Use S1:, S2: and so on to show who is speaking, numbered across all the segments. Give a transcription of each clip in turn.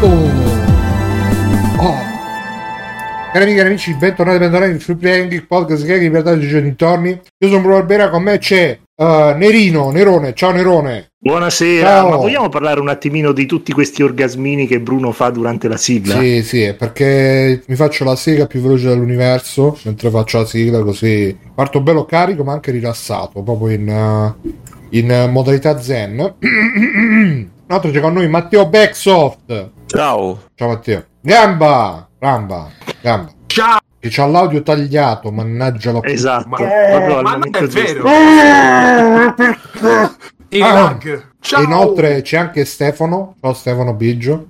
S1: Ecco. Oh. Cari amiche e amici, bentornati bentornati in Free Playing il podcast che vi perdono di giorni intorni. Io sono Bruno Barbera, con me c'è eh, Nerino, Nerone, ciao Nerone.
S2: Buonasera,
S1: Ciao.
S2: ma vogliamo parlare un attimino di tutti questi orgasmini che Bruno fa durante la sigla?
S1: Sì, sì, è perché mi faccio la sega più veloce dell'universo mentre faccio la sigla così parto bello carico ma anche rilassato, proprio in, eh, in, eh, modalità zen. Un altro c'è con noi Matteo Backsoft.
S3: Ciao.
S1: Ciao Matteo. Gamba, Ramba, Gamba.
S4: Ciao.
S1: Che c'ha l'audio tagliato, mannaggia la puttana.
S2: Esatto,
S4: Ma, Eh,
S2: proprio al
S4: ma non
S2: momento
S4: è
S2: giusto.
S4: vero. Il
S1: Ah.
S4: lag. Ciao.
S1: E inoltre c'è anche Stefano. Ciao Stefano Biggio.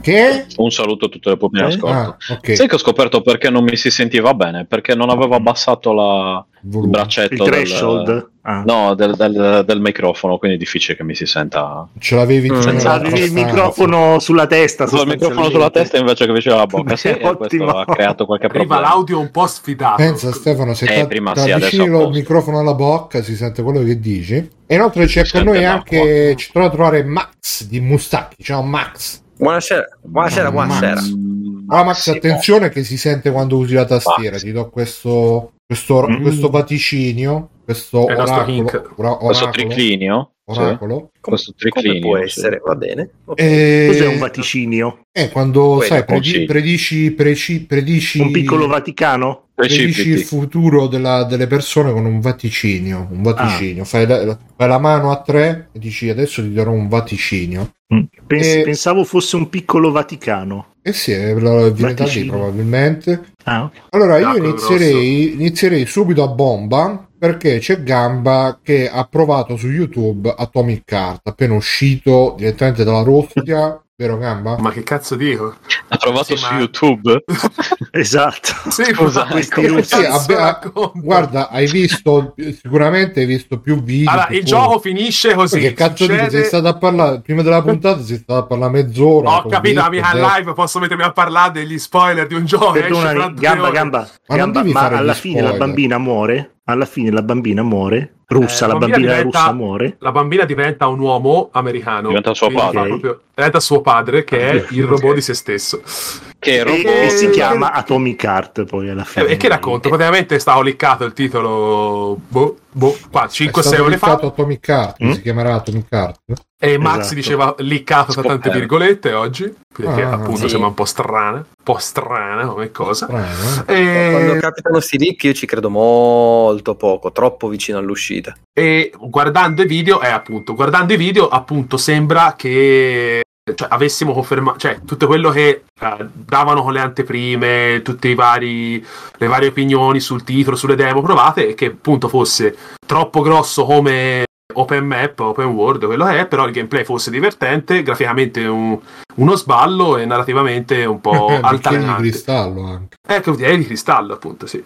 S1: Che?
S3: Un saluto a tutte le popole
S2: Eh?
S3: in ascolto.
S1: Ah, ok.
S3: Sai che ho scoperto perché non mi si sentiva bene? Perché non avevo abbassato la- il
S1: Volume.
S2: Il
S3: braccetto
S2: threshold?
S3: del,
S2: Ah.
S3: no, del, del- del microfono, quindi è difficile che mi si senta.
S1: Ce l'avevi in
S4: Mm.
S1: giro
S2: Cioè,
S1: nella
S2: avevi il
S1: stanza.
S2: microfono sulla testa.
S3: Ho il microfono sulla testa invece che vicino alla bocca. Sì, e questo
S2: Ottimo.
S3: ha creato qualche
S4: Arriva
S3: problema.
S4: l'audio un po' sfidato.
S1: Pensa Stefano, se
S3: Eh,
S1: ti
S3: prima
S1: ti
S3: sì,
S1: avvicini
S3: adesso a
S1: il
S3: posto.
S1: microfono alla bocca si sente quello che dici. E inoltre c'è
S3: Si
S1: con
S3: sente
S1: noi
S3: l'acqua.
S1: anche, ci trova a trovare Max di Mustacchi. Ciao Max.
S5: Buonasera, buonasera, buonasera.
S3: Mm.
S1: Ah Max,
S3: Sì,
S1: attenzione che si sente quando usi la tastiera.
S3: Max.
S1: Ti do questo, questo,
S2: Mm.
S1: questo vaticinio, questo
S4: È il nostro
S1: oracolo,
S4: Hink.
S1: ora-
S3: Questo
S1: oracolo,
S3: triclinio. sì.
S1: oracolo.
S3: Questo
S5: Come
S3: triclinio.
S5: può
S3: sì.
S5: essere, va bene. Ok.
S4: Eh,
S1: E...
S2: Cos'è un vaticinio?
S1: Eh, quando
S5: Quello,
S1: sai, predi-
S3: consigli.
S1: predici, preci- predici,
S2: Un piccolo Vaticano?
S1: predici il
S3: Precipiti.
S1: futuro della- delle persone con un vaticinio. Un
S3: Ah.
S1: vaticinio. Fai, la, fai la mano a tre e dici adesso ti darò un vaticinio.
S3: Mm.
S2: Pens-
S1: Eh.
S2: Pensavo fosse un piccolo Vaticano.
S1: E sì, eh, la- viene da lì
S2: Vaticinio.
S1: probabilmente.
S2: Ah, ok.
S1: Allora io
S4: Tacco
S1: inizierei, inizierei subito a bomba perché c'è Gamba che ha provato su YouTube Atomic Heart appena uscito direttamente dalla rostia. Vero Gamba?
S4: Ma che cazzo dico?
S3: Ha
S4: Sì,
S3: trovato su
S4: ma-
S3: YouTube.
S2: esatto.
S4: Sì,
S3: Scusa,
S4: ma-
S2: questi
S4: che
S2: russi.
S4: cazzo
S1: Sì, abbi-
S4: racconta?
S1: Guarda, hai visto sicuramente hai visto più video.
S4: Allora,
S1: più
S4: il
S1: cose.
S4: gioco finisce così.
S1: Perché cazzo dici? Sei
S4: Succede-
S1: stato a parlare prima della puntata, sei stato a parlare mezz'ora.
S4: Ho capito,
S1: la
S4: amica in live, posso mettermi a parlare degli spoiler di un gioco. esce fra
S2: Perdonami,
S4: due
S2: gamba,
S4: ore.
S2: gamba,
S1: Ma non
S2: gamba,
S1: devi
S2: ma
S1: fare gli
S2: alla fine la
S1: spoiler.
S2: bambina muore. Alla fine la bambina muore. Russa,
S4: Eh,
S2: la
S4: bambina
S2: bambina
S4: diventa-
S2: russa muore.
S4: La bambina diventa un uomo americano.
S3: Diventa suo
S4: Quindi
S2: padre. Ah,
S4: fa proprio- diventa suo padre, che è il robot di se
S2: Eh,
S4: stesso.
S3: Che
S2: E,
S3: robot.
S2: e si chiama Atomic Heart poi alla
S4: Eh,
S2: fine.
S4: E che racconto? Praticamente stavo liccato il titolo boh, boh, qua 5-6 ore fa
S1: Atomic Heart,
S2: Mm?
S1: si chiamerà Atomic Heart.
S4: e Max
S2: Esatto.
S4: diceva liccato tra tante
S3: Scoperto.
S4: virgolette oggi, perché
S1: Ah,
S4: appunto
S5: sì.
S4: sembra un po' strana, un po' strana come cosa.
S1: Strano, eh?
S5: Quando
S4: E,
S5: capitano sti leak io ci credo molto poco, troppo vicino all'uscita.
S4: e guardando i video, eh, appunto, guardando i video, appunto, sembra che cioè, avessimo confermato, cioè, tutto quello che eh, davano con le anteprime, tutte i vari, le varie opinioni sul titolo, sulle demo provate, che appunto fosse troppo grosso come open map, open world, quello che è, però il gameplay fosse divertente, graficamente un- uno sballo e narrativamente un po'
S1: Eh, bicchieri di
S4: altalenante.
S1: cristallo anche.
S4: Eh, che vuol dire di cristallo, appunto, sì.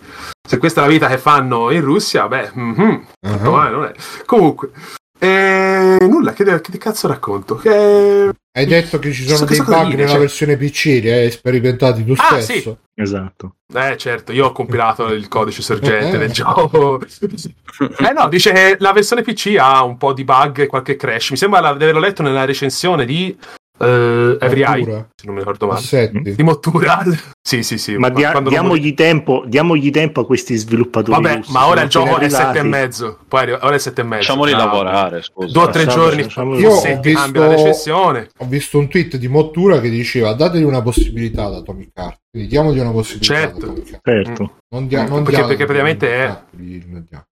S4: Se questa è la vita che fanno in Russia, beh, mhm,
S1: Ah,
S4: No, eh, non è. Comunque, eh, nulla, che, che cazzo racconto? Che...
S1: Hai detto che ci sono
S4: Cosa-
S1: dei
S4: cosa
S1: bug
S4: dire,
S1: nella
S4: cioè?
S1: versione PC, li hai sperimentati tu
S4: Ah,
S1: stesso.
S2: Esatto.
S4: Eh, certo, io ho compilato il codice sorgente
S1: Eh.
S4: del gioco. eh no, dice che la versione PC ha un po' di bug e qualche crash. Mi sembra la- di averlo letto nella recensione di eh, Every Eye,
S1: Oppure,
S4: Mm. se non mi ricordo
S1: Ah,
S4: male.
S1: assetti.
S4: Di Mottura. sì, sì, sì.
S2: Ma dia-
S4: quando lo modi-
S2: diamogli, tempo, diamogli tempo a questi sviluppatori.
S4: Vabbè,
S2: russi,
S4: ma ora il
S2: sono
S4: gioco è
S2: appena
S4: sette e
S2: arrivati.
S4: mezzo. Poi arriva- ora è sette e mezzo.
S3: Lasciamoli
S4: Ah,
S3: lavorare, scusa.
S4: Due o tre
S2: Lasciamolo-
S4: giorni.
S2: lasciamolo-
S1: Io
S4: se
S1: ho
S4: ti cambia la
S1: visto-
S4: recensione.
S1: Ho visto un tweet di Mottura che diceva dategli una possibilità ad Atomic Heart. Quindi diamogli una possibilità ad
S4: Certo. Ecco,
S1: Atomic Heart.
S2: Certo.
S1: Non dia- non
S4: Perché-
S1: dia-
S4: perché praticamente è-
S1: Ah, gli-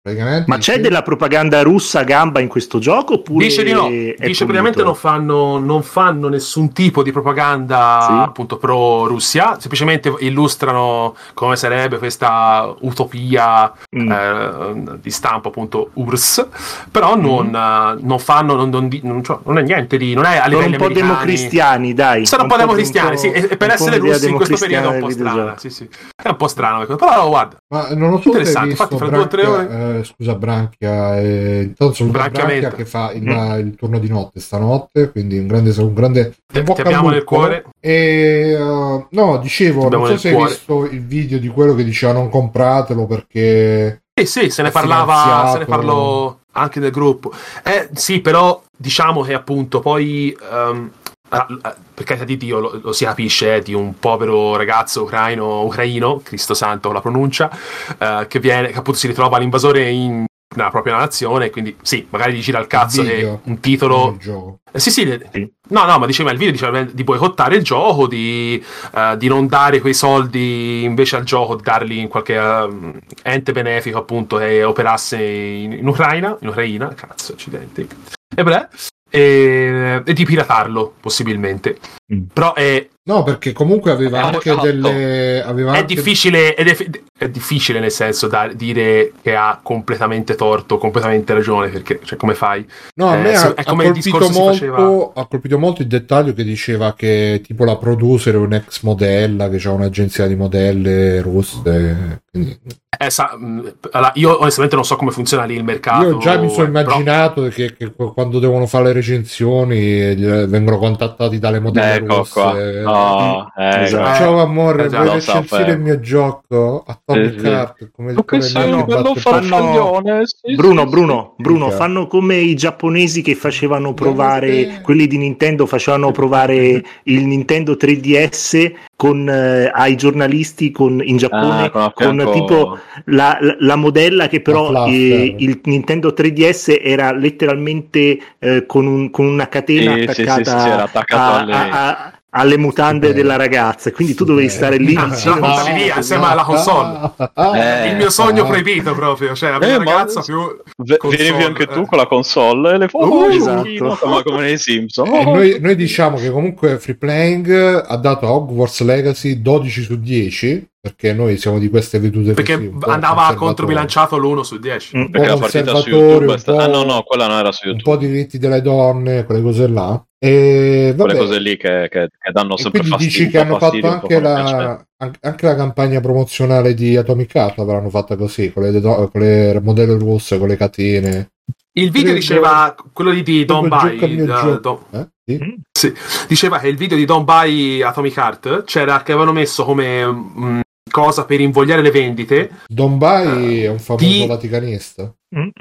S1: praticamente
S2: Ma c'è
S1: dice-
S2: della propaganda russa a gamba in questo gioco? Oppure
S4: Dice di no,
S2: è
S4: dice
S2: pulito?
S4: praticamente non fanno, non fanno nessun tipo di propaganda
S2: Sì.
S4: appunto pro Russia, semplicemente illustrano come sarebbe questa utopia
S2: Mm.
S4: eh, di stampo appunto URSS, però
S2: Mm-hmm.
S4: non, eh, non fanno, non, non di- non- cioè, non è niente di, non è a
S2: Sono
S4: livello
S2: un po' democristiani, dai.
S4: Sono un po' democristiani,
S2: un
S4: sì, e- e per
S2: un po'
S4: essere
S2: un'idea
S4: russi in questo periodo è un po'
S2: democristiana del
S4: strana, sì, sì. è un po' strana, però guarda,
S1: Ma non lo so se hai
S4: Interessante,
S1: visto
S4: infatti fra due o tre
S1: Branchia- eh, scusa Branchia, eh, intanto saluto
S4: Branchiamento. Mm.
S1: Branchia che fa il, il turno di notte stanotte, quindi un grande saluto, un grande
S4: Ti-
S1: in bocca
S4: ti
S1: al
S4: abbiamo nel
S1: lupo.
S4: cuore.
S1: E, eh, no, dicevo,
S4: abbiamo
S1: non so
S4: nel
S1: se hai
S4: cuore.
S1: visto il video di quello che diceva non compratelo perché
S4: Sì, sì, se ne
S1: È
S4: parlava,
S1: finanziato.
S4: se ne parlò anche del gruppo. Eh, sì, però diciamo che appunto poi ehm, eh, ah, ah, per carità di Dio, lo, lo si capisce, eh, di un povero ragazzo ucraino, ucraino, Cristo Santo con la pronuncia, eh, che, viene, che appunto si ritrova l'invasore in nella propria nazione, quindi sì, magari gli gira il cazzo che
S1: Video. Mm-hmm.
S4: un titolo
S1: Il gioco.
S4: eh, Sì, sì, le-
S2: Sì.
S4: no, no, ma diceva il video diceva di boicottare il gioco, di, eh, di non dare quei soldi invece al gioco, di darli in qualche ehm, ente benefico appunto che operasse in, in Ucraina, in Ucraina, cazzo, accidenti. E, beh, e, e di piratarlo possibilmente.
S2: Mm.
S4: Però è,
S1: No, perché comunque aveva
S3: Eh,
S1: anche
S3: no.
S1: delle. Aveva
S4: è
S1: anche-
S4: difficile, ed è, fi- è difficile nel senso da dire che ha completamente torto, completamente ragione, perché cioè, come fai?
S1: No, a
S4: Eh,
S1: me
S4: se-
S1: ha,
S4: è
S1: ha
S4: come il discorso
S1: colpito
S4: si
S1: molto,
S4: faceva-
S1: ha colpito molto il dettaglio che diceva che tipo la producer è un'ex modella, che c'è un'agenzia di modelle russe. Quindi,
S4: Eh, sa- mh, allora, io onestamente non so come funziona lì il mercato.
S1: io già mi sono
S4: eh, però-
S1: immaginato che, che quando devono fare le recensioni eh, vengono contattati dalle modelle
S3: Ecco
S1: russe. Cioè,
S3: qua. No, ecco.
S2: Esatto.
S1: Ciao amore,
S4: Esatto.
S1: vuoi
S3: Lo so,
S1: recensire
S3: eh.
S1: il mio gioco? Atomic
S3: Sì, sì.
S1: Heart, come
S3: Tu che
S1: come
S3: sei
S1: il
S3: un
S1: mio
S3: bello
S1: Battle-
S3: farfaglione, sì, sì,
S2: Bruno,
S3: sì.
S2: Bruno, Bruno,
S1: Minchia.
S2: fanno come i giapponesi che facevano
S1: Guardate.
S2: provare, quelli di Nintendo facevano provare il Nintendo 3DS con, eh, ai giornalisti con- in Giappone
S3: Ah, con, a
S2: con
S3: fianco-
S2: tipo la, la- la modella che però
S1: La
S2: eh,
S1: fluffer.
S2: il Nintendo 3DS era letteralmente eh, con, un- con una catena
S3: Sì, sì, sì,
S2: attaccata,
S3: sì, era attaccato
S2: a-
S3: alle-
S2: a- a- alle mutande
S1: Bello.
S2: della ragazza, quindi tu dovevi
S1: Bello.
S2: stare lì
S4: Ah,
S2: vicino-
S4: la portavi via, sembra la console.
S3: Eh,
S4: il mio sogno
S1: ah.
S4: proibito proprio, cioè la
S3: Eh,
S4: mia
S3: ma-
S4: ragazza più...
S3: Ve-
S4: console,
S3: Venivi anche tu
S4: eh.
S3: con la console e le foto
S2: Uh,
S3: oh,
S2: esatto.
S3: giochino, come, come nei Simpson.
S1: E
S3: Oh,
S1: noi, noi diciamo che comunque Free Playing ha dato a Hogwarts Legacy 12 su 10 perché noi siamo di queste vedute
S4: Perché
S1: così, un po'
S4: andava
S1: conservatori.
S4: controbilanciato l'1 su 10.
S2: Mm.
S3: perché
S1: un
S3: la
S1: po'
S3: partita su
S1: conservatori,
S3: YouTube
S1: un
S3: è stata... Ah
S1: po'-
S3: no, no, quella non era su
S1: un po'
S3: YouTube.
S1: di diritti delle donne, quelle cose là. E vabbè.
S3: Quelle cose lì che, che- che danno
S1: E
S3: sempre
S1: quindi
S3: fastidio.
S1: dici che
S3: un
S1: hanno
S3: po'
S1: fatto
S3: fastidio, un po'
S1: anche
S3: fanno piacere.
S1: la, an- anche la campagna promozionale di Atomic Heart l'avranno fatta così, con le, dedo- con le modelle russe, con le catene.
S4: Il video
S1: Credo-
S4: diceva quello lì di Don't
S1: Dove gioca il mio
S4: Buy. eh,
S1: gioco?
S4: Don't-
S1: Eh? Sì?
S4: diceva che il video di Don't Buy Atomic Heart c'era che avevano messo come mh, cosa per invogliare le vendite.
S1: Don Bai è un famoso
S4: Eh, di-
S1: vaticanista.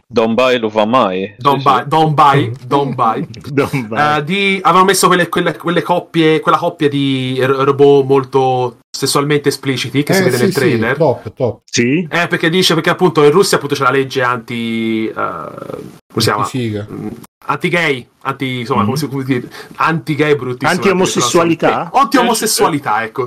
S3: Don't buy, lo fa mai.
S4: Don't
S3: Sì, sì.
S4: Buy, Don't Buy,
S1: Mm.
S4: Don't Buy.
S2: Don't buy.
S4: Eh, di- avevano messo quelle, quelle- quelle coppie, quella coppia di r- robot molto sessualmente espliciti che si
S1: Eh,
S4: vede
S1: sì,
S4: nel
S1: sì,
S4: trailer.
S1: top, top.
S2: Sì?
S4: Eh, perché dice perché appunto in Russia appunto c'è la legge anti. eh, come si chiama?
S1: Di figa.
S4: Mm, Anti-gay, anti, insomma,
S1: Mm-hmm.
S2: Mm.
S4: come si come si dice? Anti-gay bruttissimo.
S2: Anti-omosessualità?
S4: Eh, Anti-omosessualità, ecco.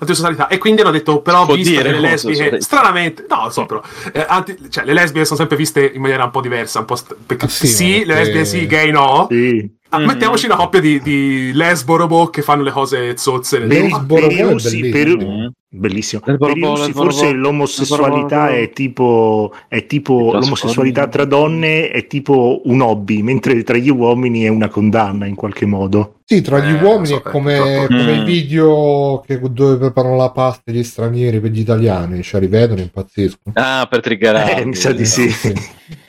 S4: Anti-omosessualità. E quindi hanno detto, però,
S3: Si può
S4: visto
S3: dire,
S4: che le
S3: cosa,
S4: lesbiche,
S3: sorry.
S4: stranamente, no, lo so, però, eh, anti- cioè, le lesbiche sono sempre viste in maniera un po' diversa, un po' st- perché
S1: Ah,
S4: sì,
S1: sì,
S4: le
S1: perché-
S4: lesbiche sì, i gay no.
S2: Sì.
S4: Ah,
S3: Mm.
S4: Mettiamoci una coppia di, di lesbo-robot che fanno le cose zozze. nel-
S2: Per,
S1: Lesbo-
S2: per i
S1: Boroboro è
S2: russi,
S1: bellissimo.
S2: per-
S3: Mm.
S2: bellissimo.
S3: Del
S2: Per i
S3: Boroboro,
S2: russi
S3: del
S2: forse
S3: Boroboro.
S2: l'omosessualità
S3: Del Boroboro.
S2: è tipo, è tipo
S3: Trasforma.
S2: l'omosessualità tra donne è tipo un hobby, mentre tra gli uomini è una condanna in qualche modo.
S1: Sì, tra gli
S4: Eh,
S1: uomini
S4: so, eh,
S1: è come,
S4: purtroppo-
S1: come
S3: Mm.
S1: i video che, dove preparano la pasta gli stranieri per gli italiani, cioè li vedono e impazziscono.
S3: Ah, per triggerare.
S2: Eh, mi sa di sì.
S1: Sì.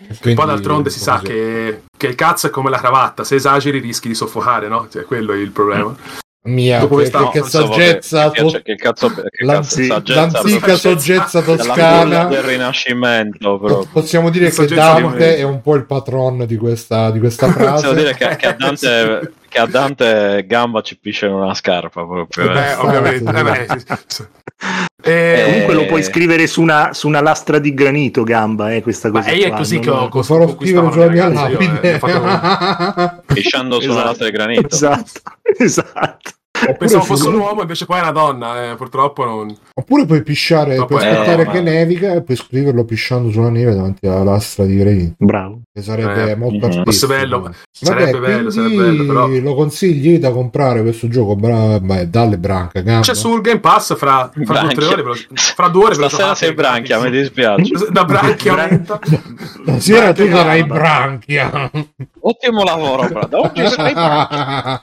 S4: Poi
S1: Quindi-
S4: d'altronde si sa che, che il cazzo è come la cravatta, se esageri rischi di soffocare, no? Cioè, quello è il problema.
S1: Mia,
S4: dopo
S1: che,
S4: questa-
S1: che- che
S3: non so, vabbè,
S1: saggezza,
S3: che piace-
S1: to-
S3: che cazzo, che
S1: l'an-
S3: cazzo saggezza
S1: l'antica
S3: proprio.
S1: saggezza
S3: Della culla
S1: toscana.
S3: del Rinascimento,
S1: Po-
S3: proprio.
S1: Possiamo dire
S4: Il
S1: che
S4: saggezza
S1: Dante
S4: rimane.
S1: è un po' il patron di questa, di questa
S3: Possiamo
S1: frase.
S3: dire che, che a Dante, che a Dante gamba ci pisce in una scarpa proprio. eh.
S4: Beh, ovviamente. eh, beh, sì, sì. Eh,
S3: Eh,
S2: Comunque lo puoi
S3: Eh.
S2: scrivere su una, su una lastra di granito, gamba, eh, questa
S4: Ma
S2: cosa.
S4: è
S2: qua,
S4: così
S2: non-
S4: che ho
S1: Lo
S4: cos-
S1: farò scrivere
S4: conquistato la
S1: giorni
S4: mia
S1: a
S4: ragazza, io, eh, ho fatto-
S1: lapide.
S3: Pisciando su una
S2: Esatto.
S3: latta di granito.
S2: Esatto, esatto.
S4: Pensavo
S1: Oppure
S4: fosse un
S1: sul-
S4: uomo, invece poi è una donna, eh, purtroppo non...
S1: Oppure puoi pisciare,
S4: Ma
S1: puoi
S4: poi-
S1: aspettare
S3: eh, ma-
S1: che nevica e puoi scriverlo pisciando sulla neve davanti alla lastra di granito.
S2: Bravo.
S1: Che sarebbe
S4: Eh,
S1: molto
S3: mhm.
S1: artistico.
S4: Fosse bello, sarebbe bello, sarebbe bello, però-
S1: lo consigli da comprare questo gioco, bra- beh, dalle branca, gamba.
S4: C'è sul Game Pass fra, fra due o tre
S3: Branchia.
S4: ore, ve lo- fra due ore ve lo
S3: Stasera
S4: giocate,
S3: sei branchia, mi
S4: gratis.
S3: dispiace.
S4: Da branchia aumenta.
S1: Stasera tu
S4: Branchia
S1: sarai
S4: gamba.
S1: branchia.
S3: Ottimo lavoro, Brad. Oggi sarai branchia.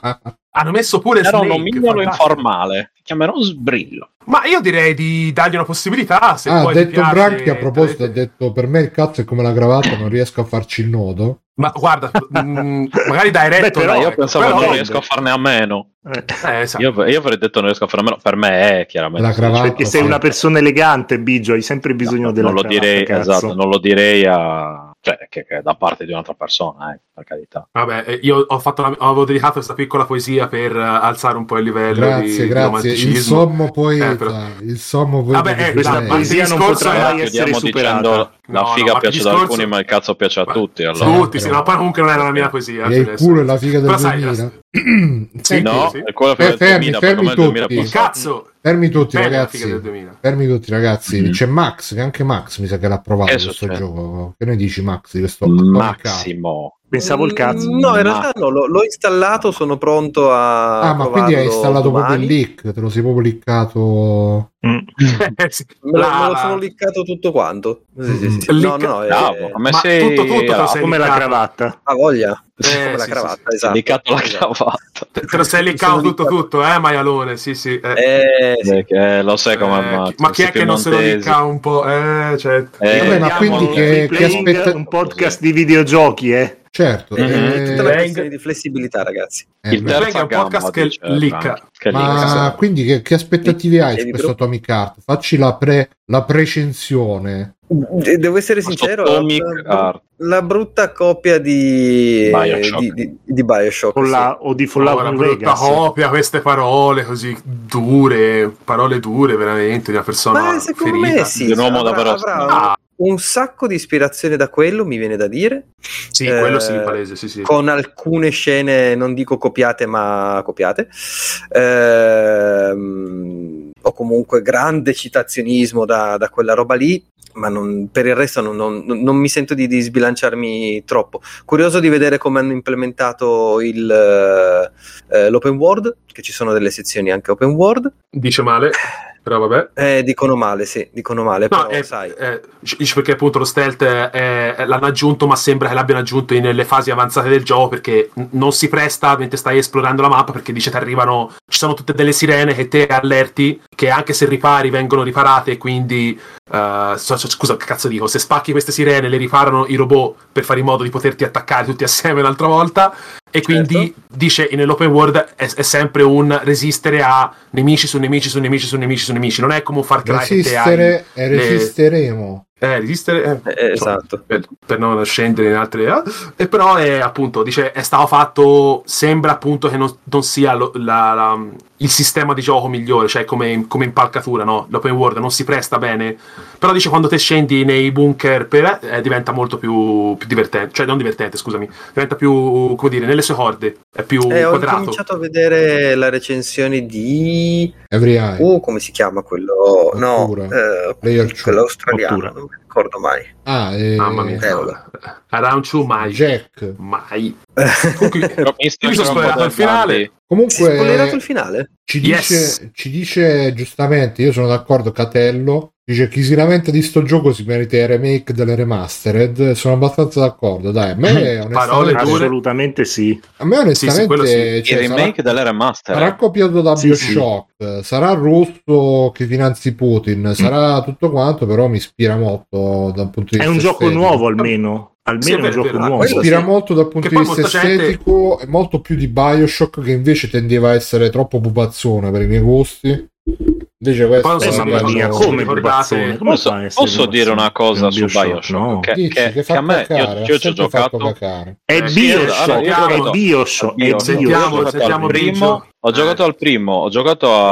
S4: Hanno messo pure
S3: Era un
S4: Snake,
S3: nomignolo
S4: fantastico.
S3: informale. Ti chiamerò Sbrillo.
S4: Ma io direi di dargli una possibilità, se
S1: ah, ha
S4: poi ti
S1: detto
S4: piace, eh,
S1: branchia a proposito, ha
S4: avete-
S1: detto per me il cazzo è come la cravatta, non riesco a farci il nodo.
S4: Ma guarda, mm, magari dai retto,
S2: Beh, però
S4: no,
S3: io
S4: ecco.
S3: pensavo
S4: Però-
S3: non riesco a farne a meno.
S2: Eh,
S4: Eh, esatto.
S3: Io, io avrei detto non riesco a farne a meno. Per me è chiaramente.
S1: La cravatta.
S2: Perché sei una persona elegante, Biggio, hai sempre bisogno
S3: No,
S2: della
S3: non lo
S2: cravatta,
S3: direi,
S2: cazzo.
S3: esatto, non lo direi a, cioè, che, che è da parte di un'altra persona, eh, per carità.
S4: Vabbè, eh, io ho fatto la- avevo dedicato questa piccola poesia per eh, alzare un po' il livello di,
S1: Grazie,
S4: di
S1: grazie. Il
S4: romanticismo.
S1: sommo poeta,
S4: Eh, però-
S1: il sommo poeta.
S4: Vabbè,
S1: di
S4: eh,
S2: Questa
S4: dai,
S1: Firenze.
S2: poesia non
S4: discorso
S2: potrà
S4: è-
S2: mai
S4: Dai,
S2: essere
S3: Chiudiamo
S2: superata.
S3: dicendo
S4: No,
S3: la
S4: no,
S3: figa
S4: ma
S3: piace ad
S4: discorso-
S3: alcuni, ma il cazzo piace a
S4: Ma-
S3: tutti. Allora.
S4: Tutti, sì, ma poi comunque non era la mia poesia.
S1: E il
S4: adesso.
S1: culo e la figa del
S4: Però sai,
S1: 2000.
S4: Sì,
S3: no,
S4: sì.
S3: è quello
S1: Eh,
S3: per
S1: fermi,
S3: il
S1: fermi
S3: 2000, perché ormai il
S1: tutti.
S3: 2000
S4: Il cazzo!
S1: Fermi tutti,
S4: Bella la figa
S1: ragazzi.
S4: del Mm. 2000.
S1: Fermi tutti, ragazzi.
S3: Mhm.
S1: C'è Max, che anche Max mi sa che l'ha provato
S3: Che
S1: questo
S3: succede?
S1: gioco. Che ne dici, Max, di questo comicato?
S3: Massimo.
S2: Pensavo il cazzo.
S3: Ma-
S5: Mm, No, in realtà no, l'ho, l'ho installato, sono pronto a.
S1: Ah, ma quindi hai
S5: provarlo
S1: installato proprio
S5: domani.
S1: il leak, te lo sei proprio liccato.
S2: Mm.
S4: Eh, sì.
S5: Me lo,
S4: La-
S5: me lo sono liccato tutto quanto. Sì, sì, sì.
S4: Mm.
S5: No, no, no, è-
S3: Bravo, come
S4: Ma
S3: sei...
S4: tutto, tutto te lo
S3: ah,
S4: sei-
S2: Come la
S4: Riccardo.
S2: cravatta.
S5: ha voglia.
S4: Eh,
S5: Come la
S4: sì,
S5: cravatta,
S4: sì, sì.
S5: esatto.
S3: Dedicato la
S5: Esatto.
S3: cravatta.
S4: Te te lo sei leccato
S5: Sono
S4: tutto, tutto, eh, maialone. Sì, sì. eh.
S5: Eh, sì.
S3: Perché lo sai come
S4: Eh, chi- ma chi è che non se lo licca un po'? Eh, certo.
S3: Eh,
S1: Vabbè, ma
S2: Vediamo
S1: quindi
S2: un
S1: che-
S2: free playing,
S1: che aspetta-
S2: un podcast di videogiochi, eh.
S1: Certo.
S3: Mhm.
S1: eh,
S5: Tutta la
S4: Bang.
S5: questione di flessibilità, ragazzi.
S1: eh,
S3: Il
S1: beh.
S4: Frank
S3: terzo
S4: è un podcast che licca.
S1: Ma quindi che, che aspettative hai su
S5: Chiedi,
S1: questo
S5: però.
S1: Atomic Heart? Facci la, pre, la precensione.
S5: De- Devo essere sincero, eh, la,
S3: Atomic
S5: la-
S3: Heart.
S5: la brutta copia di
S3: Bioshock.
S5: di, di- di Bioshock,
S2: Con la-
S5: sì.
S2: o di Fallout
S4: Allora,
S2: New
S4: Ah, brutta
S2: Vegas.
S4: copia, queste parole così dure, parole dure veramente di una persona
S5: Ma secondo
S4: ferita.
S5: me sì,
S3: Di un uomo
S5: avrà,
S3: davvero
S5: avrà
S3: strano.
S4: Ah,
S5: un sacco di ispirazione da quello, mi viene da dire,
S4: sì,
S5: Eh,
S4: quello sì, palese, sì, sì.
S5: con alcune scene, non dico copiate, ma copiate, Ehm, o comunque grande citazionismo da, da quella roba lì, ma non- per il resto non, non- non mi sento di, di sbilanciarmi troppo. Curioso di vedere come hanno implementato il, eh, l'open world, che ci sono delle sezioni anche open world,
S4: Dice male, però vabbè.
S5: Eh, dicono male, sì, dicono male,
S4: No,
S5: però
S4: eh,
S5: sai.
S4: eh, c- dice perché appunto lo stealth eh, eh, l'hanno aggiunto, ma sembra che l'abbiano aggiunto nelle fasi avanzate del gioco perché n- non si presta mentre stai esplorando la mappa perché dice ti arrivano, ci sono tutte delle sirene che te allerti che anche se ripari vengono riparate, quindi eh, so- so- scusa che cazzo dico, se spacchi queste sirene le riparano i robot per fare in modo di poterti attaccare tutti assieme un'altra volta e
S5: Certo.
S4: quindi dice nell'open world è, è sempre un resistere a nemici su nemici su nemici su nemici su nemici, non è come un Far Cry Cioè, che te hai
S1: Resistere e resisteremo.
S4: eh, resistere eh,
S5: Eh, eh, esatto.
S4: per, per non scendere in altre eh. e però è appunto dice è stato fatto sembra appunto che non, non sia lo- la- la- il sistema di gioco migliore cioè come, come impalcatura no? l'open world non si presta bene però dice quando te scendi nei bunker per- eh, diventa molto più, più divertente cioè non divertente scusami diventa più come dire nelle sue corde è più
S5: Eh, ho
S4: quadrato
S5: cominciato a vedere la recensione di...
S1: Every Eye.
S5: Oh, come si chiama quello? No,
S1: Ottura.
S5: eh,
S1: Player two.
S5: quello australiano,
S2: Ottura.
S5: non mi ricordo mai.
S1: Ah, eh,
S4: mamma mia
S5: Cavolo.
S4: Around you mai
S5: Cioè,
S1: Jack.
S4: mai Comunque, Io mi sono spoilerato
S3: spoilerato
S4: il finale.
S5: si è spoilerato il
S1: Comunque
S5: finale?
S1: ci
S4: Yes.
S1: dice, ci dice giustamente, io sono d'accordo, Catello, dice chi si lamenta di sto gioco si merita i remake delle remastered, sono abbastanza d'accordo, dai, a me
S4: Parole
S1: onestamente,
S4: dure.
S2: Assolutamente sì.
S1: a me
S4: Sì, sì, quello
S1: onestamente
S4: sì.
S1: cioè,
S3: il remake
S1: sarà,
S3: della remaster.
S1: sarà copiato da
S2: Sì, sì.
S1: Bioshock, sarà russo che finanzi Putin,
S4: Mm.
S1: sarà tutto quanto, però mi ispira molto da un punto di vista
S2: È un gioco
S1: estetico.
S2: nuovo almeno.
S4: Sì, è
S2: Almeno è un
S4: vero, è
S2: gioco
S4: vero. Ah,
S2: nuovo.
S5: questo
S1: ispira
S5: sì.
S1: molto dal punto
S4: Che
S1: di
S4: poi
S1: vista
S4: molta gente-
S1: estetico e molto più di Bioshock che invece tendeva a essere troppo pupazzone per i miei gusti invece questo
S4: non so
S1: è
S2: Eh,
S4: se
S1: un
S2: mamma
S1: bello-
S2: mia,
S4: no.
S2: come
S4: Ricordate-
S2: Bubazzone? Come
S3: Posso,
S2: fa a essere
S3: posso dire
S2: Bubazzone?
S3: una cosa
S2: È
S3: su
S2: un
S3: Bioshock?
S2: no.
S3: Che,
S1: Dici,
S3: che-
S1: che
S3: che a
S1: fa
S3: me,
S1: cacare,
S3: io,
S1: ha
S3: io ci ho
S1: sempre fatto
S3: giocato
S1: cacare.
S2: È
S4: Eh, sì,
S2: Bioshock,
S4: allora, io-
S2: è
S4: allora,
S2: Bioshock, è
S3: Bioshock.
S4: Dio.
S2: Bioshock.
S4: Sentiamo,
S3: Cioè, ho giocato
S4: sentiamo
S3: al primo,
S4: Biggio.
S3: ho giocato al primo, ho giocato a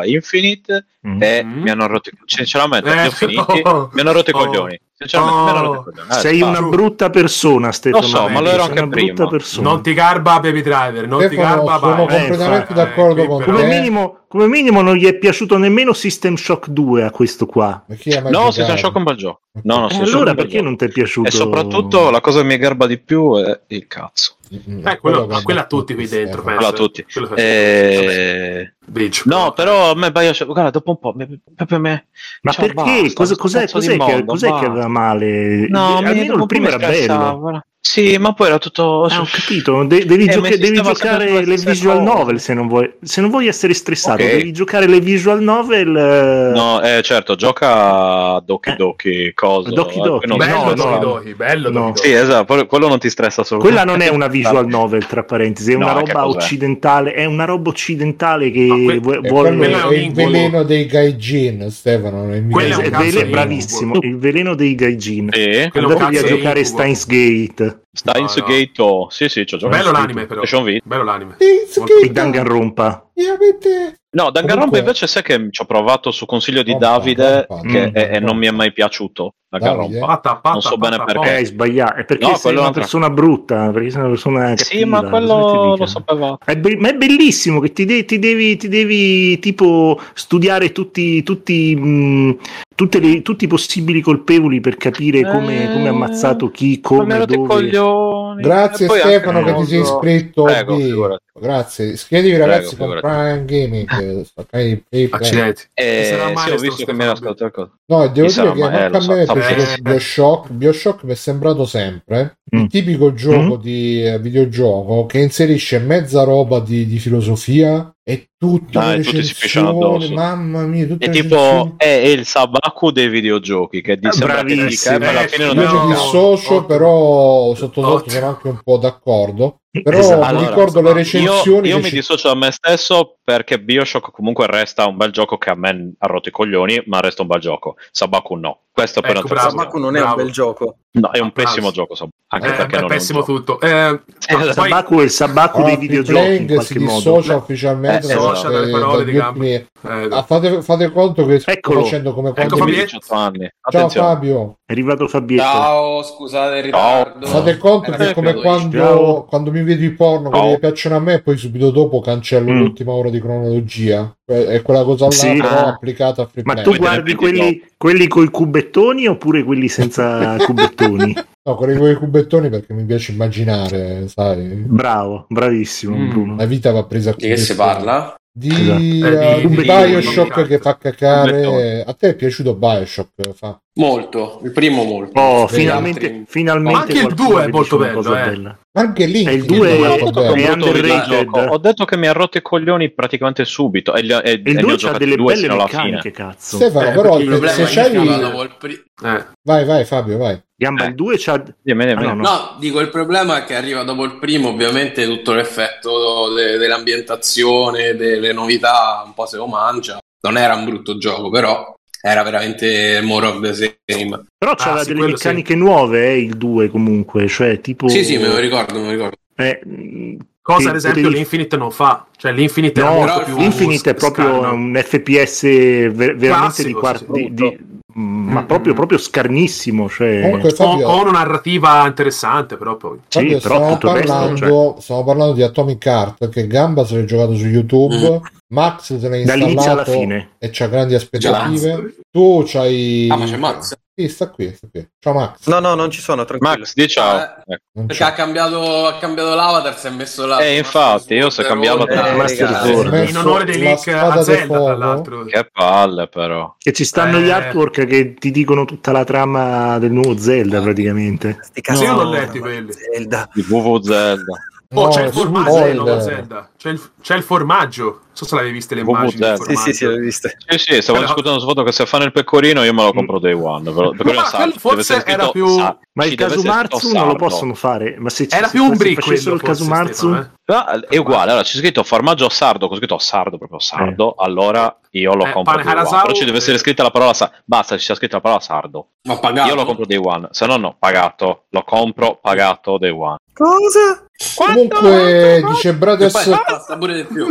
S4: Sentiamo.
S3: Infinite
S2: Mm.
S3: e
S4: Mm.
S3: mi hanno rotto i co- sinceramente
S4: Eh,
S3: li ho finiti,
S4: oh.
S3: mi hanno rotto i
S4: Oh.
S3: coglioni sinceramente mi hanno rotto i coglioni Eh,
S2: Oh. Sei
S3: sparo.
S2: una brutta persona, Stefano.
S3: Lo so, ma lo
S2: Sei
S3: ero
S2: una
S3: anche
S2: brutta
S3: prima.
S2: persona.
S4: Non ti garba Baby Driver, non ti
S1: Stefano,
S4: garba
S1: sono
S4: vai.
S1: completamente
S4: Eh,
S1: d'accordo
S4: qui
S1: con
S4: però-
S2: come,
S1: te.
S2: minimo, come minimo non gli è piaciuto nemmeno System Shock 2 a questo qua.
S1: Ma chi ha mai
S3: no
S1: giocato?
S3: se sono sciocco un bel gioco no no
S2: E
S3: sì, sono
S2: Eh, allora
S3: un bel
S2: perché
S3: gioco.
S2: non ti è piaciuto?
S3: e soprattutto la cosa che mi garba di più è il cazzo
S1: Mm,
S4: Eh, quello,
S1: che
S4: ma
S1: ha
S4: quella a
S1: detto
S4: tutti qui dentro,
S1: Stefano.
S4: penso.
S3: Quella a tutti.
S4: Quello che-
S3: Eh,
S4: vabbè, Biggio.
S3: no però a me Bioshock guarda dopo un po' mi- proprio me
S2: Ma
S3: Cioè,
S2: perché?
S3: basta,
S2: Cosa-
S3: sto
S2: cos'è
S3: cazzo
S2: cos'è
S3: di
S2: che,
S3: mondo,
S2: cos'è che
S3: basta.
S2: aveva male?
S3: no mi-
S2: Almeno
S3: dopo
S2: il
S3: un po'
S2: primo
S3: mi
S2: era
S3: scassava,
S2: bello.
S3: guarda. Sì, ma poi era tutto.
S2: Ah, ho capito, de- devi,
S3: Eh, ma
S2: gioca-
S3: il
S2: devi
S3: sistema sempre
S2: giocare
S3: la
S2: le
S3: stessa
S2: visual
S3: cosa.
S2: novel se non vuoi, se non vuoi essere stressato,
S3: Ok.
S2: devi giocare le visual novel. eh,
S3: No, eh, certo, gioca a Doki
S2: Eh.
S3: Doki, eh, cosa.
S2: Doki Doki,
S3: No,
S4: bello
S2: no,
S4: Doki
S2: no.
S4: Doki, bello
S2: No.
S4: Doki Doki.
S3: Sì, esatto, quello- quello non ti stressa
S2: Quella
S3: assolutamente.
S2: non è una visual novel, tra parentesi, è
S3: No,
S2: una
S3: che
S2: roba
S3: cos'è?
S2: occidentale, è una roba occidentale che
S4: No, que-
S2: vu-
S1: Eh,
S2: vuole...
S1: quello
S4: quello
S1: è il
S4: incubo.
S1: veleno dei gaijin, Stefano. nel mio-
S4: Quello è un
S2: Eh,
S4: cazzo
S2: vele-
S4: di
S2: bravissimo,
S4: incubo.
S2: il veleno dei gaijin.
S3: Sì,
S4: Quello è un
S2: Andatevi a
S4: cazzo di
S2: giocare
S4: incubo.
S2: Steins Gate
S3: Steins
S4: No, no.
S3: Gate, oh, sì, sì, ci ho giocato.
S4: Bello l'anime però.
S3: Station V.
S4: Bello l'anime.
S1: It's
S4: Molto-
S2: e
S1: Kingdom,
S2: Danganronpa.
S1: ovviamente.
S3: No, Danganronpa
S1: Comunque-
S3: invece sai che ci ho provato su consiglio di
S1: Pompa,
S3: Davide
S1: pompa,
S3: che-
S1: pompa,
S3: e- e non mi è mai piaciuto
S1: Davide?
S3: Danganronpa.
S4: Patta, patta,
S3: Non so bene
S4: patta,
S3: perché.
S2: Eh,
S4: patta.
S2: hai sbagliato, è perché
S3: No,
S2: sei
S3: quello è
S2: una
S3: un altro.
S2: persona brutta, perché sei una persona cattiva.
S3: Sì, ma
S2: cosa
S3: quello
S2: ti
S3: lo
S2: dica?
S3: sapevo.
S2: È be- ma è bellissimo che ti, de- ti devi, ti devi, tipo studiare tutti, tutti, mh, tutte le- tutti i possibili colpevoli per capire come,
S3: Eh,
S2: come ha ammazzato chi,
S3: Mi
S2: come,
S3: hanno dei
S2: dove.
S3: coglioni.
S1: Grazie
S3: E poi
S1: Stefano
S3: anche
S1: che ti sei
S3: cosa-
S1: iscritto.
S3: Prego,
S1: Obi.
S3: figurati.
S1: Grazie. Iscriviti ragazzi con
S3: figurati.
S1: Prime Gaming. eh, Sky Play, Prime.
S4: Accidenti.
S3: Eh,
S4: Ci sarà mai
S3: sì, ho
S4: questo
S3: visto che
S4: Stefano
S3: mi era
S4: Obi.
S3: scattato qualcosa.
S1: No, devo
S3: Chissà,
S1: dire che
S3: ma- eh,
S1: manca
S3: lo
S1: a me è
S3: so-
S1: piaciuto
S4: sapevo.
S1: Bioshock. Bioshock mi è sembrato sempre eh.
S2: Mm.
S1: il tipico gioco
S2: Mm.
S1: di eh, videogioco che inserisce mezza roba di, di filosofia e tutte
S3: Ah,
S1: le
S3: e tutti si pisciano
S1: recensioni.
S3: addosso.
S1: Mamma mia, tutte
S3: È
S1: le
S3: tipo eh,
S1: recensioni.
S3: è il Sabaku dei videogiochi che di
S2: Eh,
S3: sembra che dica, eh, ma alla fine
S4: bravissimo.
S1: Io
S3: non è
S4: no,
S1: mi
S3: un cazzo.
S1: dissocio,
S4: ottimo.
S1: però sotto sotto
S4: Ottimo.
S1: sono anche un po' d'accordo. Però
S2: Esatto.
S1: mi
S3: Allora,
S1: ricordo le
S4: io-
S3: Io,
S1: recensioni.
S3: io
S1: che
S3: mi
S1: ci-
S3: dissocio da me stesso perché Bioshock comunque resta un bel gioco che a me ha rotto i coglioni, ma resta un bel gioco. Sabaku no. Questo per
S4: Ecco,
S3: un'altra
S4: bravo.
S3: ragione.
S5: Sabaku non è
S4: bravo.
S5: un bel gioco.
S3: No, è un
S4: Bravo.
S3: pessimo gioco, Sabaku, anche
S4: Eh,
S3: perché
S4: beh,
S3: non è un
S4: pessimo
S3: gioco.
S4: tutto. Eh,
S3: esatto.
S4: poi-
S2: Sabaku è il sabaku
S1: Allora,
S2: dei videogiochi in
S1: Playing Ah, si
S2: qualche modo.
S1: dissocia ufficialmente
S3: Eh,
S1: da-
S3: dissocia
S4: dalle
S1: eh,
S4: parole
S1: dagli
S4: di Gabri.
S1: ultimi-
S4: eh,
S1: Ah, fate, fate conto che sto
S2: Eccolo.
S1: facendo come quando
S4: Ecco,
S1: mi-
S4: Fabietto.
S3: 18 anni.
S1: Ciao
S3: Attenzione.
S1: Fabio,
S2: È arrivato Fabietto.
S6: Ciao, scusate il
S3: Ciao.
S6: ritardo. Eh,
S1: fate conto
S6: Era
S1: che è come
S6: quello lì.
S1: quando,
S2: Ciao.
S1: quando mi vedo i porno
S3: Ciao.
S1: quelli che piacciono a me poi subito dopo cancello
S2: Mm.
S1: l'ultima ora di cronologia Que- è quella cosa là
S2: Sì.
S1: però
S2: Ah.
S1: applicata a free
S2: Ma
S1: play
S2: tu
S3: Beh,
S2: guardi
S3: dipende
S2: quelli, quelli con i cubettoni oppure quelli senza cubettoni?
S1: no quelli con i cubettoni perché mi piace immaginare sai
S2: Mm. Bravo, bravissimo
S6: Mm.
S1: la
S2: Bruno.
S1: vita va presa a
S6: Di che si
S1: cubettoni.
S6: parla?
S1: di,
S2: Esatto.
S1: eh,
S4: di-
S1: di
S4: di-
S1: Bioshock
S4: di-
S1: che fa cacare
S3: Cubettoni.
S1: a te è piaciuto Bioshock fa?
S6: Molto, il primo molto.
S2: Oh,
S1: Vedi.
S2: finalmente, finalmente
S4: Ma anche il
S2: qualcuno
S4: due è
S2: che dice
S4: molto
S2: una
S4: bello,
S2: cosa
S4: eh.
S2: bella.
S1: ma anche lì
S2: E il
S1: che
S2: due
S1: è
S2: è-
S1: molto
S2: è
S1: bello.
S3: Ho brutto
S2: underrated.
S3: videogioco. Ho detto che mi ha rotto i coglioni praticamente subito e, li ho-
S2: E
S3: e- e
S2: il
S3: ne ho
S2: 2 ha
S3: giocati
S2: delle
S3: due
S2: belle
S3: fino alla fine.
S2: meccaniche, cazzo.
S1: Stefano
S4: Eh,
S1: però
S4: perché il
S1: se-
S6: problema
S1: se
S6: è che
S1: c'hai
S6: io andavo al pri-
S4: eh.
S1: vai vai Fabio vai
S2: Gamba,
S3: Eh.
S2: il 2 c'ha...
S3: Dimmi, dimmi.
S2: Ah, no, no.
S6: No, dico, il problema è che arriva dopo il primo, ovviamente tutto l'effetto de- dell'ambientazione, delle novità, un po' se lo mangia. Non era un brutto gioco, però era veramente more of the same.
S2: Però c'ha
S4: Ah, sì,
S2: delle
S4: quello
S2: meccaniche nuove, eh, il 2 comunque, cioè tipo...
S6: Sì, sì, me lo ricordo, me lo ricordo.
S2: Eh, mh,
S4: Cosa
S2: che
S4: ad esempio
S2: potevi-
S4: l'Infinite non fa. Cioè l'Infinite
S2: No,
S4: è molto
S6: però
S4: più
S2: Infinite è proprio
S4: scarno.
S2: un FPS ver- veramente di
S4: Classico,
S2: quarto...
S4: sì,
S2: di- di- ma proprio, proprio scarnissimo, cioè...
S1: Comunque,
S4: Con,
S1: Fabio-
S4: con una narrativa interessante, però poi.
S2: Sì,
S1: Fabio,
S2: però
S1: stiamo,
S2: tutto il resto, cioè.
S1: parlando, stiamo parlando di Atomic Heart che Gamba se l'è giocato su YouTube
S2: Mm.
S1: Max se l'ha
S2: Dall'inizio alla
S1: installato
S2: fine.
S1: e c'ha grandi aspettative
S6: Max.
S1: tu c'hai
S6: Ah, ma c'è Max?
S1: sì sta qui, sta qui. ciao Max
S5: No, no, non ci sono, tranquillo.
S3: Max, di ciao. Ecco.
S1: Non
S6: Perché
S1: c'è.
S6: ha cambiato, ha cambiavato l'avatar, si è messo là.
S3: Eh, infatti, io se cambiavo
S5: Eh,
S6: Eh,
S5: ragazzi.
S2: Master
S1: Eh,
S2: Sword.
S1: messo
S4: In onore dei
S1: la
S4: link
S1: spada
S4: a
S1: del
S4: Zelda,
S1: fuoco.
S4: tra l'altro.
S3: Che palle, però.
S2: Che ci stanno
S4: Eh.
S2: gli artwork che ti dicono tutta la trama del nuovo Zelda
S4: Ah.
S2: praticamente.
S5: Sti cazzi,
S4: Sì, io
S5: no,
S4: l'ho letti
S5: ma
S4: quelli.
S5: Zelda.
S3: Di Zelda.
S4: Oh, c'è
S1: No,
S4: il formaggio del nuovo
S1: spoiler.
S4: Zelda. C'è il, c'è il formaggio. Non so se l'avevi viste le
S3: Nuovo
S4: immagini. del
S3: Zelda.
S5: Sì, sì, sì, l'ho
S4: formaggio.
S5: visto.
S3: Sì, sì, stavo
S4: Però-
S3: discutendo sul fatto che se fanno il pecorino io me lo compro day one. Però, il pecorino
S4: Ma
S3: sardo,
S4: quello forse
S3: deve essere
S4: era
S3: scritto
S4: più-
S3: sa-
S2: Ma
S3: ci
S2: il
S3: deve essere
S2: Casumarzu
S3: scritto
S2: non lo
S3: sardo.
S2: possono fare. Ma se ci-
S4: Era
S2: se-
S4: più un
S2: se
S4: brick
S2: facessero
S4: quello,
S2: il
S4: forse,
S2: Casumarzu,
S4: Stefano, eh.
S3: Ah, è uguale, allora c'è scritto formaggio sardo, con scritto sardo, proprio sardo, allora io lo
S4: Eh,
S3: compro
S4: pane
S3: day one.
S4: Harasau,
S3: Però ci deve
S4: eh.
S3: essere scritta la parola sardo, basta, ci sia scritta la parola sardo.
S6: Ma pagato.
S3: Io lo compro day one, se no no, pagato, lo compro pagato day one.
S5: Cosa?
S1: comunque dice
S6: E
S1: Brothers
S6: poi basta pure di più.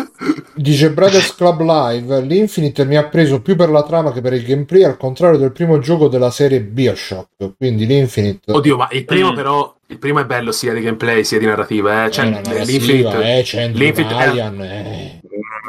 S1: Dice Brothers Club Live, l'Infinite mi ha preso più per la trama che per il gameplay, al contrario del primo gioco della serie Bioshock, quindi l'Infinite
S4: Oddio, ma il primo,
S3: Mm.
S4: però. Il primo è bello sia di gameplay sia di narrativa. Eh. Cioè,
S1: è una narrativa,
S4: l'Infinite.
S1: eh, c'è Andrew
S4: l'Infinite era-
S1: Ryan, eh.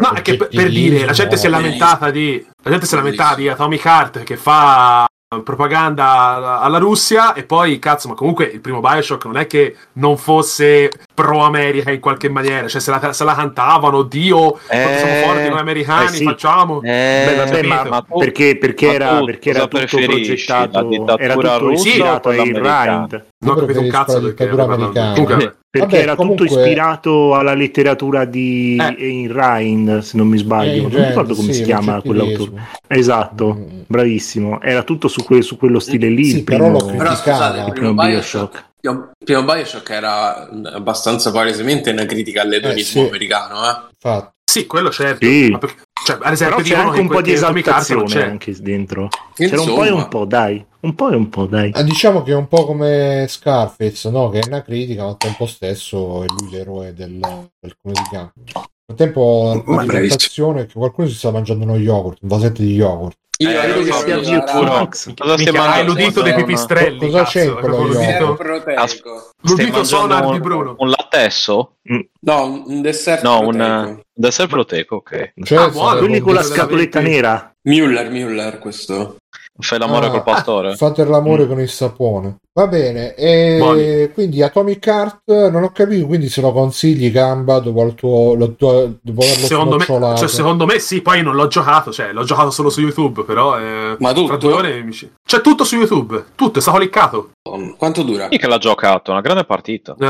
S4: No, è che per, per dire, la gente si è
S1: Oggettivismo.
S4: lamentata di. La gente si è lamentata di Atomic Heart che fa eh, propaganda alla Russia e poi cazzo ma comunque il primo Bioshock non è che non fosse pro America in qualche maniera cioè se la, se la cantavano Dio quanto siamo
S3: Eh,
S4: forti noi americani
S2: eh sì.
S4: facciamo
S3: Eh,
S2: Beh, vabbè,
S4: capito.
S2: ma, ma tu- perché, perché
S3: ma
S2: era,
S3: tu
S2: perché
S3: cosa
S2: era tutto
S3: preferisci, la
S2: progettato
S3: dittatura
S2: era tutto
S3: russa
S2: ispirato
S3: o
S2: ai
S3: quell'americana?
S2: Rind
S4: non ho capito un
S1: Perché
S4: cazzo
S1: spara-
S4: perché
S1: dittatura
S4: parlando.
S1: americana.
S2: Eh.
S4: Comunque,
S2: perché
S1: Vabbè,
S2: era
S1: comunque-
S2: tutto ispirato alla letteratura di
S4: Eh.
S2: Ayn Rand se non mi sbaglio
S1: Eh, in
S2: Ah, non
S1: genere,
S2: ricordo come
S1: sì,
S2: si chiama quell'autore
S1: l'oggettivismo.
S2: esatto
S1: Mm.
S2: bravissimo era tutto su, que- su quello stile lì
S1: Sì,
S2: il
S1: però
S2: primo,
S1: lo
S6: Però scusate, il
S1: criticava.
S6: primo
S2: primo
S6: Bioshock,
S2: Bioshock
S6: il primo Bioshock era mm, abbastanza palesemente una critica all'edonismo
S1: Eh, sì.
S6: americano, eh.
S1: Infatti,
S4: sì quello certo
S2: Sì.
S4: ma perché- cioè, ad
S2: però
S4: esempio
S2: c'è
S4: dicono
S2: anche
S4: che
S2: un po'
S4: quel-
S2: di
S4: che Atomic Heart non
S2: esaltazione
S4: c'è.
S2: anche dentro c'era un po' e
S6: Insomma.
S2: un po' dai un po' e un po' dai
S1: Ah, diciamo che è un po' come Scarface, no? che è una critica, ma al tempo stesso è lui l'eroe del, del come si chiama. Al tempo
S6: Ma
S1: la sensazione che qualcuno si sta mangiando uno yogurt, un vasetto di yogurt.
S6: Io
S3: Eh,
S6: io
S3: credo che
S6: so
S3: sia
S6: che
S3: più
S6: era-
S3: puro. Cosa stai
S4: Minchia, hai
S3: mangiando?
S4: l'udito dei
S6: Madonna.
S4: pipistrelli
S1: Cosa
S4: cazzo,
S1: c'è in
S4: è proprio
S1: quello
S6: Era
S1: yogurto?
S4: l'udito,
S6: proteico.
S3: Stai
S4: l'udito
S3: mangiando
S4: sonar
S3: un-
S4: di Bruno
S3: Un lattesso?
S6: No, un un dessert
S3: No, un, eh,
S6: proteico.
S3: un dessert proteico, ok.
S1: Cioè,
S4: Ah, buono,
S2: quelli con la
S4: Quello della
S2: scatoletta
S4: venti.
S2: nera
S6: Müller, Müller questo.
S3: Fai l'amore
S1: Ah,
S3: col pastore.
S1: Fate l'amore
S2: Mm.
S1: con il sapone. Va bene, e
S4: Buoni.
S1: quindi Atomic Heart non ho capito, quindi se lo consigli gamba dopo al tuo, lo tuo dopo averlo
S4: secondo me,
S1: snocciolato.
S4: cioè, secondo me sì, poi non l'ho giocato, cioè, l'ho giocato solo su YouTube, però... eh,
S6: Ma tutto?
S4: Fra due ore mi ci- C'è tutto su YouTube, tutto, è stato liccato.
S6: Um, Quanto dura?
S3: Chi che l'ha giocato? Una grande partita.
S4: Eh,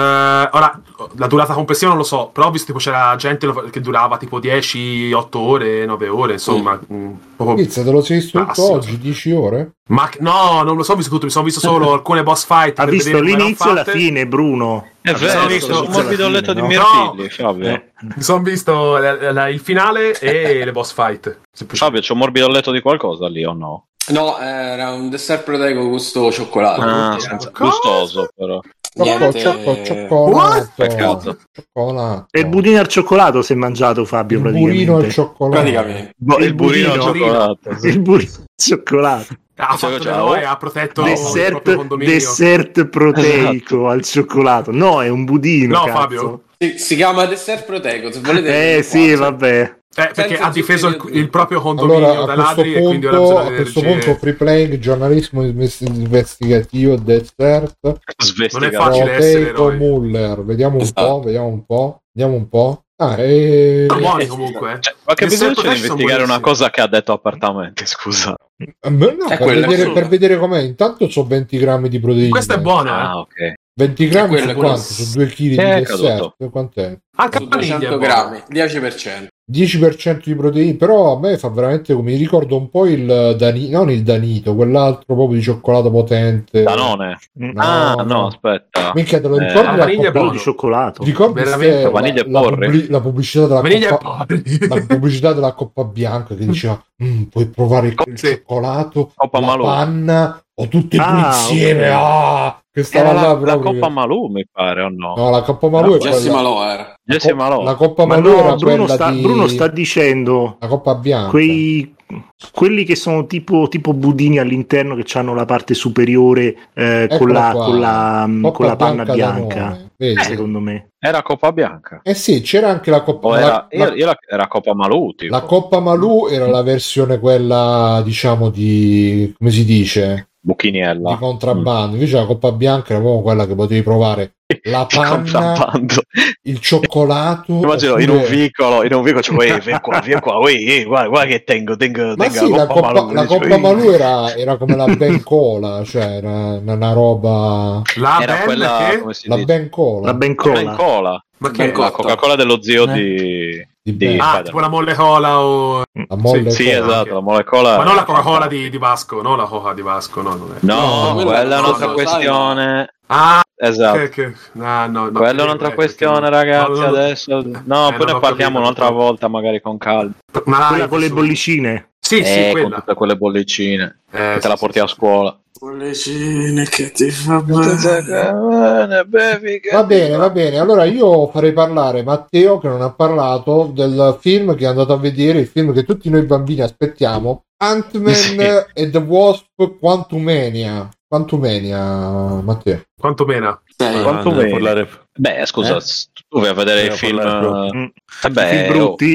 S4: ora, la durata complessiva non lo so, però ho visto tipo c'era gente lo- che durava tipo 10, 8 ore, 9 ore, insomma... mm, proprio-
S1: Pizza, te lo sei distrutto
S4: Massimo.
S1: oggi 10 ore?
S4: Ma che- no, non lo so, ho visto tutto, mi sono visto solo alcune boss fight.
S2: ha
S4: per
S2: visto
S4: vedere come erano
S2: l'inizio e la
S4: fatte.
S2: fine Bruno
S3: È
S4: sono
S3: vero,
S4: visto-
S3: sono morbido il letto di
S2: no?
S3: Mirtilli, Fabio.
S2: Eh.
S4: Mi sono visto la- la- il finale e le boss fight.
S3: Fabio, c'è un morbido letto di qualcosa lì o no?
S6: No, era un dessert proteico gusto cioccolato.
S3: Ah,
S6: Niente,
S3: gustoso, però.
S1: Cioccolato,
S6: niente-
S1: cioccolato,
S3: Peccato.
S1: cioccolato.
S2: E il budino al cioccolato si è mangiato Fabio
S1: Il
S2: praticamente.
S1: burino e il cioccolato.
S6: Praticamente.
S2: Boh, il, burino,
S3: al cioccolato. sì.
S2: il burino al cioccolato.
S4: Ah, Ha fatto
S3: Ciao,
S4: delle
S3: ciao.
S4: robe, ha protetto il proprio
S2: dessert,
S4: condominio. Eh,
S2: dessert proteico al cioccolato. No, è un budino,
S4: No,
S2: cazzo.
S4: Fabio.
S6: Si, si chiama dessert proteico, se volete.
S2: Eh sì, vabbè.
S4: Eh, perché
S6: Senza
S4: ha difeso il,
S6: zucchine.
S4: il proprio condominio
S1: Allora,
S4: da
S1: a questo
S4: ladri e quindi ora
S1: punto,
S4: bisogna
S1: a
S4: vedere
S1: questo
S4: se-
S1: punto free playing, giornalismo investi- investigativo, dessert,
S3: Svestigato.
S4: facile essere
S1: proteico,
S4: eroi.
S1: Muller. Vediamo un
S6: Esatto.
S1: po', vediamo un po', vediamo un po'. Ah, e...
S4: Sono buoni comunque. eh.
S3: Cioè, ma che
S4: Il
S3: bisogno c'è
S4: Serpent
S3: di
S4: Ash sono
S3: investigare una
S4: buonissimi.
S3: cosa che ha detto apertamente, scusa.
S1: Eh, beh, no,
S6: È
S1: per,
S6: quello,
S1: vedere,
S6: assurdo.
S1: per vedere com'è, intanto ho 20 grammi di proteine.
S4: Questa è buona. eh.
S3: Ah, ok.
S1: 20 grammi
S6: È quello,
S1: su
S6: è quello.
S1: quanto? Su 2 kg di
S3: Eh,
S1: dessert? Quant'è?
S4: Anche
S6: Su
S4: la vaniglia è
S6: 200
S4: buona.
S6: grammi, 10%.
S1: 10% di proteine, però a me fa veramente come mi ricordo un po' il danito, non il danito, quell'altro proprio di cioccolato potente.
S3: Danone.
S2: Mm.
S3: ah, no,
S1: no.
S3: aspetta.
S1: Minchia, te lo
S3: Eh,
S1: ricordi
S4: la
S1: la,
S4: vaniglia è
S1: pub-
S2: Quello di
S4: buono.
S2: cioccolato.
S1: ricordi
S4: Veramente
S1: se-
S4: buono.
S3: Vaniglia e
S1: la,
S3: porri.
S1: pubblic- la pubblicità della
S4: Vaniglia è
S1: Coppa,
S4: buona.
S1: la pubblicità della Coppa Bianca che diceva "Mm, puoi provare il, il
S4: Sì.
S1: cioccolato,
S3: Coppa
S1: la
S3: Malone.
S1: panna o tutte e due
S2: Ah,
S1: insieme".
S2: ok.
S1: Ah, che stava
S3: Era la,
S1: là
S3: la
S1: proprio.
S3: Coppa Malù, mi pare, o no?
S1: No, la Coppa Malù è
S3: Jesse
S1: quella.
S6: Jesse Maloer.
S3: Jesse Malone.
S1: La Coppa
S2: Ma
S1: Malù era
S2: no, Bruno
S1: quella
S2: sta,
S1: di
S2: Bruno sta dicendo
S1: la Coppa Bianca.
S2: quei, quelli che sono tipo, tipo budini all'interno che hanno la parte superiore eh, con,
S1: Eccola
S2: la,
S1: qua.
S2: con la- mm,
S1: Coppa
S2: con la panna
S1: Bianca
S2: bianca.
S1: Danone, vedi?
S2: Eh, secondo me.
S3: Era Coppa Bianca.
S1: Eh sì, c'era anche la Coppa
S3: O
S1: la-
S3: Oh, era,
S1: la-
S3: io- io la- era Coppa Malù, tipo.
S1: La Coppa Malù era la versione quella, diciamo, di come si dice
S3: Buchiniella.
S1: di
S3: mm.
S1: contrabbando. Invece la Coppa Bianca era proprio quella che potevi provare la
S3: Di
S1: panna,
S3: contrabbando.
S1: il cioccolato.
S3: Immagino
S1: oppure-
S3: in un vicolo, in un vicolo, cioè, "Uè, vieni qua, vieni qua, uè, eh, guarda, guarda che tengo, tengo,
S1: Ma
S3: tengo
S1: sì, la Coppa,
S3: Malù",
S1: la
S3: dice,
S1: Coppa
S3: "Uè".
S1: Malù era, era come la Ben Cola, cioè era una, una roba.
S4: La
S3: Era
S4: Ben
S3: quella,
S4: che-
S3: come si
S1: La
S3: dice?
S1: Ben Cola.
S2: La ben
S3: Coca-Cola.
S2: cola.
S4: Ma
S6: Ben
S4: che
S3: La
S6: Cola.
S3: Coca-Cola dello zio
S1: Eh.
S3: di...
S1: Di
S3: di
S1: Ben.
S4: Ah,
S3: Federer.
S4: tipo la mole cola o...
S1: La molle
S3: Ah, Sì,
S1: cola.
S3: esatto, la molecola...
S4: Ma non la Coca-Cola di, di Vasco, no la Coca di Vasco, no, non è.
S1: No,
S3: No, quella è un'altra
S6: no,
S3: questione.
S4: Ah,
S3: Esatto.
S4: che, che... ah, no, no,
S3: Quella è
S4: che-
S3: un'altra
S4: eh,
S3: questione,
S4: perché-
S3: ragazzi.
S4: no, no, no.
S3: adesso, no,
S4: Eh,
S3: poi
S4: non
S3: ne
S4: ho
S3: parliamo
S4: capito,
S3: un'altra
S4: perché-
S3: volta, magari con calma.
S4: Ma
S2: Quella con le bollicine.
S4: Sì, sì,
S3: eh, con
S4: quella.
S3: tutte quelle bollicine.
S4: Eh,
S3: che te
S4: sì,
S3: la
S4: sì,
S3: porti
S4: sì.
S3: a scuola. Eh,
S6: Bollicine che ti fa
S1: Va bene, va bene. Allora io farei parlare Matteo che non ha parlato del film che è andato a vedere, il film che tutti noi bambini aspettiamo, Ant-Man
S3: Sì.
S1: e the Wasp Quantumania. Quantumania, Matteo.
S4: Quanto meno.
S2: Ah,
S3: Quanto
S7: devo
S3: meno.
S7: parlare-
S3: Beh, scusa,
S7: Eh?
S3: s- Tu vai a vedere i
S7: Dobbiamo
S3: film,
S7: parlare proprio.
S3: Mm.
S2: I
S3: Vabbè,
S2: film brutti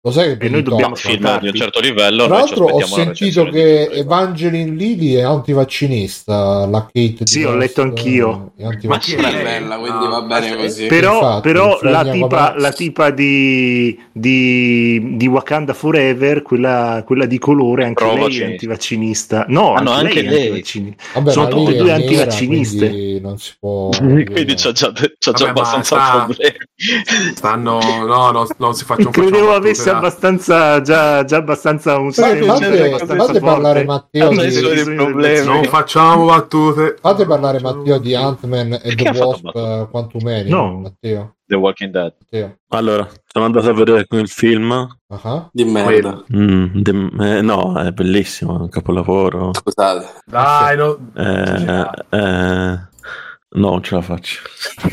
S1: Lo sai che
S2: e noi dobbiamo
S3: oh, film di un
S2: affrontarli.
S3: certo livello.
S1: Tra
S3: noi ci
S1: l'altro ho
S3: aspettiamo la
S1: sentito
S3: recensione
S1: che
S3: di-
S1: Evangeline Lilly è antivaccinista, la Kate.
S2: Sì,
S1: di
S2: ho
S1: Lost,
S2: letto anch'io.
S1: è
S4: Ma
S1: antivaccinista.
S4: chi
S6: Sì,
S4: è?
S6: è bella, quindi
S4: No,
S6: va bene
S3: Eh,
S4: sì.
S6: così.
S2: Però,
S1: Eh, Infatti,
S2: però
S1: bisogna
S2: la, tipa,
S1: guardare.
S2: la tipa di, di, di Wakanda Forever, quella, quella di colore, anche lei è
S3: Provocinista.
S2: antivaccinista. No,
S3: Ah, no,
S2: anche,
S3: anche
S2: lei è
S3: lei.
S2: antivaccinista.
S1: Vabbè,
S2: Sono
S1: ma
S2: tutte e
S1: lei è
S2: due
S1: nera,
S2: antivacciniste.
S1: quindi Non si può.
S3: Quindi c'ha già, c'ha già
S4: Vabbè, ma
S3: abbastanza
S4: sta-
S3: problemi.
S4: Stanno, no, no, non si faccia un
S2: Credevo avesse abbastanza, già, già abbastanza un
S1: Fate,
S2: un genere
S1: fate,
S2: abbastanza
S1: fate parlare
S2: forte.
S1: Matteo
S3: Ah,
S2: Sì,
S3: sono
S1: di,
S3: dei
S2: sì,
S3: problemi.
S2: sì.
S4: Non facciamo battute.
S1: fate parlare Matteo di Ant-Man e
S3: Perché
S1: The
S3: ha fatto
S1: Wasp
S3: battuta?
S1: eh, Quantumania.
S2: No.
S1: Matteo.
S3: The Walking Dead.
S1: Matteo.
S7: Allora, sono andato a vedere quel film.
S1: Ah,
S6: Di merda.
S7: Mm, de- eh, no, è bellissimo, è un capolavoro.
S6: Scusate.
S4: Dai, no.
S7: Eh, eh, no, non ce la faccio.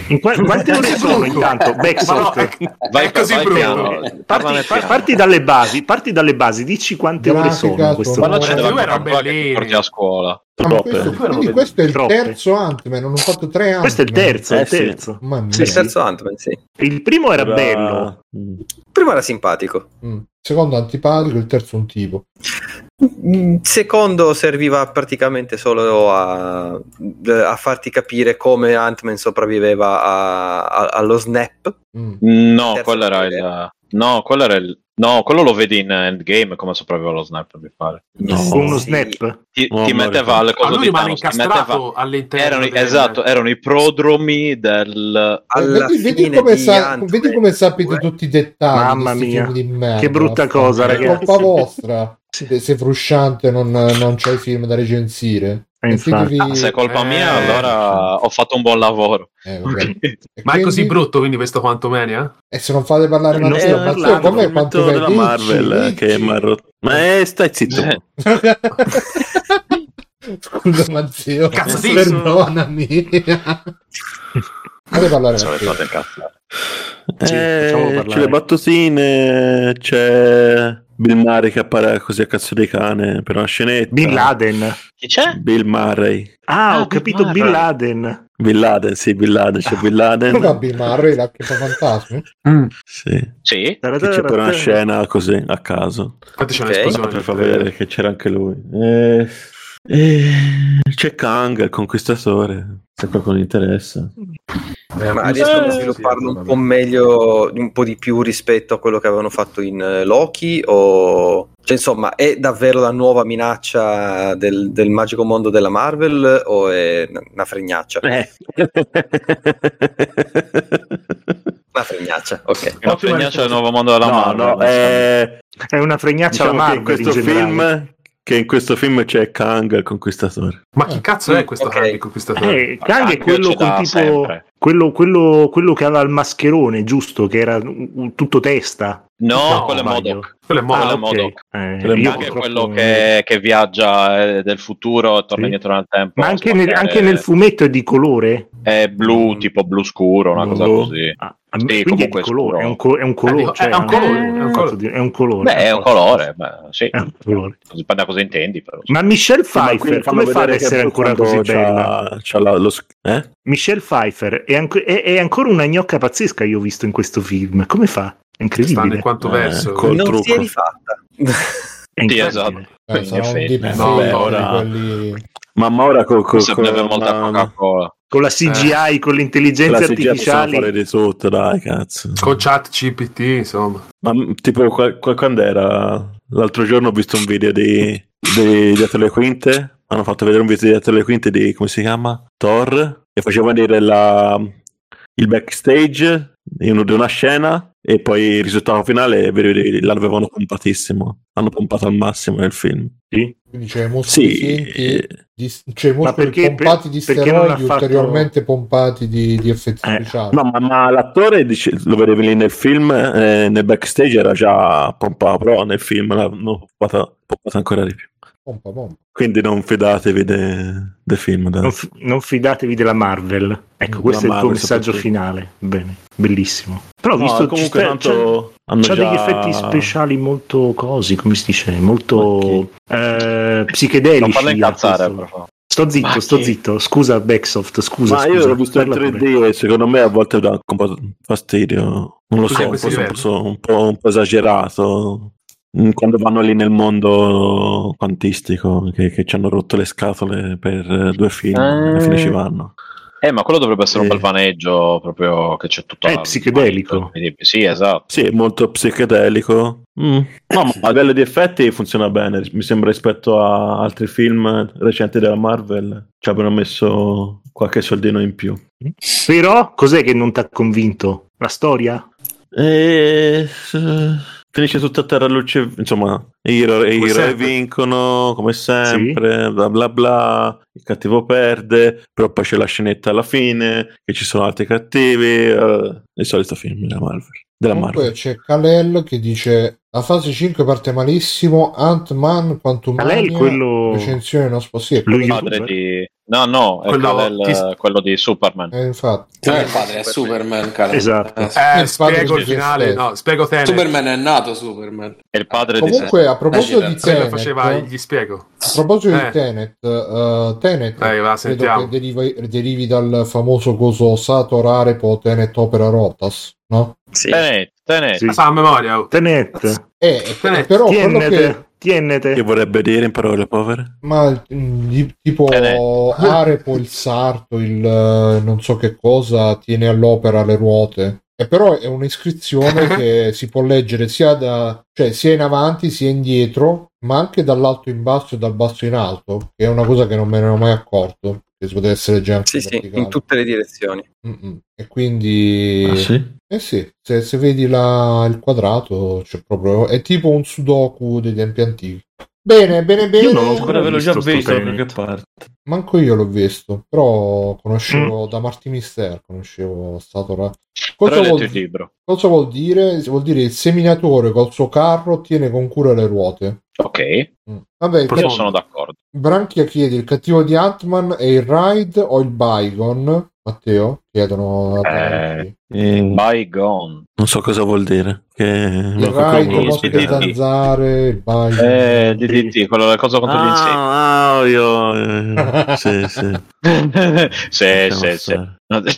S2: In qua- quante ore sono intanto?
S4: Ma no,
S2: Backsoft.
S4: è-
S3: Vai,
S4: È così
S3: vai
S4: brutto.
S3: piano.
S2: Eh,
S3: Parlane
S2: Parti, par-
S3: piano.
S2: parti dalle basi, parti dalle basi, dici quante ore
S1: Grafica,
S2: sono questo
S1: sonora.
S3: Quando
S2: mondo.
S3: c'è
S4: Eh,
S3: della
S4: lui era
S3: roba che ti
S4: bellino.
S3: porti a scuola.
S1: Ah, ma
S7: Troppe.
S1: questo, quindi
S4: Troppe.
S1: questo è il
S2: Troppe.
S1: terzo Ant-Man. Hanno fatto tre Ant-Man.
S2: Questo è il terzo, è
S7: Eh,
S2: il
S7: sì.
S2: terzo.
S1: Mamma
S2: Sì,
S1: mia.
S5: Il terzo Ant-Man, sì.
S2: Il primo era bello.
S7: Mm.
S5: Prima era simpatico.
S1: Mm. Secondo antipatico, il terzo un tipo.
S5: Mm, Secondo serviva praticamente solo a, a farti capire come Ant-Man sopravviveva a- a- allo snap.
S1: Mm.
S3: No,
S5: Terzo
S3: quello era il. No, quello era il. No, quello lo vedi in Endgame come sopravviveva lo sniper, mi pare.
S7: No.
S2: Con uno
S5: Sì.
S2: snap.
S3: Ti,
S7: No,
S3: ti
S7: non
S3: metteva
S7: ricordo.
S3: le
S4: Ma
S3: cose
S4: lui
S3: di
S4: rimane
S3: Thanos, ti metteva...
S4: incastrato all'interno.
S3: erano, i-
S4: del-
S3: esatto, erano i prodromi del...
S1: Eh,
S5: Alla
S1: vedi, vedi
S5: fine
S1: come
S5: di
S1: sa-
S5: Ant-Man
S1: vedi come sapete
S5: due.
S1: tutti i dettagli.
S2: Mamma
S1: di sti
S2: mia.
S1: film di merda,
S2: Che brutta
S1: vaffanculo.
S2: cosa,
S1: È
S2: ragazzi.
S1: colpa vostra
S2: Sì.
S1: se se Frusciante non, non c'è i film da recensire.
S2: Eh, infatti.
S1: Sentitevi-
S3: "Ah, Se è colpa
S4: Eh,
S3: mia, allora ho fatto un buon lavoro.
S1: eh, vabbè. E
S4: Ma è così
S1: quindi-
S4: brutto quindi questo eh? Quantumania?
S1: E se non fate parlare
S7: Eh, Non
S1: Matteo,
S7: sto
S1: Matteo,
S7: parlando,
S1: com'è
S7: non
S1: quanto
S7: metto della Marvel eh, che mi ha rotto. Ma eh, stai zitto.
S3: Eh.
S1: Scusa Matteo,
S4: Cazzatissimo.
S1: perdonami. Fate parlare
S3: Se le
S1: Matteo.
S3: fate incazzare.
S2: Sì,
S7: Eh,
S2: facciamolo parlare.
S7: c'è le battutine, c'è Bill Murray che appare così a cazzo di cane per una scenetta.
S2: Bin Laden.
S3: Chi c'è?
S7: Bill Murray.
S2: Ah,
S3: Ah,
S2: ho
S3: Bin
S2: capito
S3: Laden.
S2: Bin Laden.
S7: Bin Laden, sì, Bin Laden, c'è Bin Laden.
S1: Come Bill Murray, la che fa fantasmi? Eh,
S7: Sì.
S3: Sì?
S7: Che c'è per una scena così a caso.
S4: Infatti c'è
S5: Ok.
S7: Ma
S4: un'esplosione.
S7: per far vedere che c'era anche lui. Eh, eh, c'è Kang, il conquistatore. Se qualcuno gli interessa.
S5: Ma
S4: Eh,
S5: riescono a
S4: sì,
S5: svilupparlo
S4: sì,
S5: un po' meglio, un po' di più rispetto a quello che avevano fatto in eh, Loki? O... Cioè, insomma, è davvero la nuova minaccia del, del magico mondo della Marvel o è n- una fregnaccia?
S7: Eh.
S5: Una fregnaccia, ok.
S3: Una
S4: Ottimo
S3: fregnaccia del
S4: risposta.
S3: nuovo mondo della
S7: no,
S3: Marvel.
S7: no, eh,
S2: È una fregnaccia
S7: diciamo
S2: alla Marvel
S7: che in
S2: in
S7: questo
S2: generale.
S7: film che in questo film c'è Kang il conquistatore.
S4: Ma
S1: Mm,
S4: chi cazzo è questo
S5: Ok.
S4: Harry Conquistatore?
S2: Eh, Kang è
S3: Kang
S2: quello
S3: ce
S2: con
S3: l'ha
S2: tipo
S3: sempre.
S2: quello, quello, quello che aveva il mascherone, giusto? Che era un- un- tutto testa.
S3: No,
S4: No,
S3: quello è
S2: sbaglio.
S3: Modoc.
S4: Quello è
S5: Ah,
S3: Quello
S4: Modoc.
S3: è
S2: ok.
S3: Modoc.
S2: Eh,
S7: Quello è
S2: io
S7: Modoc.
S3: Anche
S2: purtroppo-
S3: quello che, che viaggia eh, del futuro e torna
S2: Sì.
S3: indietro nel tempo.
S2: Ma
S3: a
S2: anche nel,
S3: sbloccare-
S2: anche nel Mm. fumetto è di colore?
S3: È blu, tipo blu scuro, una cosa
S7: Blu.
S3: così.
S2: Ah,
S3: Sì,
S2: quindi è
S3: comunque
S2: di
S3: è
S2: colore,
S3: scuro.
S2: è un, co- è un colore.
S4: dico, è
S2: cioè,
S4: un colore, è un colore.
S2: È un colore.
S3: Beh, è un colore, beh, sì.
S2: È un colore.
S3: Dipende da cosa intendi, però.
S2: Eh. Ma Michelle
S7: Ma quindi
S2: Pfeiffer,
S7: fanno
S2: come fa ad
S7: vedere che
S2: essere ancora
S7: quando
S2: così
S7: c'ha-
S2: bella?
S7: c'ha la- lo sch- eh?
S2: Michelle Pfeiffer è, anco- è- è ancora una gnocca pazzesca. Io ho visto in questo film. Come fa? È
S4: Sta nel
S2: incredibile.
S4: quanto
S7: Eh,
S4: verso.
S7: col-
S5: non si è
S7: trucco.
S5: rifatta.
S2: È incredibile.
S3: esatto.
S1: Eh,
S3: In
S1: sarà un
S3: effetti.
S1: deep
S7: Eh,
S1: fake
S4: vabbè,
S1: di
S7: ora-
S1: quelli-
S7: Ma ma ora con
S3: Forse beve molta Coca-Cola.
S2: Con la CGI, con le
S7: la
S2: intelligenze
S7: CGI possono
S2: artificiali.
S7: fare di tutto, dai, cazzo.
S4: Con chat CPT, insomma.
S7: Ma mh, tipo, qua- qua- quando era? L'altro giorno ho visto un video di, di Dietro le Quinte. Hanno fatto vedere un video di Dietro le Quinte di come si chiama? Thor. E faceva vedere la- il backstage di, uno- di una scena. E poi il risultato finale vedevi- l'avevano pompatissimo. Hanno pompato al massimo nel film.
S2: Sì.
S1: Quindi c'è i muscoli
S7: Sì,
S1: finti,
S7: eh,
S1: di, cioè i muscoli
S2: perché-
S1: pompati di
S2: perché non ha
S1: steroidi
S2: fatto-
S1: ulteriormente pompati di, di effetti
S2: Eh,
S1: speciali.
S7: no, ma, ma l'attore dice, lo vedevi lì nel film. eh, nel backstage era già pompato, però nel film l'hanno pompato, pompato ancora di più.
S1: Pompa, pompa.
S7: Quindi non fidatevi de- dei film. dai.
S2: Non, fi- non fidatevi della Marvel. Ecco,
S7: Della
S2: questo è il tuo
S7: Marvel,
S2: messaggio
S7: soprattutto.
S2: finale. Bene, bellissimo. Però ho
S7: No,
S2: visto ci
S7: comunque
S2: sta- c'è-
S7: tanto hanno
S2: C'ha
S7: già-
S2: degli effetti speciali molto cosi, come si dice, molto eh, psichedelici.
S3: Non farla
S2: a
S3: incazzare,
S2: questo.
S3: per favore.
S2: Sto zitto,
S3: Ma
S2: sto
S3: che-
S2: zitto. Scusa, Backsoft, scusa.
S7: Ma io
S2: scusa.
S7: l'ho visto in
S2: Parla pure.
S7: 3D e secondo me a volte dà un po' fastidio. Non lo
S4: Cos'è
S7: so,
S4: questo
S7: forse un po',
S4: livello?
S7: so- un po'- un po' esagerato. Mm, Quando vanno lì nel mondo quantistico, che, che ci hanno rotto le scatole per eh, due film,
S3: Ah.
S7: alla fine ci vanno.
S3: Eh, ma quello dovrebbe essere un
S7: Eh.
S3: bel vaneggio proprio che c'è tutto.
S2: È psichedelico.
S3: Sì, esatto.
S7: Sì, è molto psichedelico. Mm. No, ma a livello di effetti funziona bene, mi sembra rispetto a altri film recenti della Marvel, ci abbiano messo qualche soldino in più.
S2: Però, cos'è che non ti ha convinto? La storia?
S7: E... eh, Finisce tutto a terra luce, insomma, i ero- i
S4: Come
S7: eroi
S4: sempre.
S7: vincono come sempre, bla bla bla, il cattivo perde, però poi c'è la scenetta alla fine, che ci sono altri cattivi, eh, il solito film della Marvel. Della
S1: Comunque
S7: Marvel.
S1: c'è Kalel che dice la fase 5 parte malissimo, Ant-Man, Quantum
S2: Kalel, quello-
S1: recensione non sposi.
S2: Lui-
S3: Padre
S7: eh.
S2: YouTuber?
S3: di... No, no, è
S4: Quello-
S3: Kal-El, eh, quello,
S4: chi-
S3: di Superman.
S1: Eh, infatti,
S6: Non è il padre, è Superman, cara.
S2: Esatto.
S6: Eh,
S4: Eh,
S1: il padre
S4: spiego il
S1: di Jesse
S4: finale,
S1: Plemons.
S4: no, spiego Tenet.
S6: Superman è nato Superman.
S3: È il padre
S1: comunque a proposito di
S6: Dai,
S4: Quello
S1: Tenet,
S4: faceva,
S1: ecco.
S4: gli spiego.
S1: a proposito di
S4: Eh.
S1: Tenet, eh, Tenet
S4: Dai, va,
S1: credo
S4: sentiamo.
S1: che derivi, derivi dal famoso coso Sato Rarepo Tenet Opera Rotas, no?
S5: Sì.
S3: di Tenet, Tenet.
S2: Sì.
S4: Ah, sa a memoria. oh.
S2: Tenet.
S1: Eh,
S4: Tenet,
S1: però quello che
S2: Tienete. Tienete.
S7: Che vorrebbe dire in parole povere?
S1: Ma mm, di- tipo
S3: Tenet.
S1: Arepo il sarto, il eh, non so che cosa, tiene all'opera le ruote. E però è un'iscrizione che si può leggere sia, da, cioè, sia in avanti sia indietro, ma anche dall'alto in basso e dal basso in alto, che è una cosa che non me ne ero mai accorto, che si potesse leggere anche
S5: Sì,
S1: in
S5: sì,
S1: verticale.
S5: in tutte le direzioni.
S1: Mm-mm. E quindi...
S7: Ah, sì?
S1: Eh sì, se, se vedi la- il quadrato, c'è proprio... è tipo un sudoku dei tempi antichi. Bene, bene, bene.
S2: Io non ho ancora
S7: Però avevo già
S2: visto sto
S7: visto da
S2: Tenet.
S7: qualche parte.
S1: Manco io l'ho visto, però conoscevo da Marti Mister, conoscevo Satora.
S3: Mm. Però
S1: Cosa,
S3: hai letto
S1: vuol,
S3: il libro.
S1: cosa vuol dire? Vuol dire il seminatore col suo carro tiene con cura le ruote.
S3: Ok, io
S1: Mm. Vabbè,
S4: Profondo.
S3: sono d'accordo.
S1: Branchia chiede il cattivo di Ant-Man è il Ride o il Bygon? Matteo, chiedono a Branchi.
S7: Eh,
S3: By Gone.
S7: non so cosa vuol dire. Che...
S1: Il
S7: no, qualcuno
S1: Ride,
S7: me lo
S1: il
S3: volevo
S1: mostro di
S7: spiegare.
S3: spiegare.
S1: zanzare, il Bygon.
S3: Eh, DDT, quello della cosa contro gli insetti.
S7: Ah, ah, io... eh, sì, sì.
S3: sì, sì,
S7: Lasciamo
S3: sì.
S7: stare.
S3: No, eh,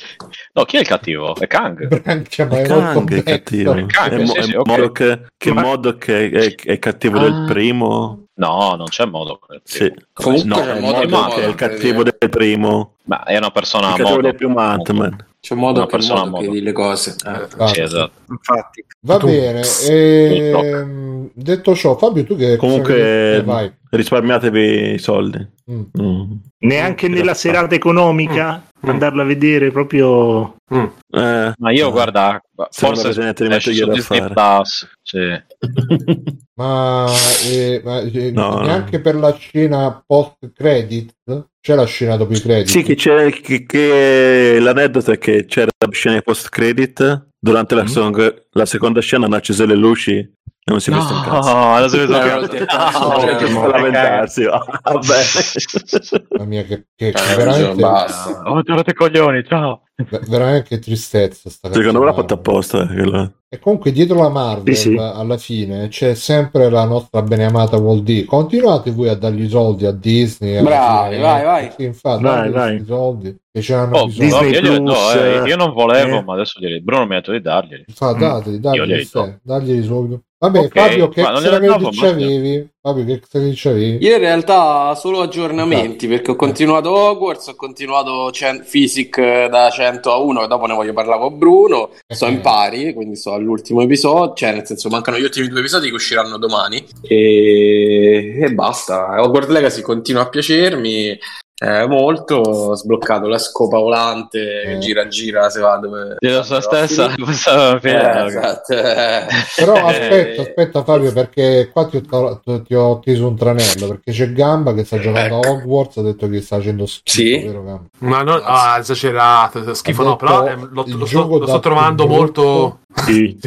S3: no, chi è il cattivo? È Kang.
S1: Branchia, ma
S7: È
S1: è molto
S7: Kang è
S1: bello.
S7: cattivo. È,
S3: Kang,
S7: Mo-
S3: sì, sì,
S7: è
S3: ok.
S7: Modok- che
S2: Ma-
S7: Modok è, è- è cattivo del primo.
S3: No, non c'è modo.
S7: Sì.
S6: Comunque
S7: no,
S6: c'è
S7: è
S6: Modok
S7: Modok
S6: e Modok,
S7: che è il cattivo
S6: vero.
S7: del primo.
S3: Ma è una persona a
S7: il cattivo
S3: modo.
S7: del primo Ant-Man.
S6: C'è un modo
S3: Una
S6: per
S3: persona a
S6: modo, che
S3: modo.
S6: di le cose. Eh.
S1: Ah,
S3: Sì, esatto.
S5: Infatti,
S1: Va
S7: Tu-
S1: bene, ehm, detto ciò, Fabio, tu che
S7: Comunque,
S1: eh, vai.
S7: risparmiatevi i soldi.
S1: Mm.
S7: Mm.
S2: Neanche
S7: Mm,
S2: nella
S7: grazie.
S2: serata economica? Andarla a vedere proprio
S4: Mm.
S7: Eh,
S3: Ma io,
S7: eh.
S3: guarda,
S7: Se non
S3: forse
S7: avete niente di
S3: esce su
S7: meglio da
S3: Disney
S7: fare.
S3: Plus. Sì.
S1: Ma, eh, ma, eh,
S7: No,
S1: neanche
S7: no.
S1: per la scena post credit c'è la scena dopo i credit.
S7: Sì, che c'è che, che l'aneddoto è che c'era la scena post credit. Durante la, song- la seconda scena hanno acceso le luci e non si è visto un cazzo.
S3: non si è visto un
S6: No,
S3: cazzo.
S6: no,
S7: Ah,
S6: no,
S7: cioè,
S6: no,
S7: giusto
S6: no,
S7: lamentarsi. Ah, Vabbè.
S1: Mamma mia, che, che-
S6: Eh,
S1: che veramente,
S6: basta.
S3: Oh, tirate i coglioni, ciao.
S1: ver- veramente che tristezza. Sta
S7: Secondo me
S1: cattiva.
S7: l'ha fatta apposta. eh, quello.
S1: E comunque dietro la Marvel,
S2: Sì, sì.
S1: alla fine, c'è sempre la nostra beneamata Walt D. Continuate voi a dargli i soldi a Disney. alla
S6: Bravi,
S1: fine,
S6: vai,
S1: eh.
S6: vai.
S1: Sì, infatti,
S2: Vai,
S1: date
S2: vai.
S1: questi soldi che ce l'hanno
S3: Oh,
S1: bisogno.
S2: Disney
S3: no, io, gli- no,
S2: Plus,
S3: eh, io non volevo,
S2: eh.
S3: ma adesso glieli. Bruno mi ha detto di darglieli.
S1: Fa,
S2: Mm.
S1: dateli,
S3: Io glieli
S1: dateli,
S3: do.
S1: stai, daglieli subito. Vabbè,
S3: Ok,
S1: Fabio, che
S3: ma non
S1: extra
S3: glielo do,
S1: credit
S3: ma-
S1: c'avevi? Fabio, che extra credit c'avevi?
S6: Io in realtà solo aggiornamenti perché ho continuato Hogwarts, ho continuato cen- Physic eh, da 100 a 1 e dopo ne voglio parlare con Bruno. Sto in pari, quindi sto all'ultimo episodio, cioè nel senso mancano gli ultimi due episodi che usciranno domani e, e basta. Hogwarts Legacy continua a piacermi eh, molto, ho sbloccato la scopa volante che
S1: Eh.
S6: gira gira se va dove...
S3: Glielo so
S6: dove va
S3: stessa,
S6: finito.
S3: pensavo
S6: Eh,
S3: fino a-
S6: esatto, eh.
S1: Però
S3: Eh,
S1: aspetta, aspetta Fabio, perché qua ti ho, tra- ti ho teso un tranello, perché c'è Gamba che
S4: Eh,
S1: sta giocando
S6: Ecco.
S1: a Hogwarts, ha detto che sta facendo schifo,
S6: Sì.
S1: vero Gamba?
S4: Ma non, ah, esagerato, schifo
S1: Ha
S4: no,
S1: detto
S4: però eh, lo,
S1: il gioco
S4: lo sto, lo sto
S1: da
S4: trovando
S1: più
S4: molto...
S2: Sì.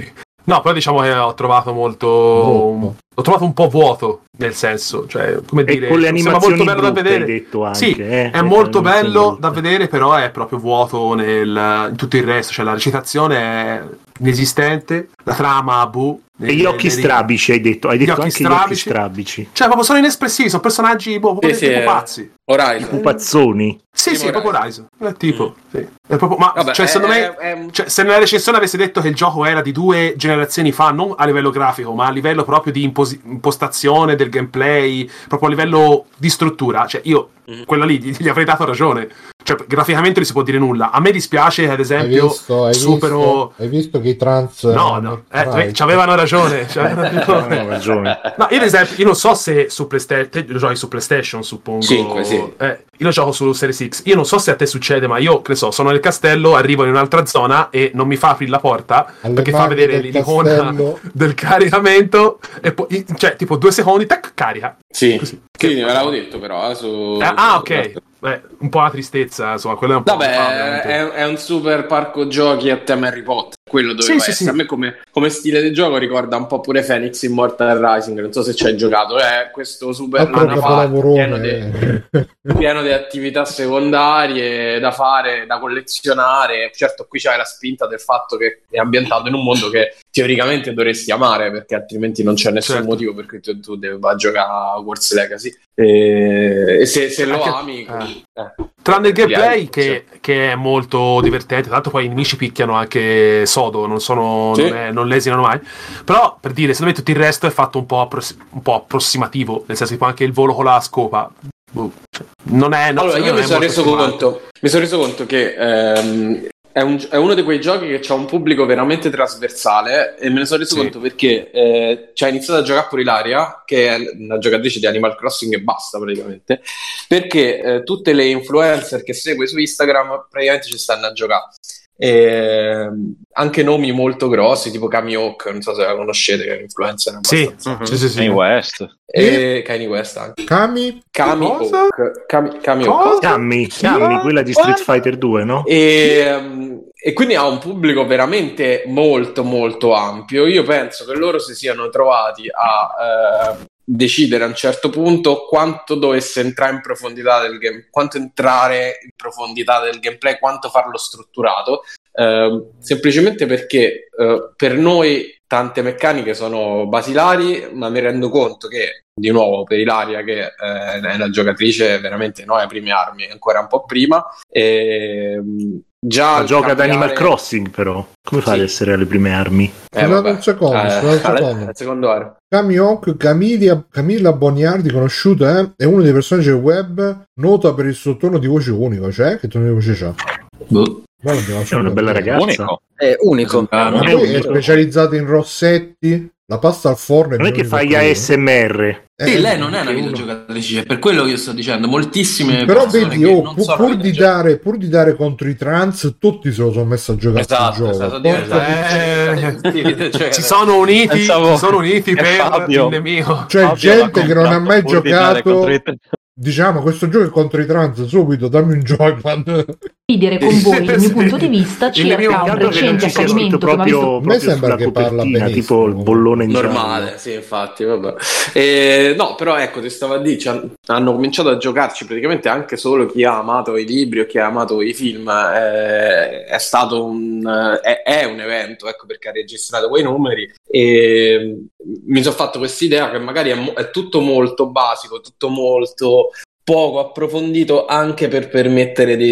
S4: No, però diciamo che ho trovato molto...
S1: Brutto.
S4: L'ho trovato un po' vuoto, nel senso, cioè, come
S2: e
S4: dire...
S2: con le
S4: sembra
S2: animazioni
S4: molto bello da
S2: brutte, hai
S4: vedere.
S2: detto anche,
S4: Sì,
S2: eh?
S4: È molto
S2: Non sono
S4: bello da
S2: brutte.
S4: vedere, però è proprio vuoto nel, in tutto il resto. Cioè, la recitazione è inesistente, la trama boh.
S2: E gli occhi strabici hai detto, hai
S4: Gli
S2: detto
S4: occhi
S2: anche gli occhi
S4: strabici.
S2: strabici.
S4: Cioè, proprio sono inespressivi, sono personaggi boh,
S6: Sì, sì,
S4: tipo
S6: eh.
S4: pazzi.
S6: Horizon.
S2: Pupazzoni.
S4: Sì,
S6: Tipo
S4: sì, proprio Horizon. È tipo, sì. È proprio- ma
S6: Mm. Vabbè,
S4: cioè,
S6: è-
S4: secondo me,
S6: è- è-
S4: cioè, se nella recensione avesse detto che il gioco era di due generazioni fa, non a livello grafico, ma a livello proprio di impos- impostazione del gameplay, proprio a livello di struttura, cioè io
S6: Mm.
S4: quella lì gli, gli avrei dato ragione. Cioè, graficamente non si può dire nulla. A me dispiace che, ad
S1: Hai
S4: esempio,
S1: visto, hai,
S4: supero.
S1: visto, hai visto che i trans...
S4: No, no, eh, eh, ci avevano ragione. ci avevano ragione.
S2: Hai ragione.
S4: No, io ad esempio, io non so se su PlayStation, te lo giochi su PlayStation, suppongo.
S6: Cinque, sì.
S4: Eh, io lo gioco su Series X. Io non so se a te succede, ma io, che ne so, sono nel castello, arrivo in un'altra zona e non mi fa aprire la porta
S1: Alle
S4: perché fa
S1: mani
S4: vedere
S1: del
S4: l'icona
S1: castello.
S4: del caricamento e poi, cioè, tipo due secondi, tac, carica.
S6: Sì,
S4: Così.
S6: sì, ve l'avevo detto però. eh, su-
S4: Ah, ah,
S6: su-
S4: ok. Beh, un po' la tristezza, insomma, quella è un po'...
S6: Vabbè, eh,
S4: ah,
S6: è,
S4: veramente.
S6: è un super parco giochi a tema Harry Potter. Quello doveva
S4: Sì, sì,
S6: essere.
S4: sì.
S6: A me come, come stile di gioco ricorda un po' pure Phoenix Immortal Rising. Non so se ci hai giocato. È questo super
S1: Altro
S6: nanapark pieno di,
S1: capolavorone. ecco eh.
S6: pieno di attività secondarie da fare, da collezionare. Certo, qui c'è la spinta del fatto che è ambientato in un mondo che teoricamente dovresti amare, perché altrimenti non c'è nessun
S4: Certo.
S6: motivo per cui tu, tu devi vai a giocare a Wars Legacy. E, e se, se lo
S4: Anche-
S6: ami,
S4: eh.
S6: eh.
S4: Tranne il gameplay
S6: Chiari,
S4: che, che è molto divertente, tanto poi i nemici picchiano anche sodo, non, sono,
S6: Sì.
S4: non, è- non lesinano mai. Però per dire, secondo me tutto il resto è fatto un po', appross- un po' approssimativo, nel senso tipo anche il volo con la scopa. boh, cioè, non è... no,
S6: Allora,
S4: secondo
S6: io
S4: me
S6: mi
S4: è
S6: sono
S4: molto
S6: reso
S4: filmato.
S6: conto, mi sono reso conto che ehm, è, un- è uno di quei giochi che ha un pubblico veramente trasversale e me ne sono reso
S4: Sì.
S6: conto perché eh, ci ha iniziato a giocare pure Ilaria, che è una giocatrice di Animal Crossing e basta praticamente, perché eh, tutte le influencer che segue su Instagram praticamente ci stanno a giocare. Ehm, anche nomi molto grossi tipo Kami Hawk, non so se la conoscete, che è un'influencer.
S4: Sì,
S6: abbastanza-
S5: Mhm.
S4: sì, sì, sì.
S3: Kanye West.
S6: E Kanye West anche.
S1: Kami?
S6: Kami
S4: Cosa?
S6: Hawk. Kami, Kami Hawk.
S4: Cosa?
S2: Cammi, Cammi, quella di Street Fighter 2, no?
S6: E, ehm, e quindi ha un pubblico veramente molto molto ampio. Io penso che loro si siano trovati a eh, decidere a un certo punto quanto dovesse entrare in profondità del game, quanto entrare in profondità del gameplay, quanto farlo strutturato. Ehm, semplicemente perché eh, per noi tante meccaniche sono basilari, ma mi rendo conto che di nuovo per Ilaria che eh, è una giocatrice veramente noi ai primi armi, ancora un po' prima, ehm, già
S2: La
S6: al
S2: gioca ad
S6: cambiare-
S2: Animal Crossing, però. Come fa
S6: Sì.
S2: ad essere alle prime armi?
S6: Eh,
S1: Scusate
S6: vabbè.
S1: un secondo,
S6: Eh,
S1: scusate un
S6: al-
S1: secondo.
S6: al secondo arco.
S1: Kami Hawk, Camilia- Camilla Boniardi, conosciuta, eh, è uno dei personaggi del web nota per il suo tono di voce unico, cioè che tono di voce c'ha? Noi l'abbiamo
S2: È una bella
S1: scoperto.
S2: ragazza.
S3: Unico.
S5: È unico.
S6: Ah,
S1: Ma
S2: È
S1: poi è
S2: unico.
S1: specializzata in rossetti, la pasta al forno Eh,
S2: Non è che fai ASMR.
S6: Sì, lei Eh, non è
S1: videogiocata
S6: una videogiocatrice, è per quello che io sto dicendo. Moltissime
S1: Però
S6: persone
S1: vedi,
S6: che
S1: oh,
S6: non
S1: pu-
S6: sono
S1: pur, di
S6: videogiocatrici-
S1: dare, pur di dare contro i trans, tutti se lo sono messo a giocare
S6: Esatto,
S1: sul gioco.
S6: esatto,
S1: Porca
S6: esatto.
S1: pu-
S4: Certo. Eh,
S6: Sì, cioè-
S4: si sono uniti,
S3: Pensavo-
S4: si sono uniti
S3: è
S4: per
S3: Fabio.
S4: il nemico.
S1: Cioè,
S3: Fabio
S1: gente
S3: l'ha
S1: che non ha
S3: comprato
S1: mai
S3: pur di dare
S1: giocato,
S3: contro i-
S1: diciamo, questo gioco è contro i trans, subito, dammi un Eh, joypad.
S8: condividere con voi il mio punto di vista
S4: Il
S8: circa
S4: mio-
S8: un
S2: Peccato che non
S8: recente
S2: ci sia scritto
S8: accadimento che mi ha
S2: proprio,
S8: visto
S1: A me
S2: proprio
S1: sembra
S2: sulla
S1: che parla
S2: copertina,
S1: benissimo.
S2: tipo il bollone in
S6: normale,
S2: giallo.
S6: sì, infatti, vabbè. Eh, no, però ecco, ti stavo a dire, cioè, hanno cominciato a giocarci praticamente anche solo chi ha amato i libri o chi ha amato i film, eh, è stato un, eh, è, è un evento, ecco perché ha registrato quei numeri e mi sono fatto questa idea che magari è, mo- è tutto molto basico, tutto molto poco approfondito anche per permettere di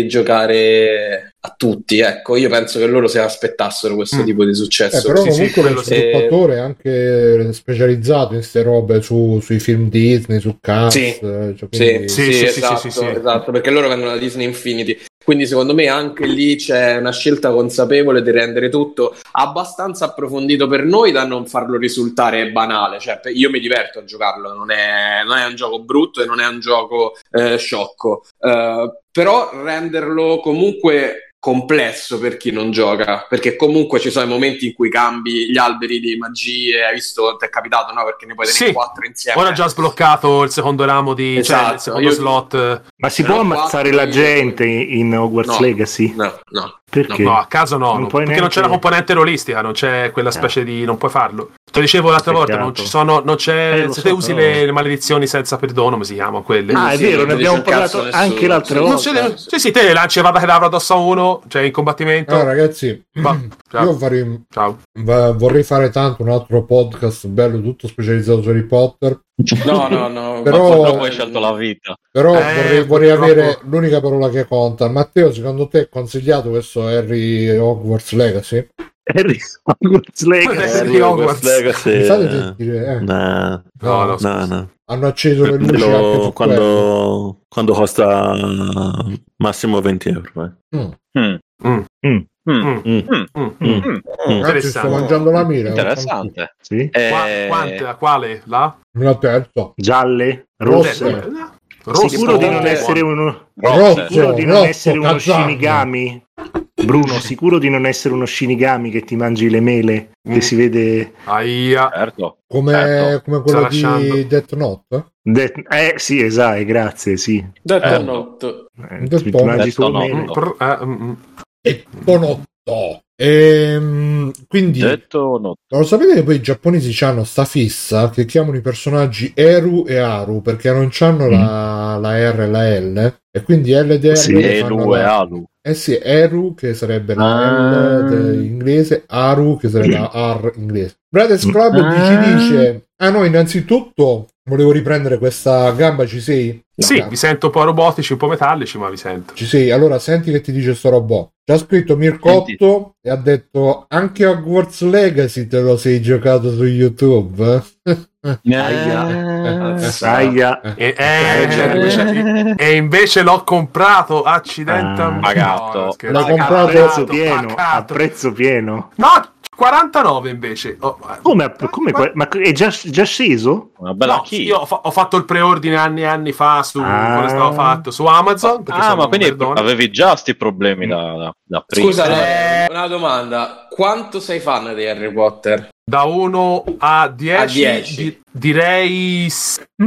S6: giocare a tutti, ecco, io penso che loro si aspettassero questo
S4: Mm.
S6: tipo di
S1: Eh,
S6: successo.
S1: però
S4: sì, sì,
S1: comunque
S4: quello
S1: lo
S4: sì.
S1: sviluppatore è anche specializzato in queste robe su- sui film Disney, su Cars.
S6: Sì.
S1: eh, cioè,
S6: Sì,
S1: quindi-
S6: sì,
S4: Sì, sì, sì,
S6: esatto,
S4: sì, sì, sì.
S6: esatto, perché loro vengono da Disney Infinity. Quindi secondo me anche lì c'è una scelta consapevole di rendere tutto abbastanza approfondito per noi da non farlo risultare banale. Cioè, pe- io mi diverto a giocarlo, non è, non è un gioco brutto e non è un gioco eh, sciocco, Eh, però renderlo comunque complesso per chi non gioca, perché comunque ci sono i momenti in cui cambi gli alberi di magie, hai visto, ti è capitato, no? Perché ne puoi tenere
S4: Sì.
S6: quattro insieme.
S4: Ora ho già sbloccato il secondo ramo di... Cioè,
S6: eh. Esatto,
S4: il secondo
S6: io-
S4: slot.
S2: Ma si
S6: Però
S2: può
S6: qua-
S2: ammazzare la gente in Hogwarts
S6: eh, No.
S2: Legacy?
S6: No, no.
S2: Perché?
S4: No, no, a caso no,
S2: Non
S4: non-
S2: puoi
S4: perché non
S2: neanche-
S4: c'è la componente rolistica, non c'è quella specie di... non puoi farlo. Te lo dicevo l'altra
S2: Peccato.
S4: volta, non ci sono, non c'è...
S2: Eh, lo
S4: se
S2: so,
S4: te usi
S2: però-
S4: le, le maledizioni senza perdono, come si chiamano quelle?
S2: Ah, eh. è
S6: Sì,
S2: vero, ne
S6: non
S2: abbiamo
S6: dice un cazzo
S2: parlato
S6: nessuno.
S2: anche l'altra
S6: Sì,
S4: non
S2: volta.
S4: se le- sì, sì, te le lanci e vada che addosso a uno, cioè in combattimento.
S1: Ah, ragazzi,
S4: Va-
S1: io
S4: ciao.
S1: farei-
S4: ciao.
S1: va- vorrei fare tanto un altro podcast bello, tutto specializzato su Harry Potter.
S6: No, no, no.
S1: Però-
S6: ma
S3: Purtroppo hai scelto la vita.
S1: Però
S4: Eh,
S1: vorrei, vorrei
S4: purtroppo-
S1: avere l'unica parola che conta. Matteo, secondo te è consigliato questo Harry Hogwarts Legacy?
S2: Harry Hogwarts
S7: Eh,
S2: Legacy.
S4: Harry Hogwarts.
S7: Legacy,
S1: Mi fate
S7: eh,
S1: sentire, eh.
S7: no,
S4: No, no,
S7: no, no.
S1: Hanno acceso le luci
S7: Quello
S1: anche su quello.
S7: quando, quando costa eh, massimo 20 euro. eh.
S1: Mm.
S3: Mm,
S4: Mm,
S2: Mm,
S3: mm,
S4: mm,
S7: Mm,
S3: mm,
S4: mm.
S7: mm,
S3: mm.
S7: mm.
S1: Ragazzi, sto
S4: Interessante.
S1: mangiando la mira. eh,
S3: Interessante.
S2: sì.
S4: Qua-
S3: Eh,
S4: quante? Quale? La?
S1: Una terza.
S2: Gialle,
S1: Rosse.
S2: rosse.
S1: Eh,
S4: Rossa.
S2: Sicuro di non
S3: rosse.
S2: essere uno,
S3: Rosse.
S1: Rosso.
S2: sicuro di non
S1: rosso,
S2: essere uno
S1: Kazan.
S2: shinigami? Bruno, sicuro di non essere uno shinigami che ti mangi le mele,
S4: Mm.
S2: che si vede...
S4: Aia.
S3: Certo.
S1: Come,
S3: Certo.
S1: come quello
S4: Sta
S1: di
S4: lasciando.
S1: Death Note?
S2: de- Eh sì, esatto, grazie, sì.
S6: Detto
S3: Eh.
S6: notte.
S2: Eh,
S1: Del
S2: ti- ti
S1: tonno.
S2: mangi
S3: Del
S2: solo
S3: tonno.
S2: mele.
S4: Mm, pr- eh, mm, mm.
S1: E Tonotto. Ehm, quindi,
S3: certo, Detto o no?
S1: ma lo sapete che poi i giapponesi hanno sta fissa che chiamano i personaggi Eru e Aru perché non hanno
S3: Mm.
S1: la, la R e la L e quindi L e R
S2: Sì,
S1: le
S3: E
S1: fanno
S3: lui è
S1: la-
S3: Alu.
S1: Eh sì, Eru che sarebbe la
S3: Ah.
S1: L de- inglese, Aru che sarebbe la R inglese. Brothers Club
S3: Ah.
S1: ci dice: Ah no, innanzitutto volevo riprendere questa gamba, ci sei?
S4: Sì,
S1: Ah,
S4: vi sento un po' robotici, un po' metallici, ma vi sento.
S1: Ci sei, allora senti che ti dice sto robot. Ci ha scritto Mircotto e ha detto anche Hogwarts Legacy te lo sei giocato su YouTube. Eh,
S2: Aia. Aia.
S4: E,
S2: Eh, certo.
S4: eh, invece, e invece l'ho comprato, accidenta.
S2: Ah.
S4: no,
S3: Pagato.
S4: non scherzo.
S1: L'ho
S4: Pagato,
S2: A
S1: comprato.
S2: prezzo
S4: pagato,
S2: pieno, a
S4: pagato.
S2: prezzo pieno.
S4: No, 49 invece. Oh, ma-
S2: Come? a- come qua- ma è già, già sceso?
S3: Una bella
S4: No,
S3: key.
S4: io ho, fa- ho fatto il preordine anni e anni fa su,
S2: Ah.
S4: quando stavo fatto, su Amazon. perché
S3: Ah,
S4: sono
S3: ma
S4: un
S3: quindi
S4: merdone.
S3: avevi già sti problemi da, da, da prima.
S6: Scusa,
S4: Eh.
S6: no, una domanda. Quanto sei fan di Harry Potter?
S4: da 1 a 10,
S6: A 10.
S4: di- direi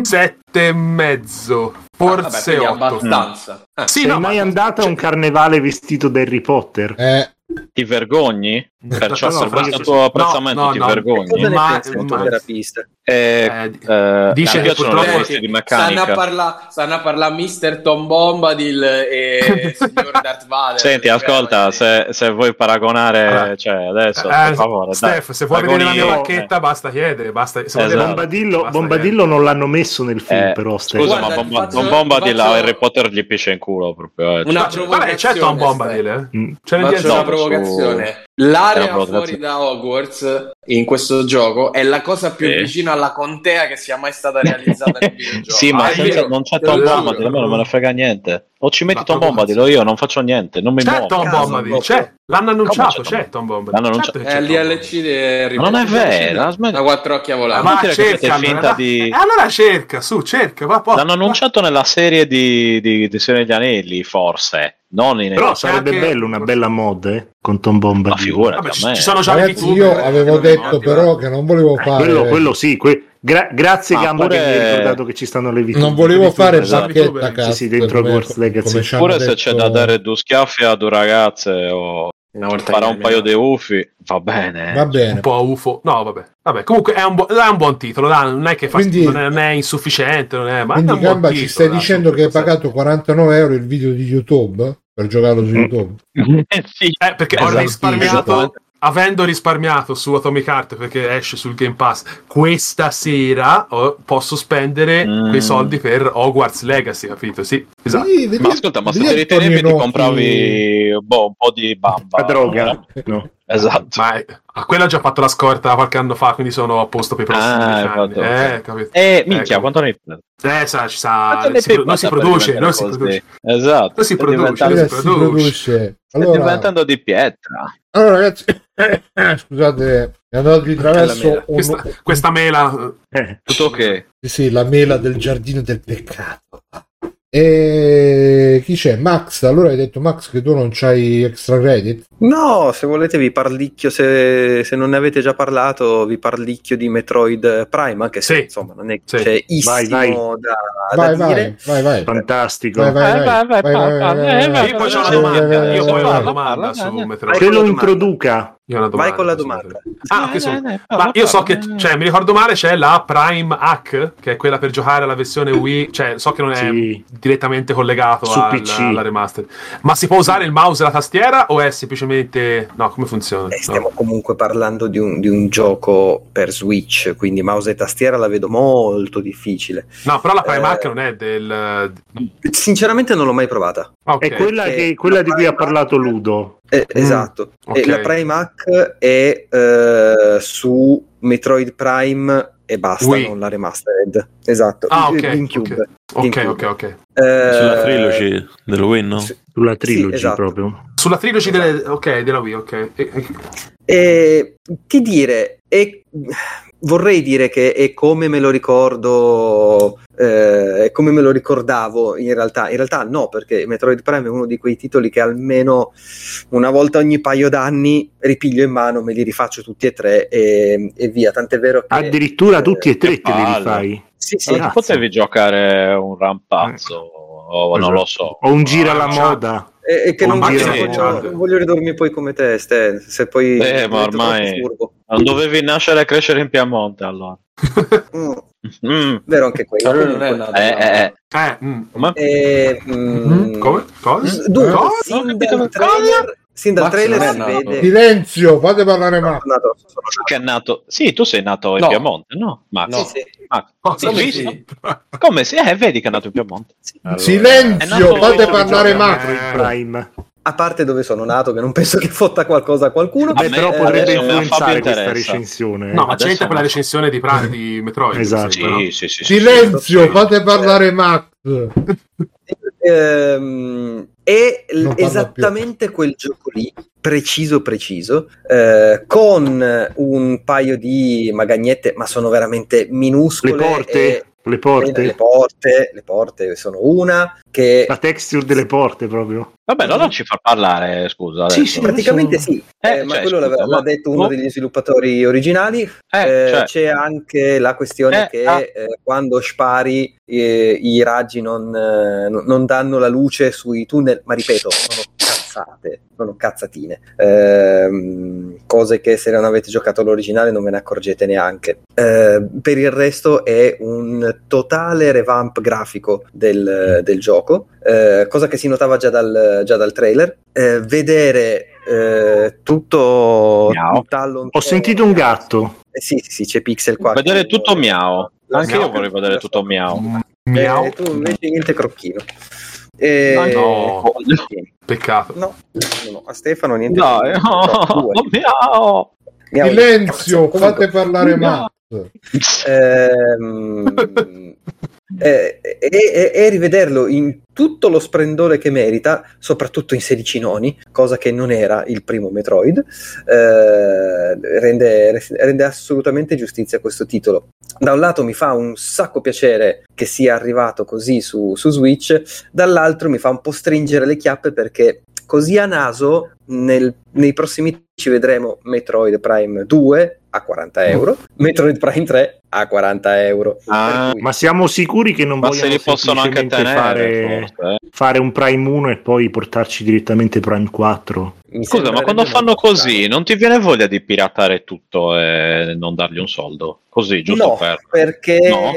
S4: 7 e mezzo,
S3: Ah,
S4: forse
S6: Ah, Vabbè, quindi
S4: 8.
S6: abbastanza. Eh,
S4: Sì,
S2: Sei
S4: no,
S2: mai
S4: ma-
S2: andata a
S4: cioè-
S2: un carnevale vestito da Harry Potter?
S1: Eh,
S3: Ti vergogni? Perciò
S4: no,
S3: se
S4: no,
S3: questo
S4: no,
S3: tuo
S4: no,
S3: apprezzamento
S4: no,
S3: ti
S4: no.
S3: vergogni?
S5: Cosa ne
S4: Ma-
S5: pensa il
S4: ma-
S5: terapista?
S3: Eh,
S4: Eh,
S3: eh,
S4: dice
S3: mi
S4: che
S3: piacciono
S4: purtroppo-
S3: le vesti di meccanica.
S6: Stanno a parlare stanno a parla Mr. Tom Bombadil e il signor Darth Vader.
S3: Senti,
S6: Cioè,
S3: ascolta,
S6: voglio dire.
S3: se, se vuoi paragonare,
S6: Ah.
S4: Allora.
S3: cioè adesso,
S4: Eh,
S3: per favore,
S4: Steph,
S3: dai,
S4: se vuoi vedere la mia
S3: paragoni-
S4: bacchetta, basta chiedere. Basta, se vuoi
S3: Esatto.
S4: vedere-
S2: Bombadillo,
S4: basta
S2: Bombadillo non l'hanno messo nel film,
S3: Eh,
S2: però. Stefano.
S3: Scusa,
S6: Guarda,
S3: ma
S6: ti
S3: Bomba,
S6: faccio-
S3: Bomba Bombadil
S6: ti faccio-
S3: a Harry Potter gli pisce in culo proprio. eh.
S6: Una
S4: chiedere. Cioè, guarda, c'è Tom
S6: provocazione,
S4: Bombadil, eh?
S2: Mm.
S4: C'è nel
S6: Faccio
S4: DLC.
S6: una
S3: Dopo,
S6: provocazione.
S3: Era
S6: L'area
S3: una
S6: fuori
S3: provocazione.
S6: da Hogwarts in questo gioco è la cosa più
S3: Sì.
S6: vicina alla contea che sia mai stata realizzata nel videogioco.
S3: Sì, ma
S6: Ah, è
S3: senza-
S6: vero,
S3: non c'è
S6: te lo
S3: Tom
S6: giuro.
S3: Bombadil, a me non me ne frega niente. O ci metti
S4: Ma
S3: Tom
S4: proprio
S3: Bombadil o io non faccio niente, non mi
S4: C'è
S3: muovo.
S4: Tom
S5: Cazzo,
S4: Bombadil,
S5: proprio.
S4: c'è. L'hanno
S3: c'è
S4: annunciato,
S3: Tom-
S4: c'è Tom
S3: L'hanno
S4: Bombadil.
S3: annunciato.
S4: Certo che
S6: È
S4: c'è Tom
S6: l'ILC
S4: Bombadil.
S6: di Harry
S3: Ma non è
S6: Potter.
S3: vero, smetti.
S6: La 4 occhia
S4: Ah,
S6: volante.
S3: Ma-
S4: Ma
S3: inutile che
S4: cerca,
S3: fate finta
S4: allora,
S3: di-
S4: eh, allora cerca, su, cerca. Va, va,
S3: L'hanno annunciato nella serie di, di, di Signore degli Anelli, forse, non in
S2: Però
S4: c'è
S2: sarebbe
S4: anche-
S2: bello una bella mod eh, con Tom
S3: ma
S2: Bombadillo.
S3: figura.
S4: Vabbè, ci, ci sono già i
S1: ragazzi,
S4: VTuber,
S1: io
S4: eh,
S1: avevo
S4: che non
S1: detto
S4: hanno-
S1: però che non volevo
S2: Eh,
S1: fare.
S2: quello, quello sì. que- gra- grazie,
S3: Ma
S2: Gamba, che mi hai
S3: pure-
S2: ricordato che ci stanno le vite.
S1: Non volevo fare
S4: esatto.
S1: bacchetta
S4: Sì,
S1: cazzo.
S2: sì, dentro Hogwarts Legacy.
S3: Oppure se c'è da dare due schiaffi a due ragazze o
S6: Una volta
S3: farà
S6: che-
S3: un paio di uffi, va bene.
S1: Va
S4: Un
S1: bene.
S4: po' UFO, no, vabbè, vabbè. Comunque è un, buo- è un buon titolo, dai, non è che fa-
S1: Quindi-
S4: non, è, non è insufficiente, non è, ma è
S1: Quindi
S4: un buon
S1: Gamba ci
S4: titolo,
S1: stai
S4: dai,
S1: dicendo
S4: su,
S1: che hai
S4: sai.
S1: pagato 49 euro il video di YouTube per giocarlo
S3: Mm.
S1: su YouTube?
S3: Eh, sì.
S4: Eh, perché ho
S1: Esatto,
S4: risparmiato,
S3: esattamente.
S4: avendo risparmiato su Atomic Heart perché esce sul Game Pass questa sera, oh, posso spendere
S3: Mm.
S4: quei soldi per Hogwarts Legacy, capito? Sì, esatto.
S1: Sì, vedi-
S3: Ma ascolta, ma se
S1: vedi
S3: ti ritenevi
S1: Antonio
S3: ti
S1: Nocchi-
S3: compravi boh, un po' di bamba.
S2: La droga.
S3: allora.
S2: No.
S3: Esatto.
S4: Ma eh, a quella ho già fatto la scorta qualche anno fa, quindi sono a posto per i prossimi
S3: Ah,
S4: dieci
S3: hai
S4: anni.
S3: fatto,
S4: Eh,
S3: ok.
S4: capito?
S3: Eh, minchia,
S4: Ecco.
S3: quanto ne
S4: Eh, sa, ci sa,
S3: quanto ne
S4: si- non si
S3: paga per
S4: produce,
S3: diventare
S4: non si
S3: così?
S4: produce.
S3: Esatto.
S4: Non si
S3: stai
S4: produce,
S3: diventando-
S1: Eh,
S4: si
S1: si
S4: produce.
S1: produce.
S3: stai
S1: Allora,
S3: diventando di pietra.
S1: allora, ragazzi, scusate, è andato di
S6: È la
S1: traverso
S6: mela.
S1: un-
S4: Questa, questa mela eh,
S2: Eh,
S3: Tutto ok.
S1: sì, sì, la mela del giardino del peccato. E chi c'è? Max, allora hai detto Max che tu non c'hai extra credit?
S5: No, se volete vi parlicchio, se, se non ne avete già parlato, vi parlicchio di Metroid Prime, anche se
S4: Sì.
S5: insomma non è
S4: Sì.
S5: c'è
S2: Vai, vai.
S5: issimo da,
S1: Vai,
S5: da dire.
S1: vai, vai, vai.
S2: Fantastico.
S1: Vai, vai,
S9: Eh,
S1: vai,
S9: vai,
S1: vai,
S9: vai,
S1: vai,
S9: parla,
S1: vai,
S9: eh,
S1: vai,
S9: vai,
S1: vai.
S4: Io poi ho una
S1: Eh,
S4: domanda,
S1: eh,
S4: io poi ho una
S9: parla,
S4: domanda
S9: parla,
S4: su
S9: parla.
S4: Metroid.
S2: Che lo introduca.
S4: Io ho una
S5: Vai con la
S4: su
S5: domanda.
S4: Metroid. Ah, ok,
S9: Dai,
S4: su-
S3: Eh,
S9: dai, dai, parla,
S4: Ma io so
S9: parla,
S4: che,
S9: dai.
S4: cioè, mi ricordo male, c'è la Prime Hack, che è quella per giocare alla versione Wii, cioè, so che non è
S2: Sì.
S4: direttamente collegato
S2: Su
S4: al-
S2: PC.
S4: alla remaster. Ma si può usare il mouse e la tastiera o è semplicemente... No, come funziona?
S5: Eh,
S4: No.
S5: stiamo comunque parlando di un, di un gioco per Switch, quindi mouse e tastiera la vedo molto difficile.
S4: No, però la Prime
S5: Eh.
S4: Hack non è del... Ah,
S5: Sinceramente non l'ho mai provata.
S4: ok.
S2: È quella,
S5: Eh,
S2: che- quella di cui ha
S5: vai, vai.
S2: parlato Ludo.
S5: Eh, esatto.
S4: Mm, ok.
S5: E la Prime Hack è eh, su Metroid Prime e basta,
S4: Wii.
S5: non la remastered. Esatto.
S4: Ah, ok,
S5: GameCube.
S4: ok. Ok, ok, ok.
S5: Eh,
S7: Sulla trilogy del Win, no?
S5: sì.
S2: Sulla
S5: Sì,
S2: trilogy
S5: esatto.
S2: proprio.
S4: Sulla trilogy delle... Ok, della Wii, ok. E- e-
S5: E, che dire, è- vorrei dire che è come me lo ricordo, eh, è come me lo ricordavo in realtà. In realtà no, perché Metroid Prime è uno di quei titoli che almeno una volta ogni paio d'anni ripiglio in mano, me li rifaccio tutti e tre e, e via. Tant'è vero che...
S2: Addirittura
S5: eh,
S2: tutti e tre te li
S3: palle.
S2: rifai.
S5: Sì, sì.
S3: Allora,
S2: Cazzo.
S3: potevi giocare un rampazzo o non lo so.
S2: O un giro alla
S4: Ah, cioè-
S2: moda.
S5: E, e che non
S4: Ormai
S5: voglio,
S4: sì,
S5: non voglio-
S4: guarda.
S5: non voglio ridormi poi come te, Ste, se
S3: Eh,
S5: poi...
S3: ma
S5: divento troppo
S3: ormai-
S5: furbo.
S3: Non dovevi nascere e crescere in Piemonte allora.
S5: Mm,
S3: Mm.
S5: vero anche quello.
S6: Allora non è
S5: Comunque,
S6: nato.
S3: Eh, eh, eh.
S4: Eh, mm.
S3: Ma
S5: eh, mm,
S4: Mhm, Come? Eh? Cosa?
S5: Dunque,
S4: Cosa?
S5: sin
S4: Non ho
S5: dal
S4: capito cosa.
S5: trailer, sin dal
S4: Max,
S5: trailer
S6: non è
S5: si
S6: nato.
S5: vede
S1: Silenzio, fate parlare
S5: No,
S1: Max.
S5: sono nato, Cioè, sono
S3: che è nato? Sì, tu sei nato in
S6: No.
S3: Piemonte, no? Max?
S5: nato.
S6: No.
S5: Sì, sì.
S3: Max.
S4: Cosa?
S3: Sì,
S6: sì.
S3: sì. Come si? Eh, vedi che è nato in Piemonte. è
S1: Silenzio,
S3: nato-
S1: fate
S3: è nato-
S1: parlare
S3: è
S1: Max.
S2: Metroid eh, Prime.
S5: A parte dove sono nato, che non penso che fotta qualcosa a qualcuno.
S3: A
S2: Beh,
S3: me-
S2: però
S5: eh,
S2: potrebbe
S3: adesso a me Fabio
S2: influenzare questa
S3: interessa.
S2: recensione. eh.
S4: No, ma
S3: Adesso
S4: c'entra quella
S3: no.
S4: recensione di, Prime, di Metroid. mi
S2: Esatto.
S4: sembra, no?
S3: Sì, sì, sì, sì.
S1: Silenzio, fate parlare Max.
S5: Ehm, è l-
S1: Non parla
S5: esattamente quel gioco lì, preciso, preciso, eh, con un paio di magagnette, ma sono veramente
S2: Le
S5: minuscole. e-
S2: porte? Le
S5: e
S2: porte?
S5: le porte, le porte sono una che
S2: La texture delle porte proprio.
S3: Vabbè, allora ci fa parlare, scusa.
S2: Sì,
S3: Adesso.
S2: sì,
S5: Praticamente sì,
S3: Eh,
S5: eh, ma
S3: cioè,
S5: quello
S3: scusa,
S5: l'aveva-
S3: ma-
S5: l'ha detto
S2: boh.
S5: uno
S3: no.
S5: degli sviluppatori originali.
S3: Eh,
S5: Eh,
S3: cioè,
S5: c'è anche la questione
S3: Eh,
S5: che
S3: ah.
S5: eh, quando spari eh, i raggi non, eh, non- non danno la luce sui tunnel, ma ripeto, sono cazzate, sono cazzatine. Ehm, cose che se non avete giocato all'originale non ve ne accorgete neanche. Eh, per il resto è un totale revamp grafico del, del gioco, eh, cosa che si notava già dal, già dal trailer. Eh, vedere eh, tutto
S3: Miau.
S5: tutta all'on-
S2: Ho sentito un gatto.
S5: eh, sì, sì, sì, c'è Pixel qua.
S3: vedere
S5: che-
S3: tutto miau.
S5: Lo
S3: Anche
S5: so,
S3: io vorrei vedere
S5: lo so.
S3: tutto miau.
S4: Miau. Ah,
S5: Eh, tu invece niente crocchino. Eh,
S4: No.
S5: no,
S4: Peccato.
S5: no, no, a Stefano niente.
S3: No, eh,
S5: crocchino. No,
S3: no,
S5: due.
S3: oh, miau.
S5: Miau.
S1: Silenzio,
S5: Comunque,
S1: fate parlare Max.
S3: No.
S5: ehm, eh, e, e- e rivederlo in tutto lo sprendore che merita, soprattutto in 16 noni, cosa che non era il primo Metroid, eh, rende, rende assolutamente giustizia a questo titolo. Da un lato mi fa un sacco piacere che sia arrivato così su, su Switch, dall'altro mi fa un po' stringere le chiappe perché così a naso nel- nei prossimi ci vedremo Metroid Prime 2 a 40 euro, Metroid Prime 3 a 40 euro.
S3: Ah,
S5: Per cui-
S2: Ma siamo sicuri che non
S3: Ma se
S2: vogliono
S3: li possono anche
S2: semplicemente
S3: tenere,
S2: fare,
S3: forse, eh.
S2: fare un Prime 1 e poi portarci direttamente Prime 4?
S5: Mi
S3: Scusa, ma
S5: sembrerebbe
S3: quando fanno
S5: molto
S3: così
S5: strano.
S3: non ti viene voglia di piratare tutto e non dargli un soldo? Così, giusto
S5: No,
S3: per... No, niente.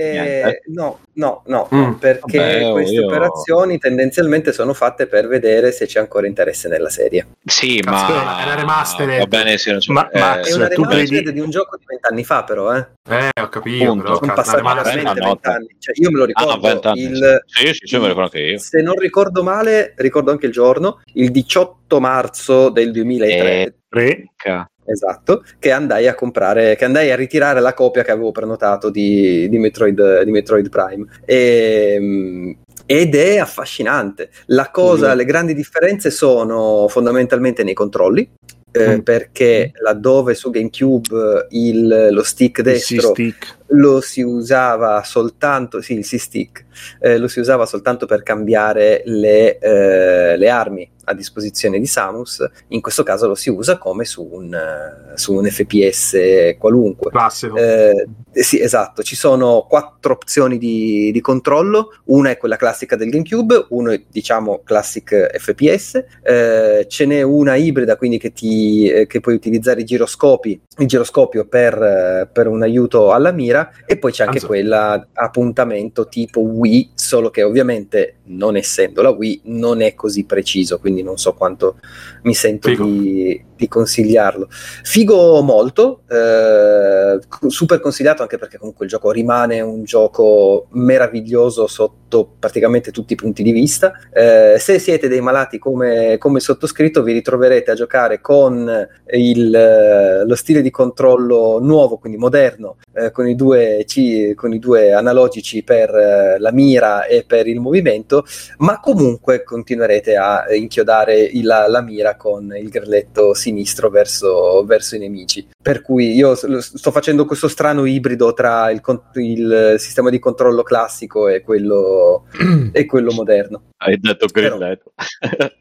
S5: perché no, no, no,
S4: Mm.
S5: perché
S3: Vabbè, oh,
S5: queste
S3: io-
S5: operazioni tendenzialmente sono fatte per vedere se c'è ancora interesse nella serie.
S3: Sì,
S4: Cazzo,
S3: ma...
S4: è una remastered.
S3: Va bene, sì, non c'è-
S2: Ma-
S3: eh,
S2: Max,
S5: È una
S2: tu
S5: remastered
S2: credi-
S5: di un gioco di vent'anni fa, però, eh.
S4: Eh, ho capito.
S3: Punto.
S4: Però,
S5: Sono
S4: cazzo,
S5: passati
S4: una
S3: male,
S5: veramente
S3: una nota.
S5: vent'anni. Cioè, io me lo
S3: Ah, no,
S5: ricordo.
S3: 20 anni,
S5: il-
S3: sì. Sì, sì, sì, me lo ricordo anche io.
S5: Se non ricordo male, ricordo anche il giorno, il 18 marzo del 2003,
S3: Eh.
S2: 3?
S3: Ca-
S5: Esatto, che andai a comprare, che andai a ritirare la copia che avevo prenotato di, di Metroid, di Metroid Prime. E, mm, ed è affascinante. La cosa, le grandi differenze sono fondamentalmente nei controlli. eh, perché laddove su GameCube il- lo stick
S2: Sì,
S5: destro
S2: stick.
S5: lo si usava soltanto, sì, il C-Stick, eh, lo si usava soltanto per cambiare le, eh, le armi a disposizione di Samus, in questo caso lo si usa come su un, eh, su un FPS qualunque.
S4: Classico.
S5: Eh, sì, esatto, ci sono quattro opzioni di, di controllo, una è quella classica del GameCube, uno è diciamo classic FPS, eh, ce n'è una ibrida quindi che, ti, eh, che puoi utilizzare i giroscopi, il giroscopio per, eh, per un aiuto alla mira e poi c'è anche
S4: Anzo.
S5: quella a puntamento tipo Wii, solo che ovviamente non essendo la Wii non è così preciso, quindi non so quanto mi sento
S4: Figo.
S5: di- di consigliarlo figo molto, eh, cu- super consigliato anche perché comunque il gioco rimane un gioco meraviglioso sotto praticamente tutti i punti di vista. Eh, se siete dei malati come, come il sottoscritto vi ritroverete a giocare con il, eh, lo stile di controllo nuovo, quindi moderno, eh, con, i due C- con i due analogici per eh, la mira e per il movimento, ma comunque continuerete a eh, inchiodare il- la, la mira con il grilletto sinistro verso, verso i nemici. Per cui io s- lo- sto facendo questo strano ibrido tra il, con- il sistema di controllo classico e quello, e quello moderno.
S3: Hai detto
S5: Però-
S3: grilletto.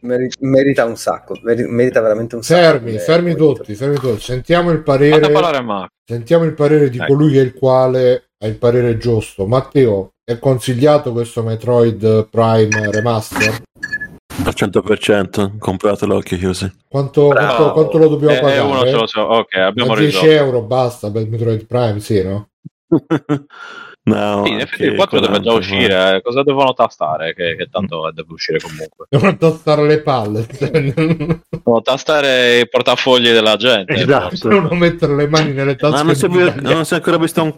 S5: Meri- merita un sacco, meri- merita veramente un sacco.
S1: Fermi,
S5: Eh,
S1: fermi
S5: poi-
S1: tutti, fermi tutti. Sentiamo il
S3: Fate
S1: parere,
S3: parlare a Marco.
S1: sentiamo il parere di
S3: Dai.
S1: colui che è il quale ha il parere giusto. Matteo, è consigliato questo Metroid Prime Remaster?
S7: Al 100%, compratelo a occhi chiusi.
S1: Quanto,
S5: Bravo.
S1: quanto- quanto lo dobbiamo
S3: Eh,
S1: pagare?
S3: uno ce lo so. Ok, abbiamo
S1: Ma 10
S3: risolto.
S1: euro basta per Metroid Prime, sì, no?
S7: no,
S3: Sì, in effetti il
S7: anche
S3: 4 doveva già
S7: 40,
S3: uscire. eh. Cosa devono tastare? Che, che tanto eh, deve uscire comunque.
S1: Devono tastare le palle, cioè,
S3: Devono tastare i portafogli della gente. forse.
S2: Esatto.
S1: devono mettere le mani nelle tasche.
S7: Ma non si, è,
S1: di
S7: più-
S1: Italia.
S7: non si è ancora visto un-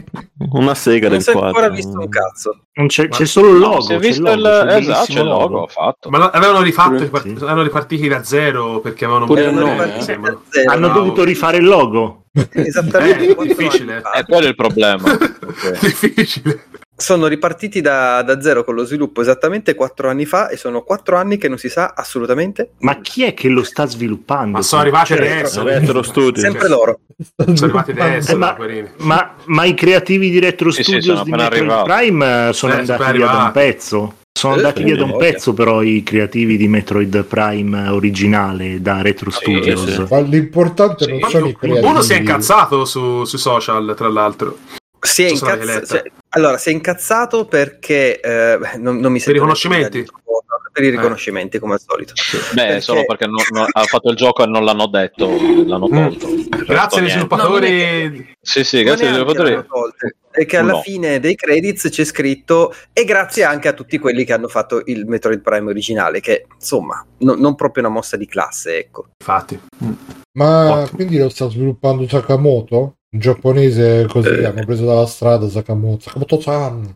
S7: una sega
S5: Non
S7: del
S5: si è
S7: quadro.
S5: ancora visto un cazzo.
S2: Non c'è, c'è solo il logo.
S3: No, si è
S2: c'è
S3: visto
S2: il
S3: il,
S2: logo, c'è il
S3: esatto, c'è il
S2: bellissimo
S3: logo, fatto.
S4: Ma la- avevano rifatto,
S7: Sì.
S4: ripart- erano ripartiti da zero perché avevano
S7: Pure
S4: un
S5: Erano
S4: nome,
S3: noi,
S4: mi
S5: ripartiti
S3: eh.
S4: sembra.
S5: da zero.
S2: Hanno
S4: Bravo.
S2: dovuto rifare il logo.
S5: Esattamente
S4: Eh,
S5: quanto
S4: difficile.
S5: anni fa.
S3: E quello è il problema. Ok.
S4: Difficile.
S5: Sono ripartiti da, da zero con lo sviluppo esattamente quattro anni fa e sono quattro anni che non si sa assolutamente.
S2: Ma chi è che lo sta sviluppando?
S4: Ma sono arrivati
S2: Cioè,
S4: adesso.
S7: sono arrivati allo studio.
S5: Sempre loro.
S4: Sono arrivati adesso,
S2: Eh, ma-
S4: poverini.
S2: Ma, ma i creativi di Retro
S3: Sì, sì,
S2: Studios
S3: sono
S2: di
S3: appena
S2: Metroid
S3: arrivati.
S2: Prime eh, sono
S4: Eh, sono
S2: andati
S4: appena
S2: via da un
S4: arrivati.
S2: pezzo. Sono
S5: Eh,
S2: andati via da un
S5: quindi.
S2: pezzo, però, i creativi di Metroid Prime eh, originale da Retro Studios.
S7: sì.
S1: Ma l'importante non
S3: Sì.
S1: sono i creativi.
S4: Uno si è incazzato su, sui social, tra l'altro.
S5: Si è
S4: Ci sono
S5: incazz-
S4: delle lettere.
S5: cioè, allora, si è incazzato perché eh, beh, non, non mi sento
S4: riconoscimenti?
S5: neanche di dire- Per i riconoscimenti, come al solito.
S3: Beh,
S5: Perché-
S3: solo perché non- non- ha fatto il gioco e non l'hanno detto, l'hanno tolto.
S4: Grazie agli
S3: niente.
S4: sviluppatori.
S3: Sì, sì, grazie agli
S5: Ma neanche
S3: sviluppatori.
S5: l'hanno tolte, è che alla
S3: No.
S5: fine dei credits c'è scritto e grazie anche a tutti quelli che hanno fatto il Metroid Prime originale, che insomma, no- non proprio una mossa di classe, ecco.
S4: Infatti.
S1: Ma
S4: Ottimo.
S1: quindi lo sta sviluppando Sakamoto? Un giapponese così
S2: Eh.
S1: hanno preso dalla strada Sakamoto. Sakamoto-san.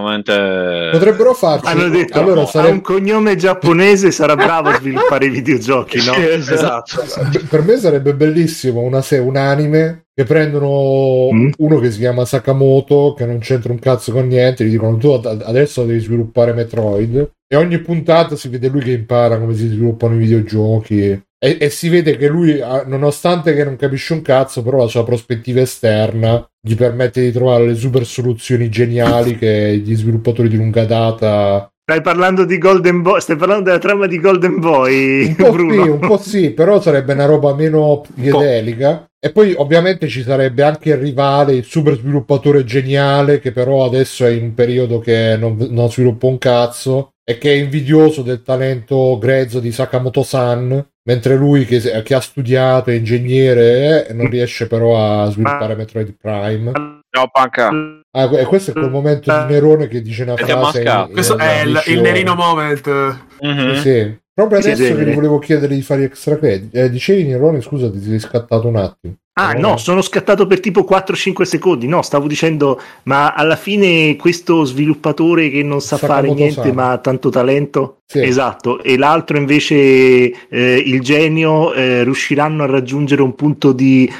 S3: Direttamente...
S1: Potrebbero farci.
S2: Hanno detto
S1: allora
S2: "Ha
S1: sare-
S2: un cognome giapponese sarà bravo a sviluppare i videogiochi, no?
S3: Sì, esatto.
S1: Beh, per me sarebbe bellissimo una se un anime che prendono
S2: Mm.
S1: uno che si chiama Sakamoto che non c'entra un cazzo con niente gli dicono tu ad- adesso devi sviluppare Metroid e ogni puntata si vede lui che impara come si sviluppano i videogiochi e, e si vede che lui ha- nonostante che non capisce un cazzo però la sua prospettiva esterna gli permette di trovare le super soluzioni geniali che gli sviluppatori di lunga data
S2: Stai parlando di Golden Boy, stai parlando della trama di Golden Boy,
S1: un po'
S2: Bruno.
S1: sì, un po' sì, però sarebbe una roba meno piedelica. E poi ovviamente ci sarebbe anche il rivale, il super sviluppatore geniale, che però adesso è in un periodo che non, non sviluppa un cazzo e che è invidioso del talento grezzo di Sakamoto-san, mentre lui che, che ha studiato, è ingegnere, eh, non riesce però a sviluppare Metroid Prime.
S3: Ciao, panca.
S1: Ah, e questo è quel momento di Nerone che dice una
S3: Siete
S1: frase... eh, in-
S3: mascati.
S1: in-
S4: Questo è il, il
S1: in-
S4: nerino moment.
S3: Mhm.
S1: sì, sì. Proprio
S2: Mm? Sì,
S1: adesso
S2: sì,
S1: che gli
S2: sì.
S1: volevo chiedere di fare extra credit. Eh, dicevi Nerone, scusa, ti sei scattato un attimo.
S2: Ah
S1: Eh,
S2: no, sono scattato per tipo 4-5 secondi, no, stavo dicendo, ma alla fine questo sviluppatore che non sa
S1: Sakamoto
S2: fare niente
S1: Sano.
S2: ma ha tanto talento,
S1: Sì.
S2: esatto, e l'altro invece eh, il genio eh, riusciranno a raggiungere un punto di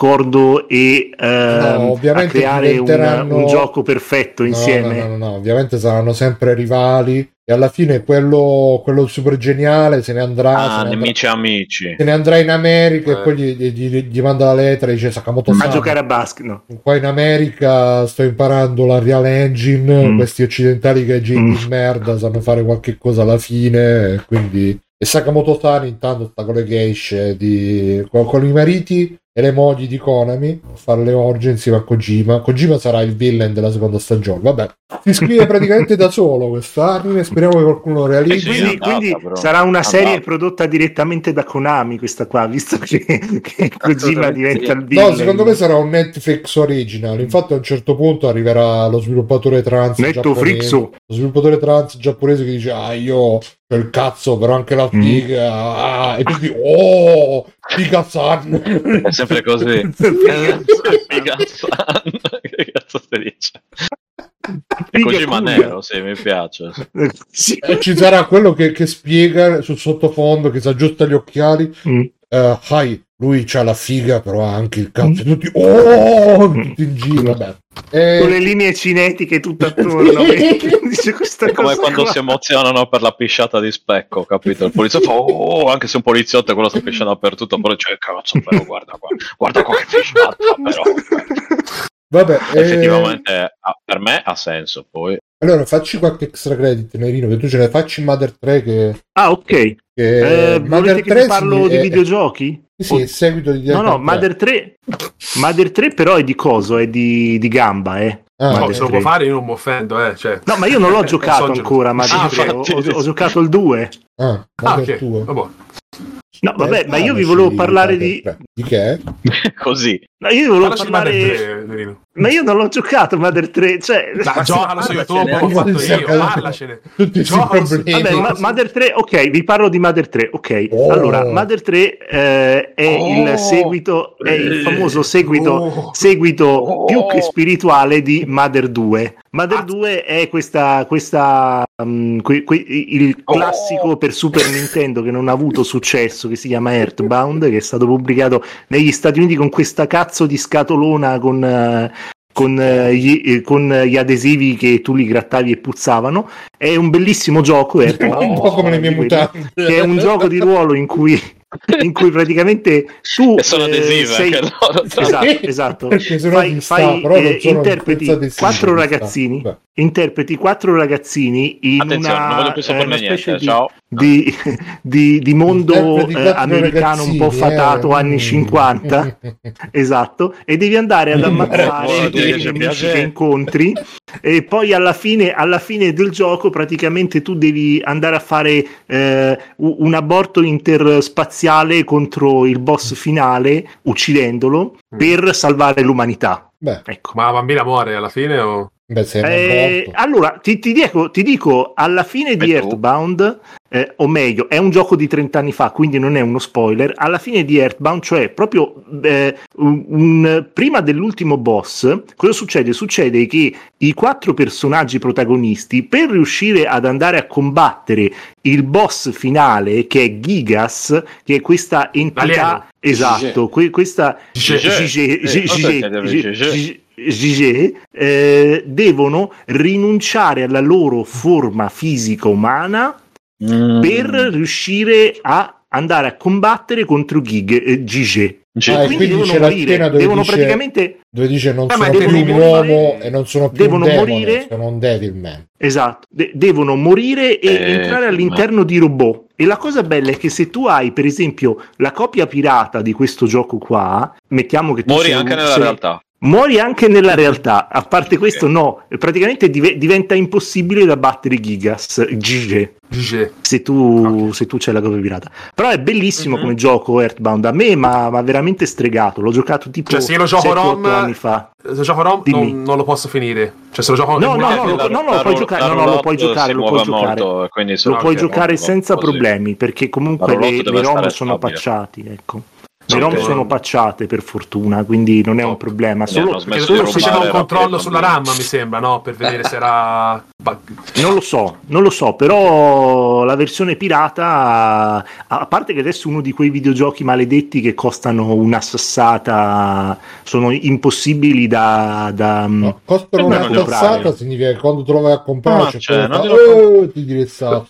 S2: accordo e ehm,
S1: No,
S2: a
S1: ovviamente
S2: creare un,
S1: diventeranno-
S2: un gioco perfetto
S1: No,
S2: insieme.
S1: No, no, no, no, ovviamente saranno sempre rivali e alla fine quello, quello super geniale se ne andrà,
S3: Ah,
S1: se, ne andrà
S3: nemici e amici.
S1: se ne andrà in America
S4: Eh.
S1: e poi gli, gli- gli- gli manda la lettera e dice Sakamoto
S2: a giocare a basket no.
S1: qua in America sto imparando la Real Engine
S2: Mm.
S1: questi occidentali che gente
S2: Mm.
S1: di merda sanno fare qualche cosa alla fine e quindi e Sakamoto San intanto sta con le geishe di... con, con i mariti e le mogli di Konami a fare le orge insieme a Kojima Kojima sarà il villain della seconda stagione vabbè si scrive praticamente da solo questo anime speriamo che qualcuno lo
S3: Eh sì,
S1: realizzi
S2: quindi,
S3: andata,
S2: quindi
S3: però.
S2: sarà una serie
S3: Andata.
S2: prodotta direttamente da Konami questa qua visto che, che Kojima
S5: Assolutamente
S2: diventa
S5: sì.
S2: il villain
S1: No, secondo me sarà un Netflix original. Infatti, a un certo punto arriverà lo sviluppatore trans
S2: Netflix.
S1: giapponese. Lo sviluppatore trans giapponese che dice: Ah, io ho il cazzo, però anche
S3: Mm.
S1: la figa. ah", e quindi, oh, figa san.
S3: È sempre così. Figa-san. che cazzo stai dicendo? E
S2: Figa
S3: Kojima
S2: culo.
S3: Nero, sì, mi piace.
S2: Sì.
S1: E ci sarà quello che, che spiega sul sottofondo, che si aggiusta gli occhiali.
S2: Mm.
S1: eh, "Hai, lui c'ha la figa, però ha anche il cazzo. E tutti,
S3: Mm.
S1: oh, tutti in giro. Vabbè. E-
S2: con le linee cinetiche tutto attorno dice questa
S3: È come
S2: cosa
S3: quando
S2: qua.
S3: si emozionano per la pisciata di specco, capito? Il poliziotto fa, oh, anche se un poliziotto è quello sta pisciando dappertutto, però c'è cazzo, però guarda qua, guarda qua che pisciata, però.
S2: Eh.
S1: vabbè, e-
S3: Effettivamente, ah, per me ha senso, poi.
S1: Allora, facci qualche extra credit, Nerino, che tu ce ne facci Mother 3 che...
S2: ah ok
S1: che
S2: Eh, volete che vi parlo
S1: sì,
S2: di
S1: è-
S2: videogiochi?
S1: Sì, sì, è il seguito di
S2: No, no,
S1: Diablo 3.
S2: Mother 3. Mother 3 però è di coso, è di, di gamba, eh.
S1: Ah,
S2: Mother
S4: No,
S1: ok.
S4: Boh, se lo
S2: 3.
S4: può fare io non mi offendo, eh. Cioè.
S2: No, ma io non l'ho giocato
S4: so già-
S2: ancora Mother
S4: Ah,
S2: 3, ho,
S3: infatti.
S2: ho- ho giocato il 2.
S1: Ah,
S4: Ah,
S1: Mother
S4: ok.
S1: 2.
S4: Vabbè.
S2: No, vabbè,
S1: Eh,
S2: ma io vi
S1: parlaci
S2: volevo parlare di...
S1: Mother 3. Di che?
S3: Così.
S2: No, io vi volevo
S4: Parlaci di Madden
S2: parlare...
S4: 3, Nerino.
S2: Ma io non l'ho giocato Mother 3, cioè...
S4: Dai, giocalo su YouTube,
S5: parlacene,
S4: l'ho fatto
S1: eh.
S4: io, parlacene.
S1: Tutti i
S4: Gioco-
S1: problemi.
S2: Vabbè, ma- Mother 3, ok, vi parlo di Mother 3, ok.
S1: Oh.
S2: Allora, Mother 3 eh, è il seguito, è il famoso seguito,
S4: Oh.
S2: seguito più che spirituale di Mother 2. Mother 2 è questa, questa mm, que- que- il classico per Super Nintendo che non ha avuto successo, che si chiama Earthbound, che è stato pubblicato negli Stati Uniti con questa cazzo di scatolona con... eh, con, eh, gli, eh, con gli adesivi che tu li grattavi e puzzavano. È un bellissimo gioco, Earthbound,
S1: un po' come le mie
S2: quello,
S1: mutande.
S2: Che è un gioco di ruolo in cui, in cui praticamente tu
S3: E sono
S2: eh,
S3: adesive
S2: sei-
S3: anche loro, tra
S2: Esatto,
S1: Perché-
S2: esatto.
S1: Perché se no
S2: Fai-
S1: mi sta,
S2: fai,
S1: però non
S2: eh,
S1: sono
S2: interpreti
S1: senza desiderio,
S2: quattro
S1: mi sta.
S2: ragazzini.
S1: Vabbè.
S2: Interpreti quattro ragazzini in
S3: Attenzione,
S2: una,
S3: non voglio più
S2: eh,
S3: saperne
S2: una specie di-
S3: niente, ciao.
S2: di, di- di mondo
S1: Interpreti
S2: eh,
S1: quattro
S2: americano un po'
S1: ragazzini,
S2: fatato
S1: eh. mm.
S2: anni 50 Esatto, e devi andare ad ammazzare
S3: Buono,
S2: tutti
S3: dire
S2: i
S3: che ci
S2: nemici
S3: piace.
S2: che incontri e poi alla fine, alla fine del gioco praticamente tu devi andare a fare eh, u- un aborto interspaziale contro il boss finale uccidendolo per salvare l'umanità.
S1: Beh,
S2: Ecco.
S4: Ma la bambina muore alla fine o...
S1: beh, se è
S2: Eh,
S1: morto.
S2: allora, ti, ti dico, ti dico, alla fine di
S3: E tu?
S2: Earthbound, eh, o meglio, è un gioco di 30 anni fa, quindi non è uno spoiler, alla fine di Earthbound, cioè proprio eh, un- un- prima dell'ultimo boss, cosa succede? Succede che i quattro personaggi protagonisti, per riuscire ad andare a combattere il boss finale, che è Gigas, che è questa entità...
S4: L'alieno.
S2: Esatto, que- questa
S4: Gigè.
S2: Gigè,
S3: Eh,
S2: Gigè,
S3: cosa
S2: Gigè,
S3: che deve
S2: Gigè,
S3: Gigè?
S2: Gigè, Gigè, eh, devono rinunciare alla loro forma fisica umana
S1: Mm.
S2: per riuscire a andare a combattere contro Gig, eh, Gigè.
S1: Ah, e
S3: Gigi.
S1: quindi c'è la scena dove
S2: devono
S1: dice-
S2: praticamente
S1: Dove dice non
S4: Eh, ma
S1: sono più
S4: devono
S1: un
S4: morire.
S1: uomo e non sono più
S2: Devono
S1: un demone,
S2: morire.
S1: sono un devilman.
S2: Esatto, de- devono morire e
S3: Eh,
S2: entrare
S3: ma-
S2: all'interno di robot. E la cosa bella è che se tu hai, per esempio, la copia pirata di questo gioco qua, mettiamo che tu
S3: Muori
S2: sei un-
S3: anche nella
S2: sei-
S3: realtà.
S2: Muori anche nella realtà, a parte questo no, praticamente dive- diventa impossibile da battere Gigas, Gige,
S4: Gigè.
S2: se tu, se tu c'hai la copia pirata. Però è bellissimo
S3: Mhm.
S2: come gioco Earthbound, a me mi ha veramente stregato, l'ho giocato tipo
S4: Cioè, se io lo gioco
S2: 7-8
S4: ROM,
S2: anni fa.
S4: Se gioco Rom
S2: Dimmi.
S4: non, non lo posso finire. Cioè se lo gioco...
S2: No, no,
S4: emulatore-
S2: no, lo-
S3: La-
S2: no, no,
S3: la
S2: lo puoi
S3: ru-
S2: giocare,
S3: la
S2: no, no, lo
S3: roulotte
S2: puoi giocare,
S3: si
S2: lo puoi
S3: muove
S2: giocare.
S3: molto, e quindi se
S2: Lo
S3: no
S2: puoi
S3: che
S2: giocare
S3: muovono
S2: senza
S3: così.
S2: problemi perché comunque
S3: La
S2: le,
S3: roulotte deve
S2: le ROM
S3: stare
S2: sono
S3: stabile.
S2: pacciati, ecco. Le ROM
S3: Ok.
S2: sono pacciate per fortuna, quindi non è un problema.
S3: Quindi
S2: Solo
S3: hanno smesso
S4: Solo
S3: di
S4: se c'era
S3: rubare
S4: un controllo
S3: rapidamente.
S4: sulla RAM, mi sembra, no? Per vedere se era. bug-
S2: Non lo so, non lo so, però la versione pirata, a parte che adesso è uno di quei videogiochi maledetti che costano una sassata, sono impossibili da... da- mm,
S1: No, costano
S3: Eh,
S1: una
S3: non li ho
S1: tazzata
S3: comprati.
S1: significa che quando te lo vai a comprare
S3: Ah,
S1: c'è
S3: cioè,
S1: quello
S3: non
S1: che
S3: li ho
S1: fa,
S3: comprati.
S1: "Oh, ti direzzato.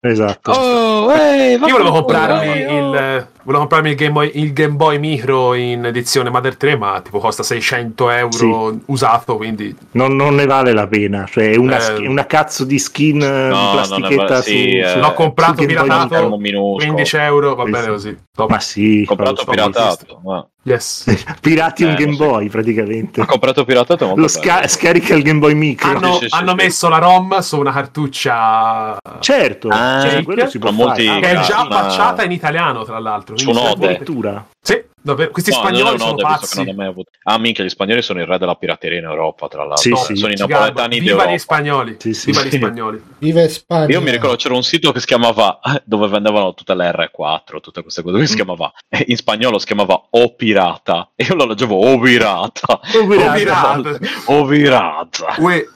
S2: Esatto.
S3: Oh, eh,
S4: Io volevo comprarmi
S3: comprarmi
S4: il, eh, volevo comprarmi il Game Boy, il Game Boy Micro in edizione Mother 3, ma tipo costa 600 euro usato, quindi
S2: Non, non ne vale la pena, cioè è una,
S4: Eh.
S2: sk- una cazzo di skin eh,
S3: no,
S2: di
S3: non ne
S2: plastichetta
S3: vale-
S2: su,
S3: sì,
S2: su-
S3: eh,
S2: su
S4: l'ho comprato
S2: Game Boy
S4: piratato.
S2: Micro.
S3: un minuscolo.
S4: 15 euro va
S2: Sì,
S4: bene
S2: sì.
S4: così. Top.
S2: Ma sì,
S3: comprato
S2: ma lo so.
S3: piratato. ma-
S4: Yes.
S2: pirati un
S3: Eh,
S2: Game
S3: lo so.
S2: Boy praticamente.
S3: Ha comprato piratato. è molto
S2: Lo
S3: bello.
S2: sca- scarica il Game Boy Micro.
S4: hanno
S3: sì, sì,
S4: hanno
S3: sì.
S4: messo la ROM su una cartuccia
S2: Certo,
S7: Ah,
S2: cioè, quello si può
S3: ma molti-
S2: fare.
S4: che è già
S3: ma-
S4: facciata in italiano, tra l'altro.
S3: Su
S4: quindi-
S3: Node.
S2: Addirittura.
S4: Sì, davvero, questi
S3: No, non è
S4: spagnoli
S3: un
S4: sono
S3: ode, visto che non
S4: pazzi.
S3: ho mai avuto. Ah, minchia, gli spagnoli sono il re della pirateria in Europa, tra l'altro.
S2: Sì,
S3: Eh,
S2: sì.
S3: Sono i
S4: Ci
S3: napoletani
S4: gabba.
S3: di
S4: Viva
S3: Europa.
S4: gli spagnoli.
S2: Sì, sì,
S4: Viva
S3: sì.
S4: gli spagnoli.
S1: Viva Spagna.
S3: Io mi ricordo c'era un sito che si chiamava eh, dove vendevano tutte le R4, tutte queste cose. Lui
S4: Mm.
S3: si chiamava eh, in spagnolo si chiamava O Pirata. E io lo leggevo O Pirata.
S2: Oh, guarda,
S4: Oh, pirata.
S3: O Pirata.
S4: Uè. Eh,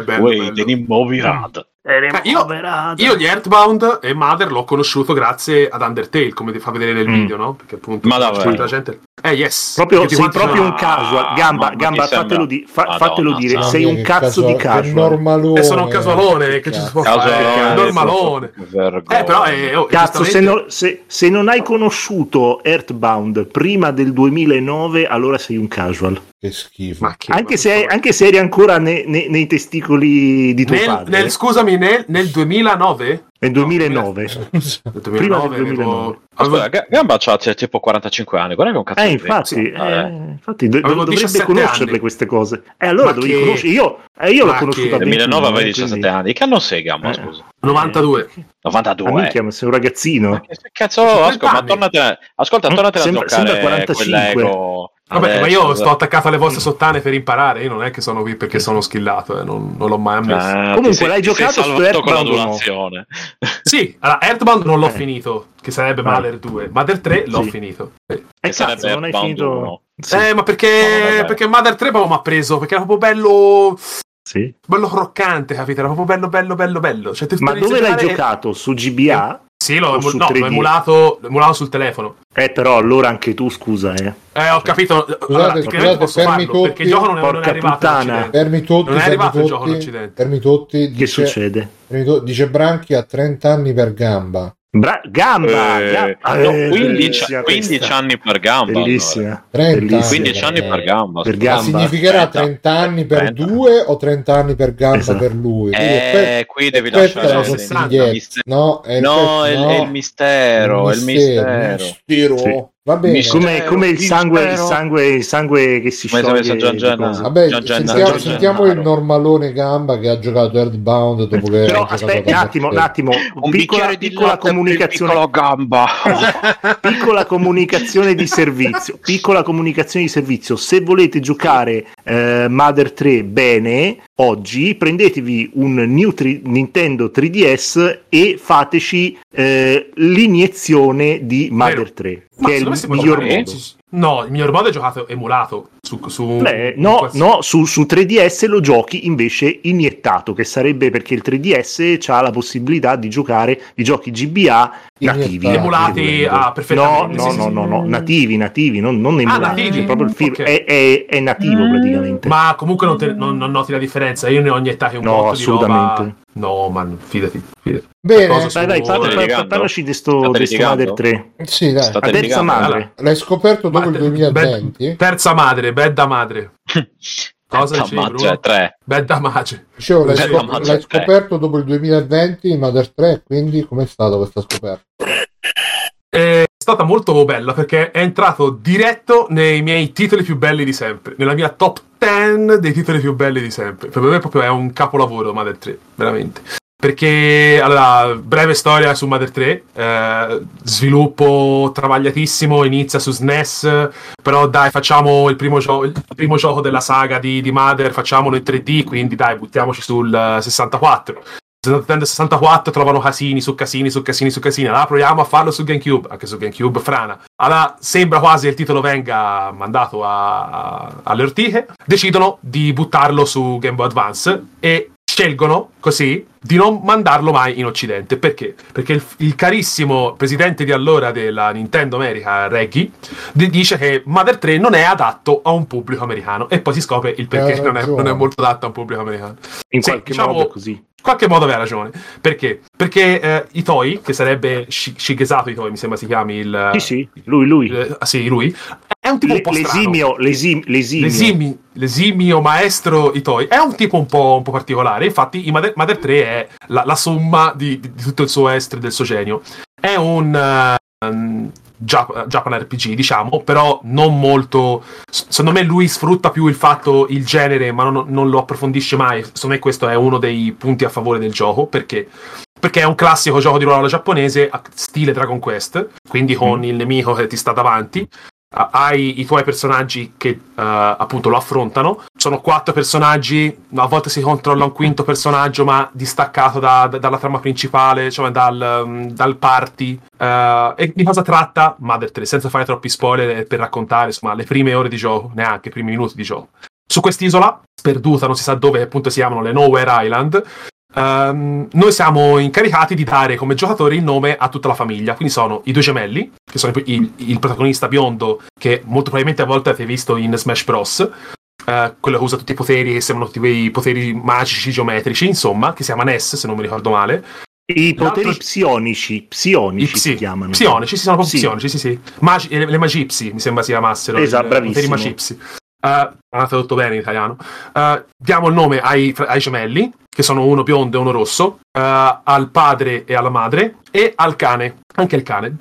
S4: Uh, bello,
S3: Uè,
S4: bello. Mm.
S3: tenim O Pirata.
S2: ero
S4: Cioè, io-
S2: poverato.
S4: Io gli Earthbound e Mother l'ho conosciuto grazie ad Undertale, come ti fa vedere nel
S2: Mm.
S4: video, no? Perché appunto
S3: Ma davvero?
S4: la gente. Eh, yes.
S2: Proprio,
S4: Tutti
S2: sei
S4: quanti
S2: proprio
S4: sono-
S2: un casual, gamba,
S3: Mamma, mi
S2: gamba
S3: sembra-
S2: fatelo, di- fa-
S3: Madonna,
S2: fatelo
S1: Ah,
S2: dire,
S3: mamma
S2: sei un cazzo di casual.
S1: normalone.
S4: Eh, sono un casualone, che ci si può fare? Normalone.
S3: Vergogna.
S4: Eh, però è. oh,
S2: Cazzo, se
S4: giustamente-
S2: non, se- se non hai conosciuto Earthbound prima del 2009, allora sei un casual.
S1: Che schifo.
S4: Ma che-
S2: Anche
S4: ma
S2: se,
S4: che-
S2: anche se eri ancora ne- ne- nei testicoli di tuo
S4: Nel,
S2: padre, eh.
S4: nel- scusami, nel, nel 2009?
S2: nel 2009.
S4: Nel
S2: Prima del
S4: 2009 avevo,
S2: 2009.
S4: avevo-
S3: Aspetta, Ga- Gamba c'ha c'ha tipo 45 anni, guarda che è un cazzo
S2: Eh,
S3: di
S2: infatti,
S3: vecchio.
S2: eh, infatti do-
S4: Avevo
S2: dovrebbe
S4: 17
S2: conoscerle
S4: anni.
S2: queste cose. E allora
S4: Ma
S2: dovevi
S4: che-
S2: conoscere. Io, eh, io l'ho
S4: ma
S2: conosciuto
S4: che-
S2: a
S3: Nel 2009 avevi
S2: 21,
S3: 17
S2: quindi-
S3: anni. Che anno sei Gamba,
S2: Eh.
S3: scusa?
S4: 92.
S2: Ah,
S3: 92.
S2: minchia, ma sei un
S3: Ma
S2: ragazzino.
S3: che cazzo, ascolta, ma
S4: anni.
S3: tornatene, ascolta,
S2: Mm,
S3: tornatene
S2: sembra-
S3: a giocare
S2: sembra 45.
S3: quell'ego.
S4: Vabbè, ma
S3: adesso,
S4: io sto
S3: dai.
S4: attaccato alle
S2: eh.
S4: vostre sottane per imparare. Io non è che sono qui perché sono schillato, eh, non, non l'ho mai ammesso.
S3: Ah, ti
S2: Comunque,
S3: sei-
S2: l'hai
S3: ti sei
S2: giocato sto
S3: salvato con
S2: Earthbound o no?
S3: l'adulazione.
S4: Sì, allora Earthbound non l'ho
S2: Eh.
S4: finito, che sarebbe
S2: Ah.
S4: Mother 2. Mother 3 l'ho
S2: Sì.
S4: finito.
S2: E
S3: Che sarebbe
S2: cazzo, non hai
S3: Earthbound
S2: finito.
S3: uno.
S2: Sì,
S4: Eh, ma
S3: No,
S4: perché,
S3: vabbè.
S4: perché Mother 3 proprio mi ha preso, perché era proprio bello,
S2: sì.
S4: bello croccante, capito? Era proprio bello, bello, bello, bello. Cioè, te-
S2: Ma
S4: te-
S2: dove
S4: te-
S2: l'hai
S4: te-
S2: giocato? Su GBA?
S4: Sì, l'ho,
S2: O su
S4: no, l'ho
S2: 3D?
S4: emulato, l'ho emulato sul telefono.
S2: Eh, però allora anche tu, scusa, eh.
S4: Eh, ho capito. allora, tecnicamente
S1: scusate,
S4: posso
S1: fermi
S4: farlo, perché il
S1: tutti.
S4: gioco non è, non è
S2: Porca
S4: arrivato cioè. in
S2: puttana.
S4: Occidente.
S1: Fermi tutti,
S4: Non è
S1: fermi
S4: arrivato il
S1: tutti,
S4: gioco in Occidente.
S1: fermi tutti,
S2: Che
S1: dice,
S2: succede?
S1: fermi tu- dice Branchi a 30 anni per gamba.
S2: Bra- gamba!
S3: Eh,
S2: gamba.
S3: no,
S2: Eh,
S3: 15,
S2: bellissima
S3: 15
S2: questa.
S3: anni per Gamba. allora.
S2: Bellissima.
S1: 30
S2: Bellissima.
S3: 15 anni per Gamba.
S2: Per
S3: scusa.
S1: Ma
S2: Gamba.
S1: significherà
S3: 30,
S1: 30 anni per
S3: 30.
S1: due o 30 anni per gamba
S2: Esatto.
S1: per lui? Quindi
S3: Eh, qui devi
S1: questa è
S3: lasciare
S1: la
S4: il
S1: sottigliezza. No, è il,
S3: No,
S1: pezzo-
S3: è,
S1: no,
S3: è il mistero, è il mistero.
S1: mistero.
S2: Sì.
S1: Va bene.
S3: Mistero.
S2: Come, come il, sangue, il, sangue, il sangue che si
S3: Come se
S2: scioglie
S3: avesse Gian
S2: di
S3: Gianna-
S2: cose.
S1: Vabbè,
S3: Gian Gennaro,
S1: sentiamo,
S2: Gian
S1: sentiamo il
S3: Gennaro.
S1: normalone gamba che ha giocato Earthbound dopo che
S2: Però
S1: ha giocato
S2: aspetta
S1: Gamba
S2: un attimo, un
S1: Stella.
S2: attimo,
S3: Un
S2: piccola,
S3: bicchiere di
S2: piccola
S3: latte per il
S2: comunicazione,
S3: piccolo Gamba.
S2: piccola comunicazione di servizio, piccola comunicazione di servizio. Se volete giocare eh, Mother 3 bene oggi, prendetevi un New tri- Nintendo 3DS e fateci eh, l'iniezione di Mother
S4: Vero.
S2: 3,
S4: Ma
S2: che è
S4: secondo me
S2: il
S4: si può
S2: miglior
S4: giocare-
S2: modo.
S4: No, il miglior modo è giocato emulato. Su, su-
S2: Beh, no,
S4: qualsiasi-
S2: no su, su 3DS lo giochi invece iniettato, che sarebbe perché il 3DS ha la possibilità di giocare i giochi GBA nativi.
S1: Iniettati.
S4: Emulati, ah,
S2: No,
S4: perfettamente,
S2: no,
S4: sì,
S2: no,
S4: sì,
S2: no,
S4: sì.
S2: no, nativi, nativi, non, non emulati.
S4: nativi,
S2: cioè proprio il film
S4: ok. Mm,
S2: è, è- è nativo praticamente.
S4: Ma comunque non, te- non- non noti la differenza. Io ne ho iniettati un
S2: No,
S4: po' di
S2: assolutamente.
S4: roba. No, man, fidati. fidati.
S1: Bene,
S4: Cosa
S2: Dai, dai, parla-
S4: State
S2: parla-
S3: litigando?
S2: parlaci di sto,
S3: State
S2: di sto
S3: litigando?
S2: Mother 3.
S1: sì, dai.
S3: State
S2: La terza
S3: litigando?
S2: madre.
S1: L'hai scoperto dopo il
S4: Ma- eh,
S1: 2020?
S4: be- terza madre, bedda madre. Cosa dicevi,
S3: Mamma,
S4: Bruno?
S3: cioè, tre.
S4: Bedda madre.
S1: Dicevo, l'hai,
S3: Beh,
S1: scop-
S3: ma-
S1: l'hai
S3: eh.
S1: scoperto dopo il 2020 in Mother 3, quindi com'è stata questa scoperta?
S4: Eh, È stata molto bella perché è entrato diretto nei miei titoli più belli di sempre. Nella mia top 10 dei titoli più belli di sempre. Per me proprio è un capolavoro Mother 3, veramente. Perché, allora, breve storia su Mother 3, eh, sviluppo travagliatissimo, inizia su SNES, però dai, facciamo il primo, gio- il primo gioco della saga di, di Mother, facciamolo in 3D, quindi dai, buttiamoci sul eh, 64. 64 trovano casini su casini su casini su casini. Allora proviamo a farlo su GameCube, anche su GameCube frana. Allora sembra quasi il titolo venga mandato a- a- alle ortiche. Decidono di buttarlo su Game Boy Advance e scelgono così di non mandarlo mai in Occidente. Perché? Perché il, il carissimo presidente di allora della Nintendo America, Reggie, di- dice che Mother 3 non è adatto a un pubblico americano. E poi si scopre il perché
S1: Ha
S4: non è- non è
S1: ragione.
S4: molto adatto a un pubblico americano.
S2: in
S4: Sì,
S2: qualche
S4: diciamo-
S2: modo è così.
S4: In qualche modo aveva ragione. Perché? Perché eh, Itoi, che sarebbe Shi- Shigesato Itoi, mi sembra si chiami il...
S2: Sì, sì, lui, lui.
S4: eh, il- ah, sì, lui. È un tipo un
S2: Le-
S4: po' strano.
S2: l'esimio, lesim- l'esimio.
S4: L'esimi- l'esimio maestro Itoi è un tipo un po', un po' particolare. Infatti, i Mother, Mother 3 è la, la somma di, di tutto il suo estro e del suo genio. È un eh, um, Jap- Japan RPG, diciamo, però non molto. s- Secondo me, lui sfrutta più il fatto il genere, ma non, non lo approfondisce mai. Secondo me, questo è uno dei punti a favore del gioco perché. Perché è un classico gioco di ruolo giapponese, a- stile Dragon Quest, quindi con il nemico che ti sta davanti, Ah, hai i tuoi personaggi che eh, appunto lo affrontano. Sono quattro personaggi, a volte si controlla un quinto personaggio, ma distaccato da- da- dalla trama principale, cioè dal, mm, dal party. Eh, e di cosa tratta Mother 3? Senza fare troppi spoiler eh, per raccontare insomma, le prime ore di gioco, neanche i primi minuti di gioco. Su quest'isola, sperduta, non si sa dove, appunto si chiamano le Nowhere Island. Ehm, noi siamo incaricati di dare come giocatori il nome a tutta la famiglia, quindi sono i due gemelli, che sono il, il protagonista biondo, che molto probabilmente a volte avete visto in Smash Bros. eh, quello che usa tutti i poteri che sembrano tutti quei poteri magici, geometrici, insomma, che si chiama Ness, se non mi ricordo male.
S2: I poteri
S4: L'altro-
S2: psionici, psionici
S4: I
S2: si
S4: psi.
S2: chiamano.
S4: Psionici, sì, sono proprio
S2: Sì.
S4: psionici, sì, sì. Magi- le, le magipsi, mi sembra si chiamassero.
S2: Esatto,
S4: i
S2: bravissimo.
S4: poteri magipsi. Eh, hanno tradotto bene in italiano. Eh, diamo il nome ai, fra- ai gemelli, che sono uno biondo e uno rosso, eh, al padre e alla madre, e al cane, anche il cane.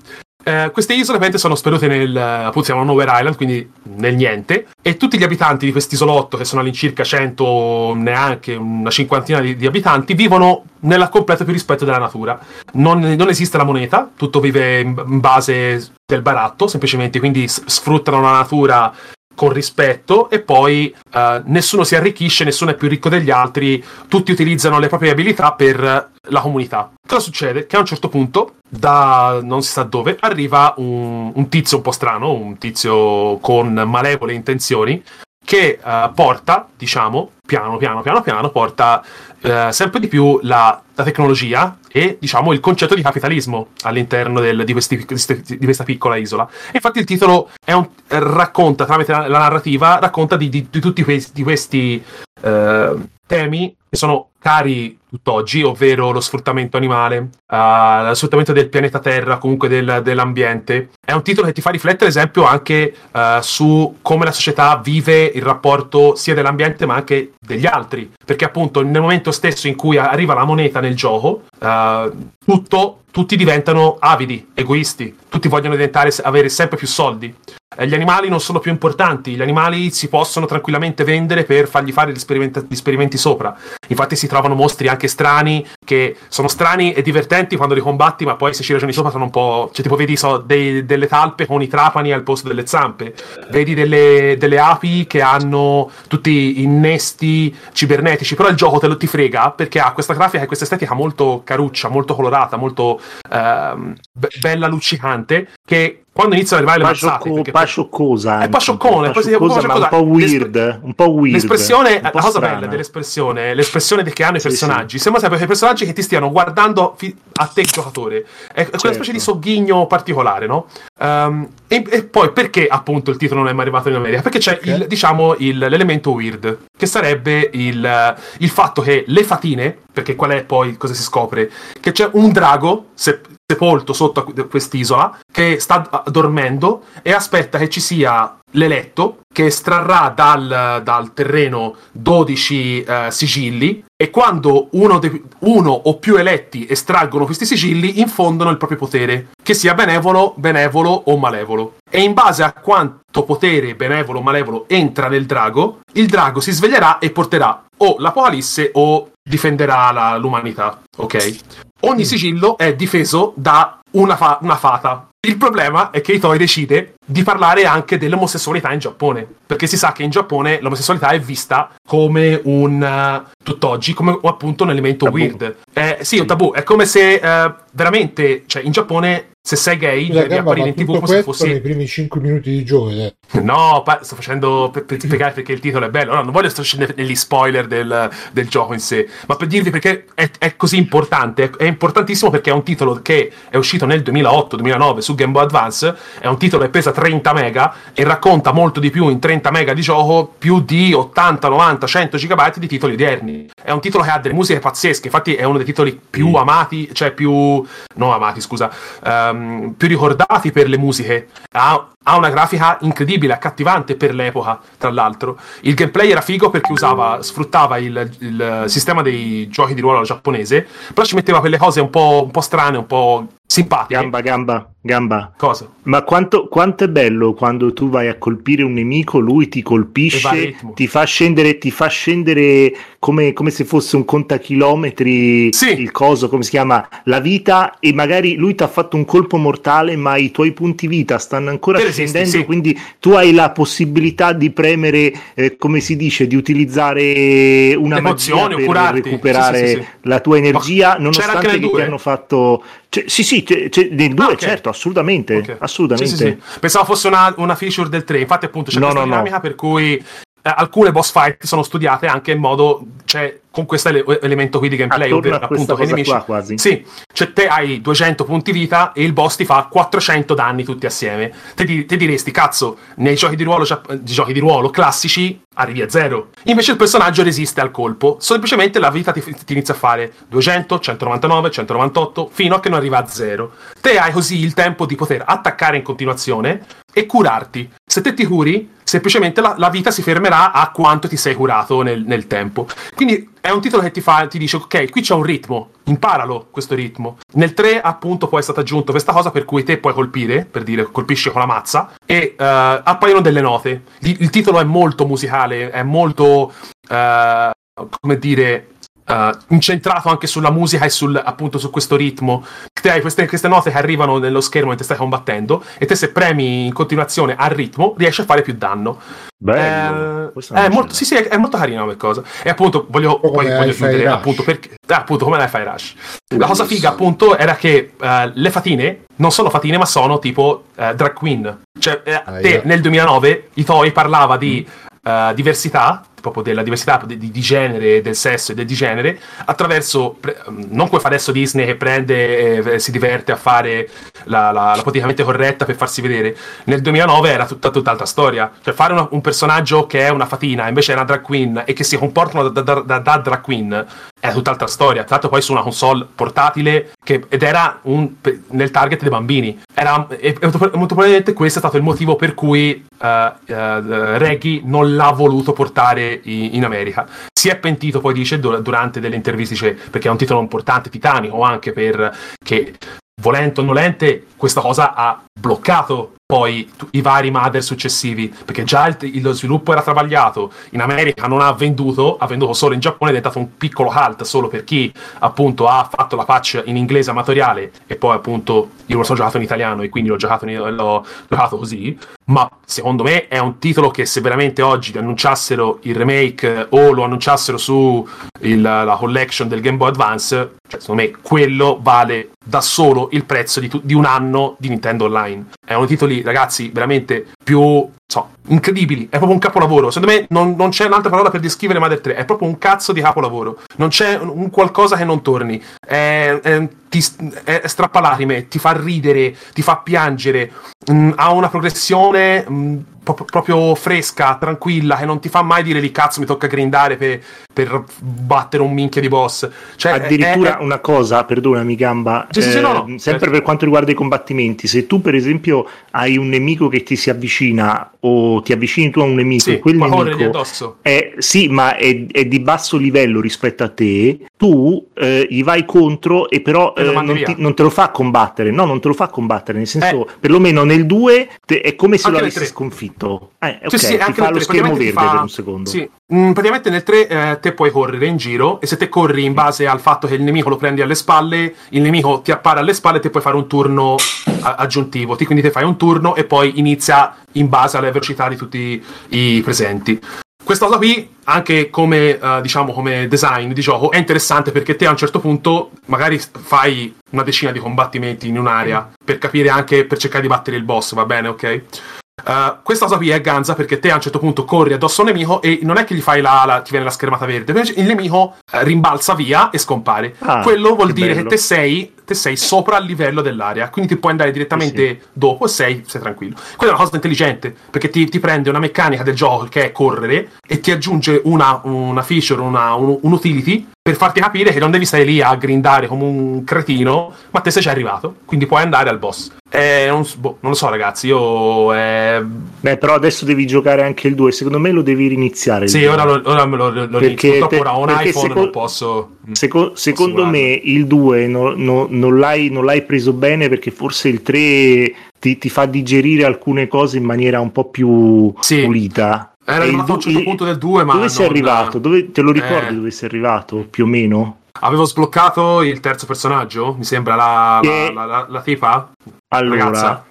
S4: Eh, queste isole ovviamente sono spedute nel, eh, appunto, si chiamano Nowhere Island, quindi nel niente, e tutti gli abitanti di quest'isolotto, che sono all'incirca 100, neanche una cinquantina di, di abitanti, vivono nel completo più rispetto della natura. Non, non esiste la moneta, tutto vive in, in base del baratto, semplicemente, quindi s- sfruttano la natura con rispetto e poi eh, nessuno si arricchisce, nessuno è più ricco degli altri, tutti utilizzano le proprie abilità per eh, la comunità. Cosa succede? Che a un certo punto, da non si sa dove, arriva un, un tizio un po' strano, un tizio con malevole intenzioni, che eh, porta, diciamo, piano piano piano piano, porta eh, sempre di più la, la tecnologia e, diciamo, il concetto di capitalismo all'interno del- di, questi- queste- di questa piccola isola. E infatti il titolo è un- racconta, tramite la, la narrativa, racconta di, di- di tutti questi, di questi eh, temi che sono cari tutt'oggi, ovvero lo sfruttamento animale, eh, lo sfruttamento del pianeta Terra, comunque del- dell'ambiente. È un titolo che ti fa riflettere, ad esempio, anche eh, su come la società vive il rapporto sia dell'ambiente ma anche degli altri. Perché appunto nel momento stesso in cui arriva la moneta nel gioco, eh, tutto- tutti diventano avidi, egoisti, tutti vogliono diventare, avere sempre più soldi. Eh, Gli animali non sono più importanti, gli animali si possono tranquillamente vendere per fargli fare gli sperimenta- gli esperimenti sopra. Infatti si trovano mostri anche strani, che sono strani e divertenti quando li combatti, ma poi se ci ragioni sopra sono un po'... Cioè tipo vedi so, dei- delle talpe con i trapani al posto delle zampe, vedi delle, delle api che hanno tutti innesti cibernetici, però il gioco te lo ti frega perché ha questa grafica e questa estetica molto caruccia, molto colorata, molto ehm, be- bella, luccicante, che quando iniziano ad arrivare le mazzate...
S2: Pasciocco,
S4: perché-
S2: pascioccosa.
S4: È pascioccone, poi si-
S2: pascioccosa, ma un po'
S4: pascioccosa.
S2: weird. Un po' weird.
S4: L'espressione,
S2: un po'
S4: la cosa
S2: strana.
S4: bella dell'espressione, l'espressione che hanno i
S2: Sì,
S4: personaggi, sembra sempre quei personaggi che ti stiano guardando fi- a te, giocatore. È, è quella
S2: Certo.
S4: specie di sogghigno particolare, no? Ehm, e, e poi perché appunto il titolo non è mai arrivato in America? Perché c'è il, diciamo, il- l'elemento weird, che sarebbe il, il fatto che le fatine, perché qual è poi cosa si scopre? Che c'è un drago se- sepolto sotto a que- quest'isola che sta ah, dormendo e aspetta che ci sia l'eletto che estrarrà dal, dal terreno 12 eh, sigilli e quando uno, de- uno o più eletti estraggono questi sigilli infondono il proprio potere, che sia benevolo, benevolo o malevolo. E in base a quanto potere benevolo o malevolo entra nel drago, il drago si sveglierà e porterà o l'apocalisse o difenderà la- l'umanità, ok? Ogni
S1: Mm.
S4: sigillo è difeso da una, fa- una fata. Il problema è che Itoi decide di parlare anche dell'omosessualità in Giappone, perché si sa che in Giappone l'omosessualità è vista come un eh, tutt'oggi come appunto un elemento
S2: Tabù.
S4: weird. Eh, sì, è un tabù. È come se eh, veramente, cioè, in Giappone, se sei gay,
S1: Scusa,
S4: devi
S1: Gabba,
S4: apparire
S1: ma
S4: in tv
S1: tutto
S4: come se
S1: questo nei
S4: fossi.
S1: primi 5 minuti di gioco. eh.
S4: No, pa- sto facendo per, per spiegare perché il titolo è bello. No, non voglio stare scendendo negli spoiler del, del gioco in sé, ma per dirvi perché è, è così importante. È, è importantissimo perché è un titolo che è uscito nel 2008-2009 su Game Boy Advance. È un titolo che pesa 30 mega e racconta molto di più in 30 mega di gioco, più di 80, 90, 100 gigabyte di titoli odierni. È un titolo che ha delle musiche pazzesche. Infatti, è uno dei titoli più amati, cioè più. No, amati, scusa. ehm, più ricordati per le musiche. Ha, ha una grafica incredibile, accattivante per l'epoca, tra l'altro. Il gameplay era figo perché usava, sfruttava il, il sistema dei giochi di ruolo giapponese, però ci metteva quelle cose un po', un po' strane, un po' simpatiche.
S2: Gamba, gamba, gamba.
S4: Cosa?
S2: Ma quanto, quanto è bello quando tu vai a colpire un nemico, lui ti
S4: E va a
S2: colpisce,
S4: ritmo.
S2: ti fa scendere, ti fa scendere come, come se fosse un contachilometri,
S4: Sì.
S2: il coso, come si chiama, la vita, e magari lui ti ha fatto un colpo mortale, ma i tuoi punti vita stanno ancora
S4: Te resisti,
S2: scendendo,
S4: sì.
S2: quindi tu hai la possibilità di premere, eh, come si dice, di utilizzare una
S4: L'emozione,
S2: magia per
S4: curarti.
S2: recuperare
S4: Sì, sì, sì, sì.
S2: la tua energia,
S4: Ma c'era anche
S2: nonostante
S4: nel
S2: che ti
S4: due?
S2: hanno fatto... Cioè, sì, sì, c'è- c'è- nel 2
S4: Ah, ok.
S2: certo, assolutamente,
S4: Ok.
S2: assolutamente.
S4: Sì, sì, sì. Pensavo fosse una, una feature del 3, infatti appunto c'è
S2: No,
S4: questa
S2: no, no.
S4: dinamica per cui eh, alcune boss fight sono studiate anche in modo, cioè con questo ele- elemento qui di gameplay,
S2: Attorno
S4: ovvero
S2: a Ah, questa
S4: appunto che i
S2: cosa
S4: nemici...
S2: qua quasi.
S4: Sì, cioè te hai 200 punti vita e il boss ti fa 400 danni tutti assieme. Te, di- te diresti, cazzo, nei giochi di ruolo, giap- di giochi di ruolo classici arrivi a zero. Invece il personaggio resiste al colpo, semplicemente la vita ti, ti inizia a fare 200, 199, 198, fino a che non arriva a zero. Te hai così il tempo di poter attaccare in continuazione e curarti. Se te ti curi, semplicemente la, la vita si fermerà a quanto ti sei curato nel, nel tempo. Quindi è un titolo che ti, fa, ti dice, ok, qui c'è un ritmo, imparalo questo ritmo. Nel 3 appunto poi è stata aggiunta questa cosa per cui te puoi colpire, per dire colpisci con la mazza, e eh, appaiono delle note. Il, il titolo è molto musicale, è molto, eh, come dire... eh, incentrato anche sulla musica e sul, appunto su questo ritmo te hai queste, queste note che arrivano nello schermo mentre stai combattendo e te se premi in continuazione al ritmo riesci a fare più danno
S2: Bello.
S4: Eh,
S2: Questa
S4: è
S2: non c'era.
S4: molto, sì, sì, è, è molto carina come cosa. E appunto voglio,
S1: po'
S4: poi
S1: come
S4: voglio
S1: Hi-Fi
S4: chiudere
S1: Rush.
S4: appunto perché eh, appunto come fai Rush. La cosa figa appunto era che eh, le fatine non sono fatine ma sono tipo eh, drag queen. Cioè eh,
S1: Ah,
S4: te
S1: yeah.
S4: nel 2009 Itoi parlava di eh, diversità, proprio della diversità di, di- di genere, del sesso e del di genere, attraverso, pre- mm, non come fa adesso Disney che prende e eh, si diverte a fare la, la, la politicamente corretta per farsi vedere. Nel 2009 era tutta tutt'altra storia. Cioè, fare una- un personaggio che è una fatina, invece è una drag queen, e che si comportano da, da- da- da drag queen, è tutt'altra storia. Tra l'altro, poi su una console portatile, che- ed era un- pe- nel target dei bambini. Era, e- e molto molto probabilmente questo è stato il motivo per cui eh, eh, Reggie non l'ha voluto portare i- in America. Si è pentito, poi dice, dur- durante delle interviste, dice, perché è un titolo importante, titanico, anche per che volente o nolente, questa cosa ha bloccato poi tu- i vari mother successivi, perché già il- il- lo sviluppo era travagliato, in America non ha venduto, ha venduto solo in Giappone, è diventato un piccolo halt solo per chi appunto ha fatto la patch in inglese amatoriale e poi appunto io me lo sono giocato in italiano e quindi l'ho giocato, in- l'ho giocato così, ma secondo me è un titolo che se veramente oggi ti annunciassero il remake eh, o lo annunciassero su il- la collection del Game Boy Advance, cioè, secondo me quello vale da solo il prezzo di, tu- di un anno di Nintendo Online. È uno dei titoli, ragazzi, veramente più non so, incredibili. È proprio un capolavoro. Secondo me non, non c'è un'altra parola per descrivere Mother 3. È proprio un cazzo di capolavoro. Non c'è un, un qualcosa che non torni. È, è, ti, è è strappalacrime, ti fa ridere, ti fa piangere. Mm, ha una progressione mm, pro- proprio fresca, tranquilla, che non ti fa mai dire lì cazzo mi tocca grindare per, per battere un minchia di boss. Cioè, è-
S2: Addirittura
S4: è-
S2: una cosa, perdonami Gamba, eh,
S4: Sì, sì, sì, no, no.
S2: sempre per quanto riguarda i combattimenti, se tu per esempio hai un nemico che ti si avvicina o ti avvicini tu a un nemico
S4: sì,
S2: e quel
S4: puoi corrergli
S2: nemico
S4: addosso.
S2: è, sì, ma è, è di basso livello rispetto a te, tu eh, gli vai contro e però
S4: E lo
S2: eh,
S4: mandi
S2: non, ti-
S4: via. Eh.
S2: non te lo fa combattere, no, non te lo fa combattere, nel senso, perlomeno nel 2 è come se
S4: Anche
S2: lo
S4: nel
S2: avessi
S4: tre.
S2: sconfitto. Eh, ok,
S4: Sì, sì,
S2: ti
S4: anche
S2: fa
S4: nel
S2: lo
S4: tre,
S2: schermo
S4: praticamente ti
S2: verde
S4: fa-
S2: per un secondo.
S4: Sì, mm, praticamente nel 3 te puoi correre in giro e se te corri in base al fatto che il nemico lo prendi alle spalle, il nemico ti appare alle spalle e te puoi fare un turno a- aggiuntivo. Ti- quindi te fai un turno e poi inizia in base alla velocità di tutti i presenti. Questa cosa qui, anche come, eh, diciamo, come design di gioco, è interessante perché te a un certo punto magari fai una decina di combattimenti in un'area per capire anche, per cercare di battere il boss, va bene, ok? Eh, questa cosa qui è ganza perché te a un certo punto corri addosso a un nemico e non è che gli fai la, la- ti viene la schermata verde, invece il nemico eh, rimbalza via e scompare.
S2: Ah,
S4: Quello vuol
S2: che
S4: dire
S2: bello.
S4: che te sei, te sei sopra il livello dell'area, quindi ti puoi andare direttamente dopo e sei, sei tranquillo. Quella è una cosa intelligente, perché ti, ti prende una meccanica del gioco che è correre e ti aggiunge una, una feature, una, un, un utility per farti capire che non devi stare lì a grindare come un cretino, ma te sei già arrivato, quindi puoi andare al boss. Eh, non, s- boh, non lo so ragazzi, io... eh,
S2: Beh, però adesso devi giocare anche il 2. Secondo me lo devi riniziare. il
S4: sì,
S2: due.
S4: ora, lo, ora me lo, lo- lo
S2: Perché
S4: dico, purtroppo
S2: te-
S4: ora ho un
S2: perché
S4: iPhone
S2: secondo-
S4: non posso...
S2: Seco-
S4: posso
S2: secondo
S4: guardarlo.
S2: me il 2 no- no- non, l'hai, non l'hai preso bene perché forse il 3 ti, ti fa digerire alcune cose in maniera un po' più
S4: Sì.
S2: pulita.
S4: Era
S2: E il
S4: arrivato a un
S2: du-
S4: certo
S2: il-
S4: punto del 2, ma...
S2: Dove sei
S4: non-
S2: arrivato? Dove- te lo ricordi
S4: Eh.
S2: dove sei arrivato più o meno?
S4: Avevo sbloccato il terzo personaggio, mi sembra la,
S2: Che-
S4: la, la, la- la tipa.
S2: Allora,
S4: Ragazza.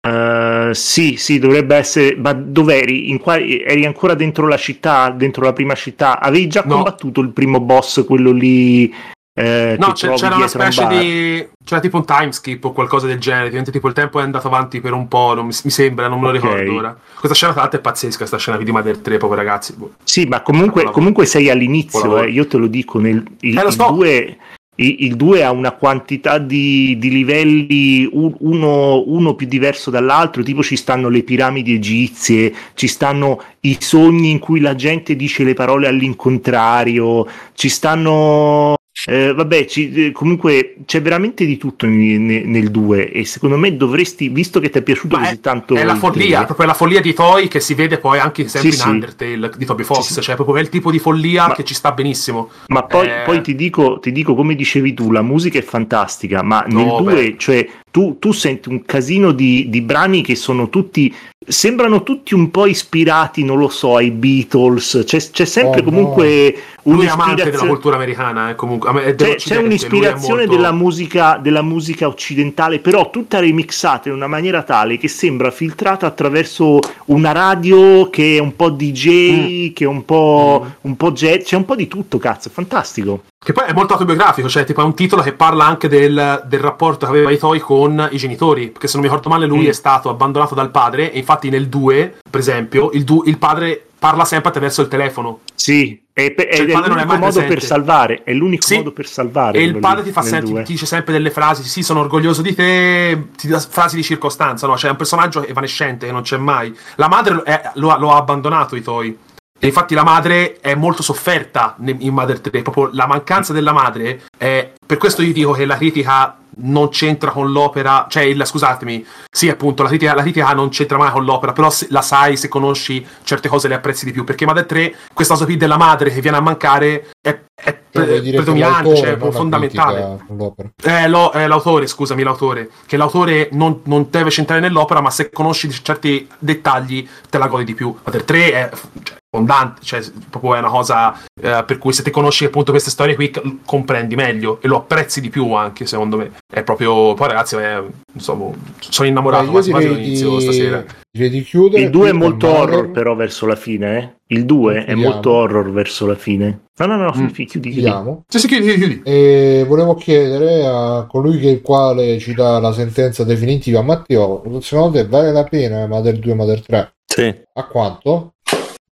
S2: eh, sì, sì, dovrebbe essere. Ma dov'eri? In qua- eri ancora dentro la città, dentro la prima città? Avevi già
S4: No.
S2: combattuto il primo boss, quello lì? eh,
S4: No,
S2: che
S4: c'è-
S2: trovi
S4: c'era una
S2: dietro un
S4: specie
S2: bar?
S4: di. C'era tipo un time skip o qualcosa del genere. Diventa tipo il tempo è andato avanti per un po'. Non mi, mi sembra, non me lo
S2: Ok.
S4: ricordo ora. Questa scena, tra l'altro, è pazzesca. Questa scena prima del 3, poveri ragazzi. Boh.
S2: Sì, ma comunque,
S4: Bravo.
S2: comunque sei all'inizio,
S4: Bravo.
S2: eh, io te lo dico, nel, il,
S4: Eh, lo
S2: il
S4: so.
S2: due- i- il 2 ha una quantità di, di livelli, u- uno, uno più diverso dall'altro, tipo ci stanno le piramidi egizie, ci stanno i sogni in cui la gente dice le parole all'incontrario, ci stanno... eh, vabbè, ci- eh, comunque c'è veramente di tutto ne- ne- nel 2 e secondo me dovresti, visto che ti è piaciuto
S4: Ma
S2: così tanto...
S4: È la
S2: il
S4: follia,
S2: tre-
S4: proprio la follia di Toy che si vede poi anche sempre
S2: Sì,
S4: in
S2: sì.
S4: Undertale di Toby Fox.
S2: Sì, sì.
S4: Cioè, proprio quel tipo di follia
S2: Ma-
S4: che ci sta benissimo.
S2: Ma poi,
S4: Eh.
S2: poi ti, dico, ti dico, come dicevi tu, la musica è fantastica, ma
S4: No,
S2: nel 2,
S4: beh.
S2: cioè, tu, tu senti un casino di, di brani che sono tutti, sembrano tutti un po' ispirati, non lo so, ai Beatles, c'è, c'è sempre
S1: Oh, no.
S2: comunque
S4: Lui è amante della
S2: un'ispirazione...
S4: cultura americana. eh, comunque, am- è
S2: Cioè, C'è,
S4: dell'Occidente,
S2: c'è
S4: lui è
S2: un'ispirazione
S4: molto-
S2: della, musica, della musica occidentale, però tutta remixata in una maniera tale che sembra filtrata attraverso una radio che è un po'
S4: Mm.
S2: DJ, che è un po', un po' jazz, c'è un po' di tutto, cazzo, è fantastico.
S4: Che poi è molto autobiografico, cioè tipo è un titolo che parla anche del, del rapporto che aveva Itoi con i genitori, perché se non mi ricordo male lui
S2: Mm.
S4: è stato abbandonato dal padre e infatti nel 2, per esempio, il, du- il padre parla sempre attraverso il telefono
S2: Sì, è, pe-
S4: Cioè,
S2: ed
S4: il
S2: è
S4: padre non è
S2: l'unico
S4: mai
S2: modo per
S4: presente.
S2: salvare. È l'unico
S4: Sì.
S2: modo per salvare.
S4: e il
S2: quello
S4: padre
S2: lì,
S4: ti, fa
S2: nel
S4: senti-
S2: due.
S4: ti dice sempre delle frasi, sì sono orgoglioso di te, ti dà frasi di circostanza, no? Cioè è un personaggio evanescente che non c'è mai. La madre lo, è- lo ha, lo ha abbandonato Itoi. E infatti la madre è molto sofferta ne- in Mother 3, proprio la mancanza della madre è... Per questo io dico che la critica non c'entra con l'opera, cioè il- scusatemi, sì appunto la critica, la critica non c'entra mai con l'opera, però se- la sai, se conosci certe cose le apprezzi di più, perché Mother 3, questa cosa qui della madre che viene a mancare è, è
S1: Cioè, vuol dire che
S4: predominante,
S1: l'autore,
S4: cioè,
S1: non la
S4: fondamentale.
S1: critica all'opera.
S4: Eh, lo- eh, l'autore, scusami, l'autore. Che l'autore non, non deve centrare nell'opera, ma se conosci certi dettagli te la godi di più. Mother 3 è f- cioè, fondante, cioè s- proprio è una cosa eh, per cui se te conosci appunto queste storie qui c- comprendi meglio e lo apprezzi di più anche, secondo me. È proprio... Poi ragazzi, è- insomma, sono
S1: Beh,
S4: innamorato
S1: io
S4: quasi quasi
S1: direi
S4: dall'inizio
S1: di,
S4: stasera.
S1: direi di chiudere.
S2: Il 2 è
S1: qui con
S2: molto
S1: Modern.
S2: horror, però, verso la fine. eh. Il 2 è
S1: Chiudiamo.
S2: molto horror verso la fine. No, no, no, fi-
S4: Mm.
S2: fi- chiudi, chiudi.
S1: Chiudiamo.
S4: Sì, sì, chiudi, chiudi.
S1: E volevo chiedere a colui che il quale ci dà la sentenza definitiva, Matteo, secondo te vale la pena Mother 2 Mother 3?
S7: Sì.
S1: A quanto?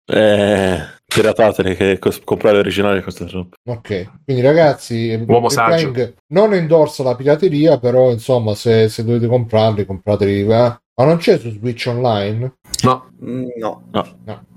S7: Eh, piratatele che cos- comprare l'originale costa troppo.
S1: Ok, quindi ragazzi,
S4: Uomo
S1: Death
S4: saggio.
S1: Playing non endorsa la pirateria, però insomma se, se dovete comprarli, comprateli. eh. Ma non c'è su Switch Online?
S4: No.
S5: Mm, No.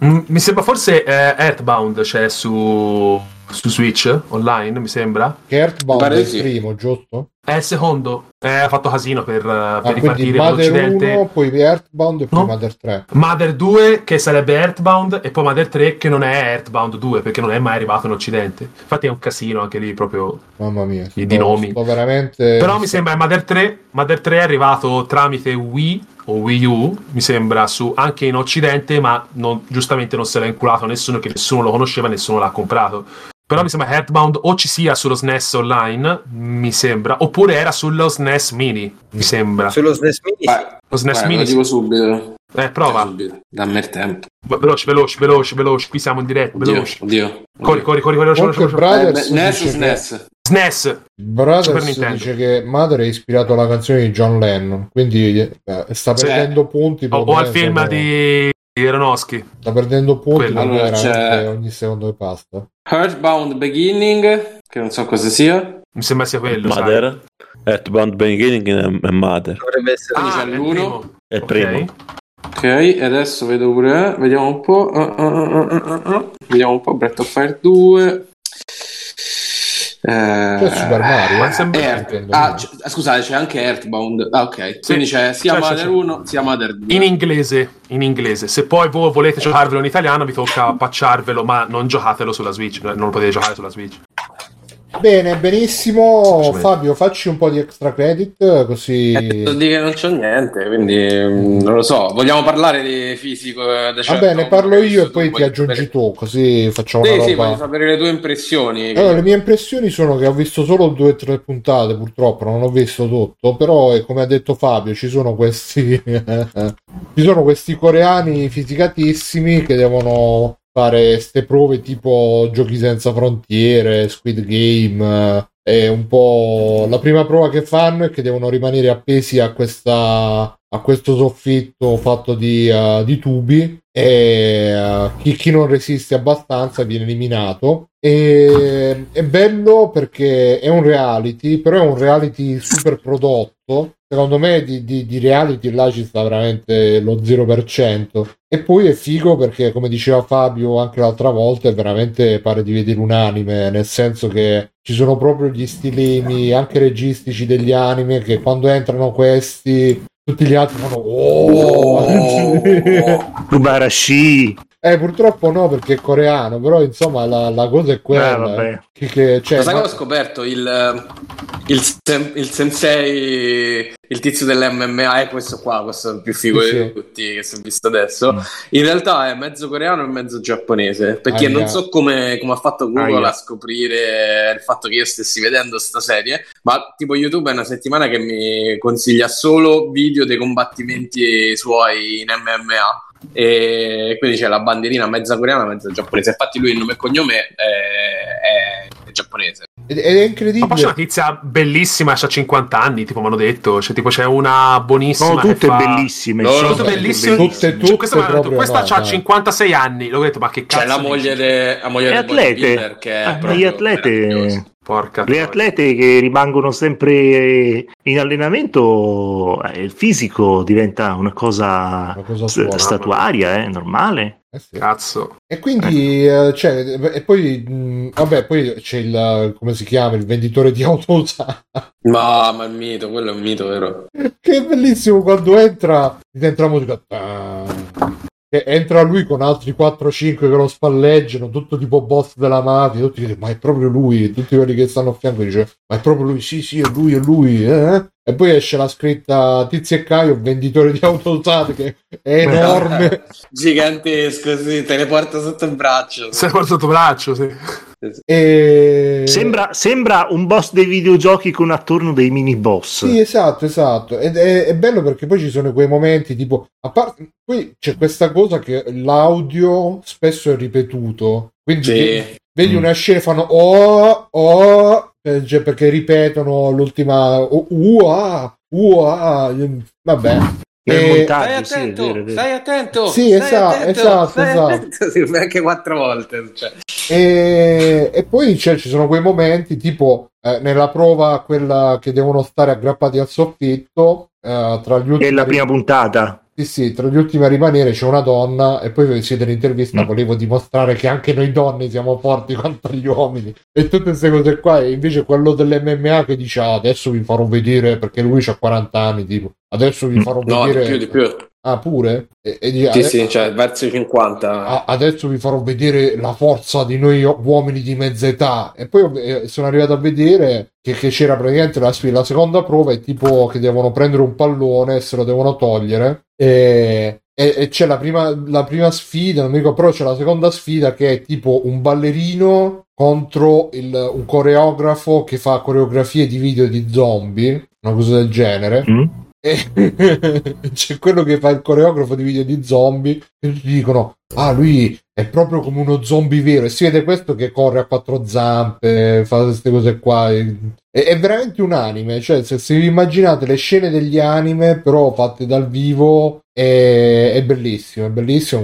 S4: Mm, mi sembra forse eh, Earthbound, cioè su, su Switch online, mi sembra.
S1: Che Earthbound
S6: Pare
S1: è
S6: di
S1: il
S6: sì.
S1: primo, giusto?
S4: È il secondo. Eh, ha fatto casino per, eh, per
S1: Ah, quindi
S4: ripartire
S1: Mother
S4: l'Occidente.
S1: 1, poi Earthbound e poi
S4: No.
S1: Mother 3.
S4: Mother 2 che sarebbe Earthbound e poi Mother 3 che non è Earthbound 2 perché non è mai arrivato in Occidente. Infatti è un casino anche lì proprio.
S1: Mamma mia,
S4: I dinomi.
S1: sto veramente...
S4: Però mi sembra che Mother 3, Mother 3 è arrivato tramite Wii o Wii U, mi sembra, su, anche in Occidente, ma non- giustamente non se l'ha inculato nessuno che nessuno lo conosceva, nessuno l'ha comprato. Però mi sembra Headbound o ci sia sullo SNES online, mi sembra, oppure era sullo SNES Mini, mi sembra.
S5: Sullo SNES Mini sì.
S6: Vai,
S4: Lo SNES
S6: vai,
S4: Mini.
S6: lo dico subito.
S4: Eh, prova.
S6: Subito. Dammi il tempo.
S4: Va- Veloce, veloce, veloce, veloce. Qui siamo in diretta,
S6: Oddio,
S4: veloce.
S6: oddio.
S4: Corri, corri, corri, corri, veloce,
S1: Monk
S4: veloce, veloce.
S1: Brothers
S6: Eh, beh, NES,
S1: dice che-
S6: SNES.
S4: SNES. Super
S1: Brothers
S4: Nintendo.
S1: dice che Mother è ispirato alla canzone di John Lennon, quindi eh, sta
S6: Sì.
S1: perdendo punti.
S4: O,
S1: perché
S4: o al
S1: sono-
S4: film di di Aronofsky.
S1: Sta perdendo punti
S4: Quello.
S1: perché
S6: Allora, c'è-
S1: veramente ogni secondo che passa.
S6: Earthbound Beginning, che non so cosa sia.
S4: Mi sembra sia quello, Eh, sai.
S7: Mother. Headbound Beginning e Mother.
S5: dovrebbe essere
S4: è
S6: Ah,
S4: il
S6: l'uno.
S4: primo.
S7: È il
S4: Ok.
S7: primo.
S6: Ok, e adesso vedo pure, eh, vediamo un po'. Ah, ah, ah, ah, ah, ah. Vediamo un po' Breath of Fire 2. Eh,
S1: C'è Super Mario,
S4: Ma sembra-
S6: Earth- ah, c- ah, scusate, c'è anche Earthbound. Ah, ok. Quindi c'è sia
S4: C'è, c'è,
S6: Mother
S4: c'è.
S6: 1 sia Mother 2.
S4: In inglese, in inglese. Se poi voi volete giocarvelo in italiano, vi tocca pacciarvelo, ma non giocatelo sulla Switch. eh, Non lo potete giocare sulla Switch.
S1: Bene, benissimo.
S4: Semplicemente.
S1: Fabio, facci un po' di extra credit così.
S6: Eh, Posso dire che non c'ho niente, quindi mm, non lo so. Vogliamo parlare di fisico? eh, da
S1: Va
S6: certo,
S1: bene, parlo io e poi ti
S6: voglio
S1: aggiungi
S6: sapere-
S1: tu, così facciamo
S6: Sì,
S1: una
S6: sì,
S1: roba. Eh,
S6: voglio sapere le tue impressioni.
S1: Allora, le mie impressioni sono che ho visto solo due o tre puntate, purtroppo non ho visto tutto, però eh, come ha detto Fabio ci sono questi, ci sono questi coreani fisicatissimi che devono fare queste prove tipo giochi senza frontiere, Squid Game. eh, È un po' la prima prova che fanno è che devono rimanere appesi a questa a questo soffitto fatto di, eh, di tubi e eh, chi, chi non resiste abbastanza viene eliminato e è bello perché è un reality però è un reality super prodotto secondo me di, di- di reality là ci sta veramente lo 0% e poi è figo perché come diceva Fabio anche l'altra volta è veramente pare di vedere un anime nel senso che ci sono proprio gli stilemi anche registici degli anime che quando entrano questi tutti gli altri fanno "Oh".
S2: Ubarashi.
S1: eh purtroppo no perché è coreano però insomma la, la cosa è quella
S2: Eh, vabbè.
S1: Che, che- cioè,
S6: Lo sai
S1: ma-
S6: cosa ho scoperto? Il, eh, il, sen- il sensei, il tizio dell'MMA è eh, questo qua, questo più figo
S1: Sì, sì.
S6: di tutti che si è visto adesso.
S3: Mm.
S6: In realtà è mezzo coreano e mezzo giapponese, perché
S1: Aia.
S6: non so come, come ha fatto Google
S2: Aia.
S6: a scoprire il fatto che io stessi vedendo sta serie, ma tipo YouTube è una settimana che mi consiglia solo video dei combattimenti suoi in MMA. E quindi c'è la bandierina mezza coreana, mezza giapponese. Infatti, lui il nome e cognome è, è- è giapponese.
S1: ed ed è
S4: Ma poi c'è
S1: incredibile
S4: una tizia bellissima, c'ha 50 anni, tipo mi hanno detto. Cioè, tipo, c'è una buonissima.
S2: Sono
S4: che
S2: tutte
S4: fa-
S2: bellissime.
S6: No,
S2: sono
S6: no,
S2: tutte
S4: bellissime. Cioè,
S1: Tutte,
S2: bellissime.
S1: tutte.
S4: Questa, mi hanno detto,
S1: proprio
S4: questa
S1: no,
S4: c'ha
S1: dai.
S4: 56 anni. L'ho detto, ma che cazzo.
S6: C'è la
S4: dici?
S6: moglie, de- la moglie
S2: E
S6: del
S2: atlete.
S6: bodybuilder
S4: Eh,
S6: che è
S2: Ah, ma
S6: proprio
S2: gli atlete-
S6: meravigliosa.
S4: Porca.
S2: Le
S4: troia.
S2: atlete che rimangono sempre in allenamento, eh, il fisico diventa una cosa
S1: Una cosa
S2: s-
S1: buona.
S2: statuaria, è normale.
S1: Eh sì.
S4: Cazzo.
S1: E quindi, eh, cioè, e poi, mh, vabbè, poi c'è il, come si chiama, il venditore di auto usate.
S6: Ma, ma il mito, quello è un mito, vero?
S1: Che è bellissimo quando entra, ti entra la musica. tan. E entra lui con altri 4-5 che lo spalleggiano, tutto tipo boss della mafia, tutti dicono, ma è proprio lui, tutti quelli che stanno a fianco dicono, ma è proprio lui, sì sì, è lui, è lui. eh?" E poi esce la scritta Tizio e Caio, venditore di auto usate, che è enorme.
S6: Gigantesco, sì, te le porta sotto il braccio.
S4: Se porta sotto braccio, sì.
S1: E...
S2: Sembra, sembra un boss dei videogiochi con attorno dei mini boss.
S1: Sì, esatto, esatto. Ed è, è bello perché poi ci sono quei momenti tipo, a parte, poi c'è questa cosa che l'audio spesso è ripetuto, quindi
S6: Sì.
S1: vedi
S7: Mm.
S1: una scena e fanno oh, oh, eh, cioè, perché ripetono l'ultima oh, ua, ua, eh, vabbè.
S2: Nel
S1: E-
S6: Stai
S2: montaggio, sì, è
S6: attento,
S2: vero, è vero.
S6: stai attento.
S1: Sì,
S6: stai
S1: esatto,
S6: attento,
S1: esatto,
S6: stai
S1: esatto.
S6: attento. Sì, anche quattro volte. Cioè.
S1: E, e poi cioè, ci sono quei momenti tipo eh, nella prova quella che devono stare aggrappati al soffitto eh, tra gli ultimi
S2: Nella prima puntata.
S1: Sì, sì, tra gli ultimi a rimanere c'è una donna e poi siete l'intervista,
S2: Mm.
S1: volevo dimostrare che anche noi donne siamo forti quanto gli uomini e tutte queste cose qua e invece quello dell'MMA che dice "Ah, adesso vi farò vedere perché lui ha 40 anni, tipo adesso vi
S2: Mm.
S1: farò
S6: No,
S1: vedere
S6: di più, di più.
S1: Ah, pure? E, e dice,
S6: Sì,
S1: "Ade-
S6: sì, cioè, verso i 50.
S1: Ah, adesso vi farò vedere la forza di noi o- uomini di mezza età. E poi eh, sono arrivato a vedere che, che c'era praticamente la, sfida. la seconda prova, è tipo che devono prendere un pallone e se lo devono togliere. E, e- e c'è la prima, la prima sfida, non mi ricordo, però c'è la seconda sfida che è tipo un ballerino contro il- un coreografo che fa coreografie di video di zombie, una cosa del genere.
S2: Mm?
S1: E c'è quello che fa il coreografo di video di zombie e tutti dicono: Ah, lui è proprio come uno zombie vero. E si vede questo che corre a quattro zampe, fa queste cose qua. E- è veramente un anime. Cioè, se, se vi immaginate le scene degli anime, però fatte dal vivo, è, è bellissimo. È bellissimo.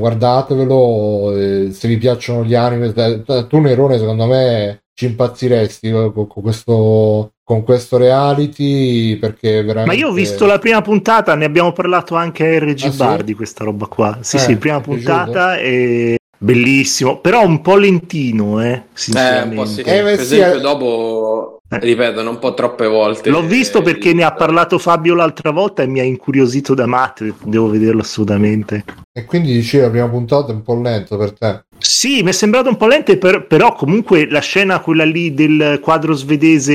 S1: Guardatevelo. eh, se vi piacciono gli anime, T- t- tu, Nerone, secondo me ci impazziresti eh, con, con questo. Con questo reality, perché veramente.
S2: Ma io ho visto la prima puntata, ne abbiamo parlato anche a RG
S1: Ah, sì?
S2: Bar di questa roba qua. Sì,
S1: Eh,
S2: sì, prima
S1: ti è piaciuta?
S2: puntata è bellissimo, però un po' lentino, eh,
S6: Eh, un
S2: sinceramente.
S6: po' sì.
S1: Eh,
S6: per
S1: beh, sì,
S6: esempio,
S1: eh.
S6: dopo ripetono un po' troppe volte.
S2: L'ho visto perché ne ha parlato Fabio l'altra volta e mi ha incuriosito da Matt, devo vederlo assolutamente.
S1: E quindi dici la prima puntata è un po' lento per te.
S2: Sì, mi è sembrato un po' lento, per- però comunque la scena quella lì del quadro svedese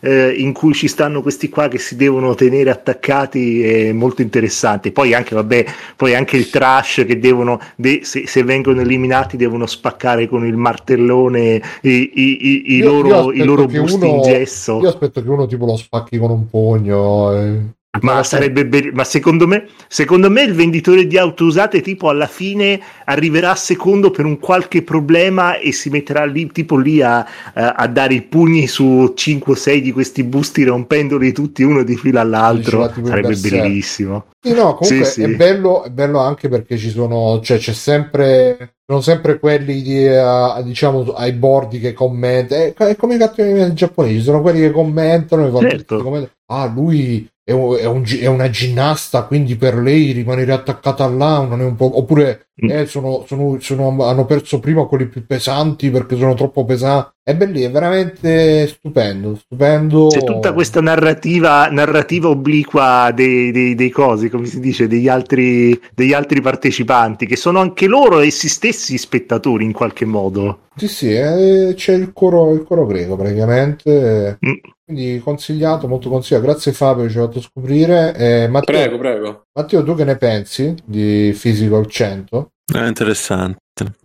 S2: eh, in cui ci stanno questi qua che si devono tenere attaccati è molto interessante. Poi anche, vabbè, poi anche il trash che devono, de- se, se vengono eliminati, devono spaccare con il martellone i, i- i- i
S1: Io- io
S2: loro, i
S1: aspetto
S2: loro
S1: che
S2: busti
S1: uno-
S2: in gesso.
S1: Io aspetto che uno tipo lo spacchi con un pugno. eh.
S2: Ma sarebbe be- ma secondo me, secondo me il venditore di auto usate tipo alla fine arriverà secondo per un qualche problema e si metterà lì tipo lì a, a- a dare i pugni su 5 o 6 di questi busti rompendoli tutti uno di fila all'altro.
S1: Diceva tipo il
S2: Sarebbe
S1: berserk.
S2: bellissimo.
S1: Sì, no, comunque
S2: Sì, sì.
S1: È, bello, è bello anche perché ci sono, cioè, c'è sempre, ci sono sempre quelli di, eh, diciamo, ai bordi che commentano. È, è come i cartoni giapponesi, ci sono quelli che commentano e vanno
S2: Certo.
S1: tutti a commentare. Ah, lui è, un- è un gi- è una ginnasta, quindi per lei rimanere attaccata là non è un po'. Oppure
S2: Mm.
S1: eh, sono- sono- sono- hanno perso prima quelli più pesanti perché sono troppo pesanti. È bellissimo, è veramente stupendo, stupendo.
S2: C'è tutta questa narrativa, narrativa obliqua dei, dei- dei cosi, come si dice, degli altri, degli altri partecipanti, che sono anche loro essi stessi spettatori in qualche modo.
S1: Sì, sì, eh, c'è il coro, il coro greco praticamente.
S2: Mm.
S1: Quindi consigliato, molto consigliato. Grazie Fabio che ci ha fatto scoprire. Eh, Matteo,
S6: Prego, prego.
S1: Matteo, tu che ne pensi di Physical 100?
S7: È interessante.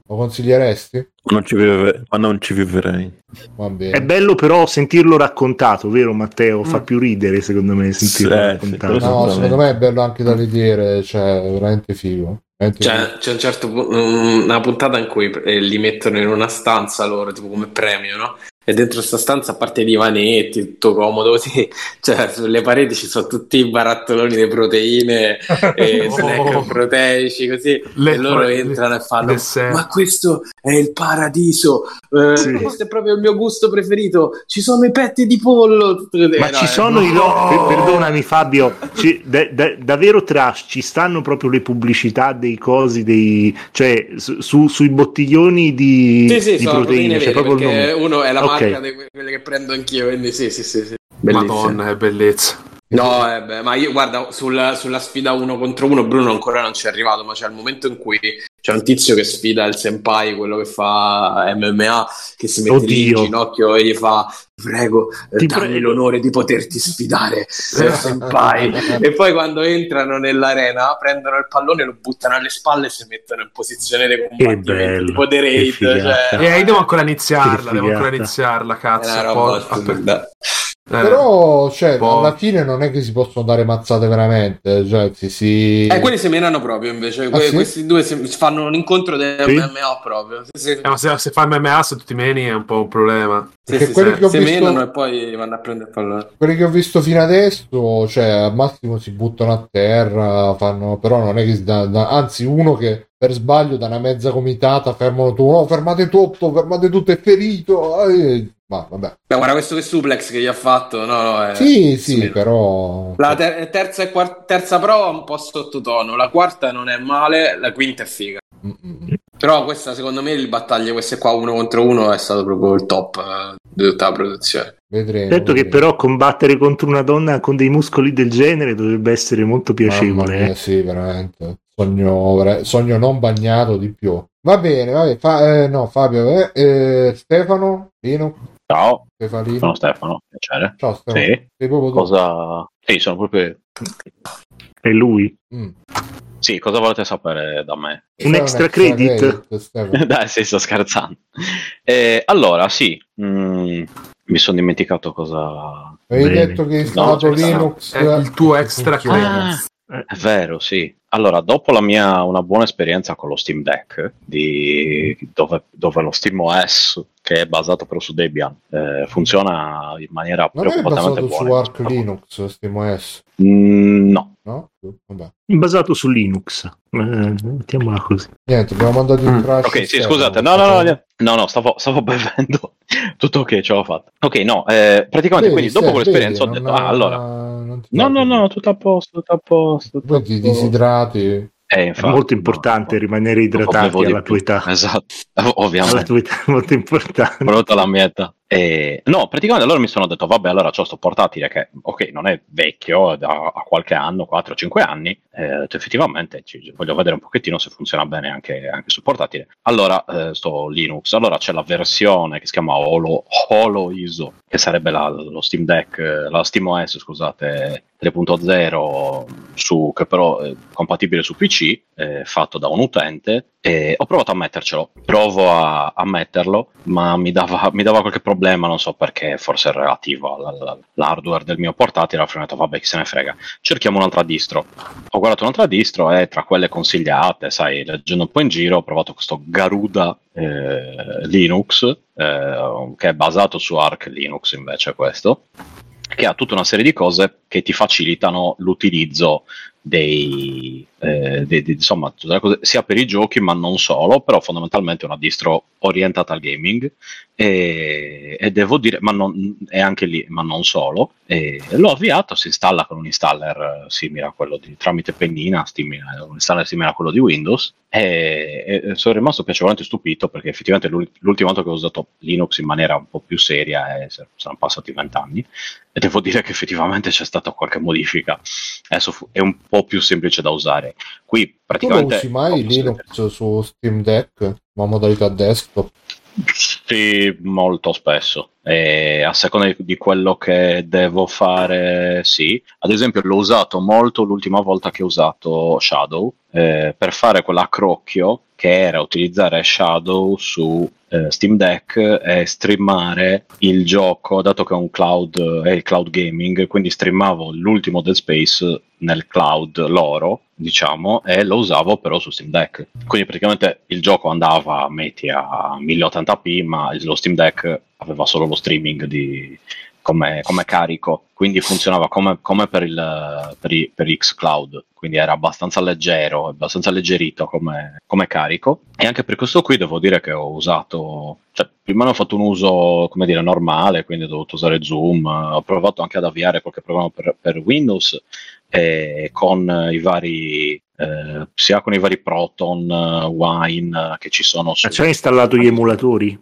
S1: Lo consiglieresti?
S7: Non ci vive- ma non ci vivrei.
S1: Va bene.
S2: È bello però sentirlo raccontato, vero Matteo?
S6: Mm.
S2: Fa più ridere secondo me sentirlo
S7: Sì, sì,
S2: raccontato.
S7: quello
S1: no,
S7: assolutamente.
S1: secondo me è bello anche da vedere, cioè, è veramente figo. Veramente figo.
S6: C'è, c'è un certo pu- un- una puntata in cui eh, li mettono in una stanza loro, tipo come premio, no? E dentro questa stanza, a parte i divanetti, tutto comodo, sì, cioè sulle pareti ci sono tutti i barattoloni di proteine e snack proteici, così.
S4: Oh. Le-
S6: e loro
S4: le-
S6: entrano e fanno:
S4: dessert.
S6: Ma questo è il paradiso, eh,
S2: Sì.
S6: questo è proprio il mio gusto preferito. Ci sono i petti di pollo. tutto- eh,
S2: Ma
S6: no,
S2: ci
S6: eh,
S2: sono i
S4: no!
S2: no, per- perdonami Fabio, ci- da- da- davvero trash, ci stanno proprio le pubblicità dei cosi, dei, cioè su- su- sui bottiglioni di,
S6: Sì, sì,
S2: di
S6: sono
S2: proteine,
S6: proteine
S2: c'è
S6: vere,
S2: proprio il
S6: perché
S2: nome.
S6: uno è la
S2: Ok.
S6: marca di que- quelle che prendo anch'io, quindi sì, sì, sì, sì. Bellissimo.
S4: Madonna, è bellezza.
S6: No, eh, beh, ma io guarda, sulla, sulla sfida uno contro uno Bruno ancora non ci è arrivato, ma c'è il momento in cui c'è un tizio che sfida il senpai, quello che fa MMA, che si mette lì in
S2: Oddio.
S6: ginocchio e gli fa prego, eh,
S2: Ti
S6: dammi
S2: prego."
S6: l'onore di poterti sfidare, eh, senpai. e poi quando entrano nell'arena prendono il pallone, lo buttano alle spalle e si mettono in posizione di combattimento,
S2: bello,
S6: tipo The
S2: che
S6: Raid,
S2: figata.
S6: cioè,
S4: E eh, io devo ancora
S2: Che
S4: iniziarla, devo ancora
S2: figata.
S4: iniziarla,
S6: è
S4: cazzo.
S6: una roba
S4: Porca-
S6: assurda.
S4: eh,
S1: Però, cioè,
S4: boh.
S1: alla fine non è che si possono dare mazzate veramente, cioè, si... si...
S6: Eh, quelli seminano proprio invece. Que-
S1: Ah, sì?
S6: Questi due si- fanno un incontro del
S2: Sì?
S6: MMA proprio. Sì, sì.
S4: eh, ma se, se fa MMA su tutti i meni è un po' un problema.
S6: Sì,
S1: che
S6: sì,
S1: quelli
S6: sì.
S1: che ho
S6: seminano
S1: visto-
S6: e poi vanno a prendere il pallone.
S1: quelli che ho visto fino adesso, cioè al massimo si buttano a terra, fanno, però non è che si dà, dà- anzi uno che per sbaglio da una mezza comitata fermano tu, no, fermate tutto, fermate tutto, è ferito, eh, ma vabbè.
S6: Beh, guarda questo che suplex che gli ha fatto. No, no, è-
S1: Sì, sì,
S6: semina.
S1: però...
S6: Eh,
S1: cioè,
S6: La ter- terza, e quar- terza prova un po' sottotono. La quarta non è male, la quinta è figa.
S1: Mm, mm, mm.
S6: Però questa, secondo me, il battaglio, queste qua uno contro uno, è stato proprio il top eh, di tutta la produzione.
S1: Vedremo.
S2: Certo che
S1: vedremo.
S2: però combattere contro una donna con dei muscoli del genere dovrebbe essere molto
S1: Mamma
S2: piacevole.
S1: mia,
S2: eh.
S1: sì, veramente. Sogno, vera- sogno non bagnato di più. Va bene, va bene. Fa- eh, no, Fabio, eh, eh, Stefano, Lino,
S3: Ciao,
S1: Stefalino.
S3: sono Stefano, piacere.
S1: Ciao Stefano.
S3: Sì,
S1: Sei proprio tu.
S3: cosa... Sì, sono proprio...
S2: È lui.
S1: Mm.
S3: Sì, cosa volete sapere da me?
S2: Un extra credit?
S1: Stefano.
S3: Dai, sì, sto scherzando. Eh, allora, sì, mm, mi sono dimenticato cosa...
S1: Avevi
S2: Bene.
S1: detto che hai installato
S3: No, ci sta.
S1: Linux.
S4: È il tuo extra
S1: Funziona.
S3: Ah.
S4: credit.
S2: eh,
S3: È vero, sì. Allora, dopo la mia una buona esperienza con lo Steam Deck, di- dove, dove lo Steam OS, che è basato però su Debian, eh, funziona in maniera
S1: Non è
S3: preoccupatamente
S1: basato su
S3: buona.
S1: Arc Linux, SteamOS,
S3: Mm, no,
S1: no? Vabbè.
S2: basato su Linux. Eh, mettiamola così.
S1: Niente, abbiamo mandato
S4: Mm.
S1: in trash.
S3: Ok, sì,
S1: Stefano.
S3: scusate, no, no, no, no, no, no, stavo, stavo bevendo. Tutto ok, ce l'ho fatta. Ok, no, eh, praticamente
S1: Vedi,
S3: quindi dopo
S1: Stefano,
S3: quell'esperienza ho
S1: vedi,
S3: detto,
S1: non-
S3: ah, allora,
S1: non ti
S3: no, no,
S1: preoccupare.
S3: no, tutto a posto, tutto a posto. tutto a
S1: Poi ti
S3: posto.
S1: disidrati.
S3: Eh,
S2: È
S3: infatti,
S2: molto
S3: no,
S2: importante
S3: no,
S2: rimanere
S3: non
S2: idratati
S3: bevo di
S2: alla tua
S3: più.
S2: età.
S3: Esatto, ov-
S2: Alla
S3: ovviamente.
S2: tua età è molto importante.
S3: Pronta la mia età. Eh, no, praticamente allora mi sono detto, vabbè, allora c'ho sto portatile che, ok, non è vecchio, è da ha qualche anno, 4-5 anni, eh, ho detto, effettivamente ci- voglio vedere un pochettino se funziona bene anche, anche sul portatile. Allora, eh, sto Linux, allora c'è la versione che si chiama Holo, Holo ISO, che sarebbe la, lo Steam Deck, eh, la SteamOS, scusate, 3.0 su, che però è compatibile su PC, eh, fatto da un utente. E ho provato a mettercelo, provo a, a metterlo, ma mi dava, mi dava qualche problema, non so perché, forse relativo all- all- all'hardware del mio portatile. Ho detto, vabbè, chi se ne frega, cerchiamo un'altra distro. Ho guardato un'altra distro e tra quelle consigliate, sai, leggendo un po' in giro, ho provato questo Garuda eh, Linux, eh, che è basato su Arc Linux invece questo che ha tutta una serie di cose che ti facilitano l'utilizzo dei, eh, dei- dei- insomma, tutte le cose- sia per i giochi ma non solo, però fondamentalmente è una distro orientata al gaming e, e devo dire, ma non, è anche lì, ma non solo, e l'ho avviato, si installa con un installer eh, simile a quello di, tramite Pennina, simile- un installer simile a quello di Windows e, e sono rimasto piacevolmente stupito perché effettivamente l'ul- l'ultima volta che ho usato Linux in maniera un po' più seria eh, sono passati vent'anni e devo dire che effettivamente c'è stata qualche modifica. Adesso fu- è un po' più semplice da usare. Qui
S1: Tu non
S3: praticamente.
S1: usi mai
S3: ho possibilità-
S1: Linux su Steam Deck, ma modalità desktop?
S3: Sì, molto spesso. E a seconda di- di quello che devo fare, sì. Ad esempio, l'ho usato molto l'ultima volta che ho usato Shadow eh, per fare quell'accrocchio che era utilizzare Shadow su eh, Steam Deck e streamare il gioco, dato che è un cloud, è il cloud gaming, quindi streamavo l'ultimo Dead Space nel cloud loro, diciamo, e lo usavo però su Steam Deck. Quindi praticamente il gioco andava, metti, a 1080p, ma lo Steam Deck aveva solo lo streaming di- come, come carico, quindi funzionava come, come per, il, per, i- per X Cloud, quindi era abbastanza leggero, abbastanza alleggerito come, come carico. E anche per questo qui devo dire che ho usato, cioè prima ne ho fatto un uso, come dire, normale, quindi ho dovuto usare Zoom, eh, ho provato anche ad avviare qualche programma per- per Windows, e con eh, i vari eh, sia con i vari Proton, eh, Wine eh, che ci sono su,
S2: Ma Cioè, Ci hai installato gli emulatori?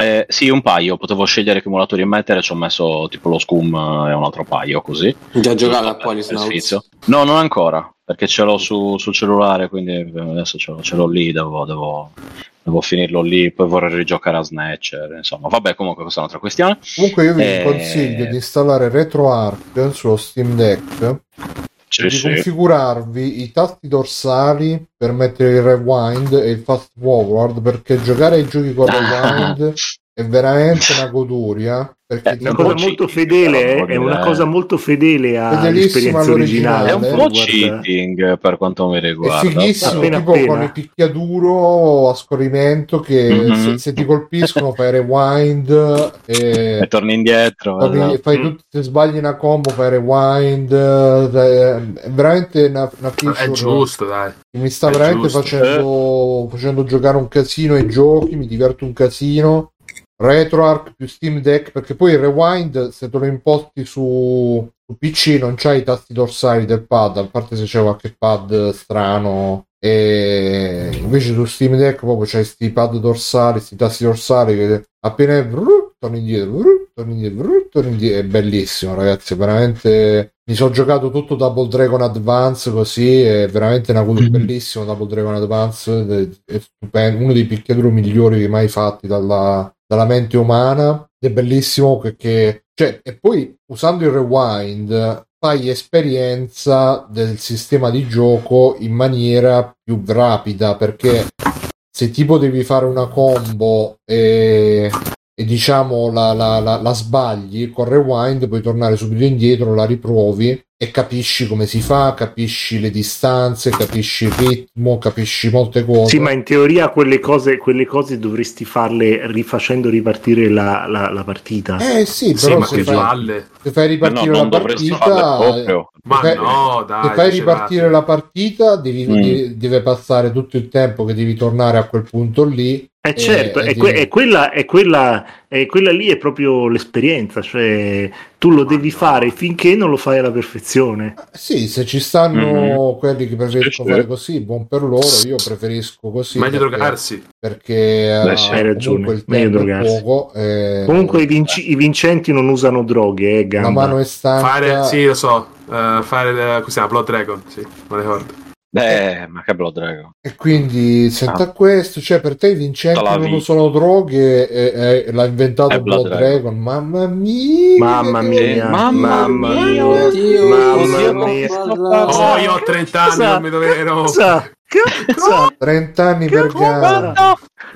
S3: eh, sì, un paio, potevo scegliere che emulatori mettere, ci ho messo tipo lo Scum eh, e un altro paio così.
S6: Già giocato a
S3: Per- per
S6: Polisnow.
S3: sfizio. No, non ancora, perché ce l'ho su- sul cellulare, quindi eh, adesso ce l'ho, ce l'ho lì, devo, devo- devo finirlo lì, poi vorrei rigiocare a Snatcher, insomma. Vabbè, comunque questa è un'altra questione.
S1: Comunque io vi
S3: Eh.
S1: consiglio di installare RetroArch sullo Steam Deck e
S3: Sì,
S1: di
S3: sì.
S1: configurarvi i tasti dorsali per mettere il rewind e il fast forward perché giocare ai giochi con rewind è veramente una goduria perché
S3: Eh,
S1: ti
S2: Una
S3: Un
S2: cosa
S3: po' cheaty,
S2: molto fedele,
S3: però,
S2: eh, è una
S3: eh.
S2: cosa molto fedele
S1: Fedelissima
S2: all'esperienza
S1: all'originale.
S2: originale. eh,
S3: È un po'
S2: Forward,
S3: cheating per quanto mi
S1: è
S3: riguarda.
S1: fighissimo
S2: appena
S1: tipo
S2: appena.
S1: con il picchiaduro a scorrimento che
S3: Mhm.
S1: se, se ti colpiscono fai rewind
S3: Ah, E
S1: e
S3: torni indietro.
S1: Fai,
S3: esatto.
S1: fai
S2: Mm.
S1: tutti- se sbagli una combo fai rewind eh, è veramente una, una
S4: È
S1: feature
S4: giusto, dai.
S1: che mi sta
S4: è
S1: veramente
S4: giusto.
S1: facendo, facendo giocare un casino ai giochi mi diverto un casino RetroArch più Steam Deck perché poi il rewind se te lo imposti su, su PC non c'hai i tasti dorsali del pad a parte se c'è qualche pad strano e invece su Steam Deck proprio c'hai sti pad dorsali sti tasti dorsali che appena è brrr, torni indietro brrr, torni indietro brrr, torni indietro è bellissimo ragazzi veramente mi sono giocato tutto Double Dragon Advance così è veramente una cosa bellissima Double Dragon Advance ed è, è stupendo uno dei picchiaduro migliori mai fatti dalla, dalla mente umana ed è bellissimo perché cioè, e poi usando il rewind fai esperienza del sistema di gioco in maniera più rapida perché se tipo devi fare una combo e, e diciamo la, la- la- la sbagli con rewind puoi tornare subito indietro la riprovi e capisci come si fa capisci le distanze capisci il ritmo capisci molte cose
S2: Sì, ma in teoria quelle cose, quelle cose dovresti farle rifacendo ripartire la, la- la partita.
S1: eh sì
S4: Sì,
S1: però
S4: ma
S1: se,
S4: che
S1: fai,
S4: palle.
S1: se fai
S3: Ma Mm. no,
S1: ripartire
S3: non
S1: la
S3: dovresti farle
S1: partita eh.
S3: proprio. Ah,
S4: Ma
S1: Fai-
S4: no,
S1: se
S4: dai.
S1: fai
S4: esagerate.
S1: ripartire la partita devi,
S3: Mm.
S1: devi- deve passare tutto il tempo che devi tornare a quel punto lì
S2: Eh, certo,
S1: eh,
S2: e
S1: eh,
S2: que-
S1: sì.
S2: e quella, e quella, e quella lì è proprio l'esperienza, cioè tu lo devi fare finché non lo fai alla perfezione.
S1: sì se ci stanno quelli che
S3: Sì,
S1: preferiscono
S3: sì.
S1: fare così buon per loro io preferisco così
S4: Meglio
S1: perché-
S4: drogarsi.
S1: perché
S3: Beh,
S1: eh,
S3: sì,
S2: hai ragione,
S1: comunque il
S2: meglio
S1: tempo è
S2: drogarsi.
S1: poco eh,
S2: Comunque i, vinci- i vincenti non usano droghe, eh,
S1: la
S2: Gamba.
S1: mano è stanca
S4: Fare, sì, lo so. eh, fare, eh, cos'è, Blood Dragon, sì, me lo ricordo.
S3: Beh, Eh, ma che Blood Dragon.
S1: e quindi senta
S3: Ah.
S1: questo cioè per te i vincenti
S3: Tutta la
S1: non
S3: vita.
S1: usano droghe e- e l'ha inventato
S3: È Blood
S1: Blood Dragon. mamma mia
S2: Mamma mia,
S3: Eh,
S2: mamma,
S3: mamma
S2: mia,
S3: mia,
S2: oddio,
S3: oddio,
S2: mamma mia.
S4: Oh, io ho 30 anni,
S2: Cosa?
S4: non mi dovevo...
S2: Cosa? Cosa?
S1: 30 anni per gara E
S4: Eh,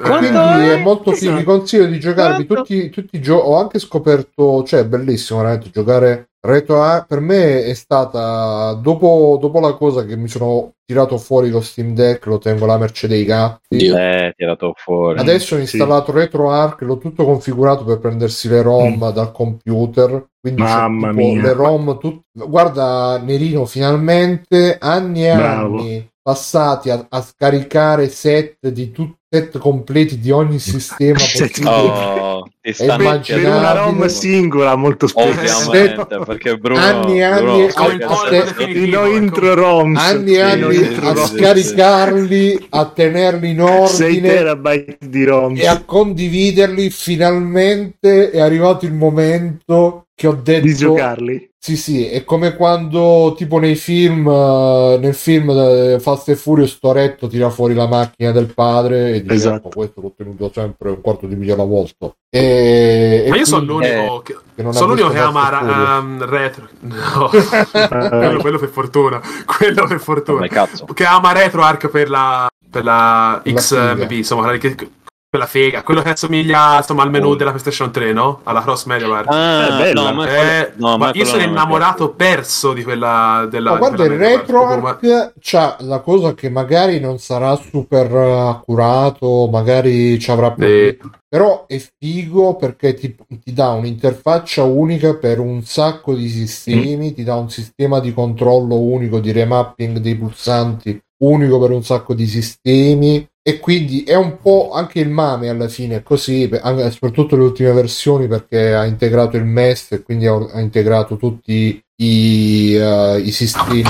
S1: quindi
S2: Quanto
S1: è molto figo,
S2: Esatto.
S1: vi consiglio di giocarvi tutti, tutti i giochi. Ho anche scoperto, cioè è bellissimo veramente giocare retro. A- per me è stata dopo, dopo la cosa che mi sono tirato fuori lo Steam Deck, lo tengo alla merce dei gatti.
S6: Dio.
S3: Eh, tirato fuori.
S1: Adesso ho
S2: Sì.
S1: installato RetroArch, l'ho tutto configurato per prendersi le ROM dal computer. Quindi c'ho
S2: Mm. Mamma
S1: tipo
S2: mia.
S1: le ROM tut- Guarda Nerino, finalmente anni e
S2: Bravo.
S1: anni passati a, a scaricare set di tutti set completi di ogni sistema
S2: Set
S1: possibile.
S3: Oh, ti stanno
S2: Per, per una
S1: Immaginabile.
S2: ROM singola molto spesso.
S3: Ovviamente,
S1: Eh.
S3: perché Bruno...
S1: Anni e anni
S3: Bruno,
S1: e
S3: sai che
S4: anni-
S3: adesso-
S4: anni-
S2: I no intro ROMs.
S1: Anni e
S2: I no
S1: anni
S2: intro
S1: a
S3: sì,
S2: ROMs.
S3: sì.
S1: scaricarli, a tenerli in
S2: 6
S1: ordine
S2: terabyte di ROMs.
S1: e a condividerli. Finalmente è arrivato il momento che ho detto
S2: di giocarli.
S1: Sì, sì, è come quando tipo nei film, eh, nel film eh, Fast e Furious Toretto tira fuori la macchina del padre e dice
S2: Esatto.
S1: "Ecco, questo l'ho tenuto sempre un quarto di migliaia alla volta. E, e
S4: Ma io sono
S1: quindi-
S4: l'unico
S6: Eh.
S4: che...
S1: che non ha
S4: Sono l'unico
S1: visto
S4: che ama
S1: Fast and Furious.
S4: ra- eh, ehm, retro. No,
S2: Eh,
S4: quello, quello per fortuna. Quello per
S3: Come
S4: fortuna.
S3: cazzo?
S4: Che ama retro arc per la, per la
S1: La
S4: XMB,
S1: figa.
S4: insomma, quella che- quella fega. Quello che assomiglia insomma, al menu
S3: Oh.
S4: della PlayStation 3, no? Alla cross media bar.
S3: Ah,
S2: Eh, bella.
S3: no, ma,
S4: Eh,
S3: no,
S4: ma
S3: ma
S4: io
S3: quello
S4: sono
S3: non mi
S4: innamorato perso di quella della
S1: Ma guarda,
S4: di
S1: il
S4: quella media bar. Ma-
S1: RetroArch c'ha la cosa che magari non sarà super accurato, magari ci avrà problemi,
S4: Sì.
S1: però è figo perché ti, ti dà un'interfaccia unica per un sacco di sistemi, ti dà un sistema di controllo unico, di remapping dei pulsanti unico per un sacco di sistemi e quindi è un po' anche il mame alla fine è così, per- anche- soprattutto le ultime versioni perché ha integrato il MEST e quindi ha, ha integrato tutti i, eh, i sistemi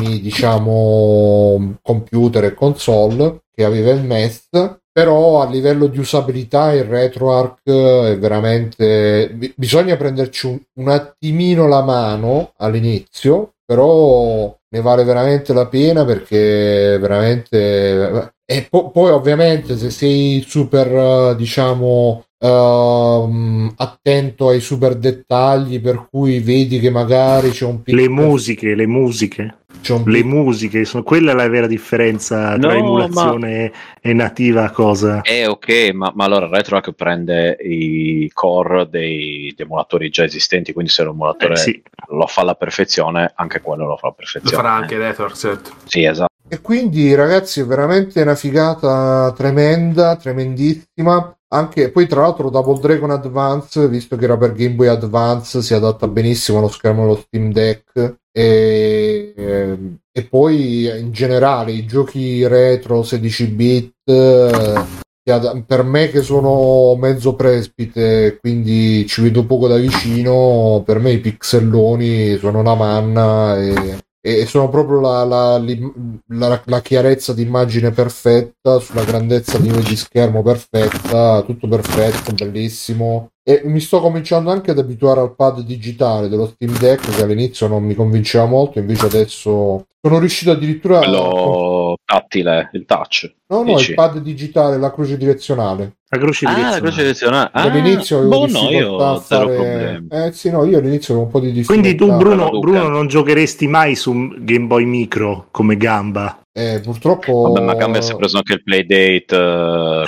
S1: diciamo computer e console che aveva il MEST però a livello di usabilità il RetroArch è veramente bi- bisogna prenderci un, un attimino la mano all'inizio però ne vale veramente la pena perché veramente eh, e po- poi ovviamente se sei super eh, diciamo ehm, attento ai super dettagli per cui vedi che magari c'è un
S2: Le
S1: piccolo
S2: musiche, le musiche,
S1: c'è un
S2: le
S1: pic-
S2: musiche, sono, quella è la vera differenza tra
S3: No,
S2: emulazione e nativa cosa.
S3: Eh, ok, ma, ma allora RetroArch prende i core dei, degli emulatori già esistenti, quindi se l'emulatore
S2: Eh, sì.
S3: lo fa alla perfezione, anche quello lo fa
S4: Lo
S3: alla perfezione. Eh,
S4: farà anche retro, certo.
S3: Sì, esatto.
S1: E quindi, ragazzi, è veramente una figata tremenda, tremendissima. Anche poi, tra l'altro, Double Dragon Advance, visto che era per Game Boy Advance, si adatta benissimo allo schermo dello Steam Deck. E, ehm, e poi in generale i giochi retro 16 bit eh, si ad- per me che sono mezzo presbite quindi ci vedo poco da vicino per me i pixelloni sono una manna e e sono proprio la, la- l'im- la- la chiarezza di immagine perfetta sulla grandezza di, di schermo perfetta tutto perfetto bellissimo E mi sto cominciando anche ad abituare al pad digitale dello Steam Deck che all'inizio non mi convinceva molto, invece adesso sono riuscito addirittura a...
S3: Quello tattile, il touch.
S1: No, no,
S3: dici?
S1: il pad digitale, la croce direzionale.
S2: La croce
S3: Ah,
S2: direzionale.
S3: la croce direzionale. Ah,
S1: all'inizio avevo
S3: boh, no,
S1: difficoltà a
S3: io zero
S1: fare-
S3: problemi.
S1: Eh sì, no, io all'inizio avevo un po' di difficoltà.
S2: Quindi tu,
S3: la
S2: Bruno,
S3: Duca.
S2: Bruno, non giocheresti mai su un Game Boy Micro come gamba.
S1: Eh, purtroppo...
S3: Vabbè, ma Gamba si è preso anche il playdate.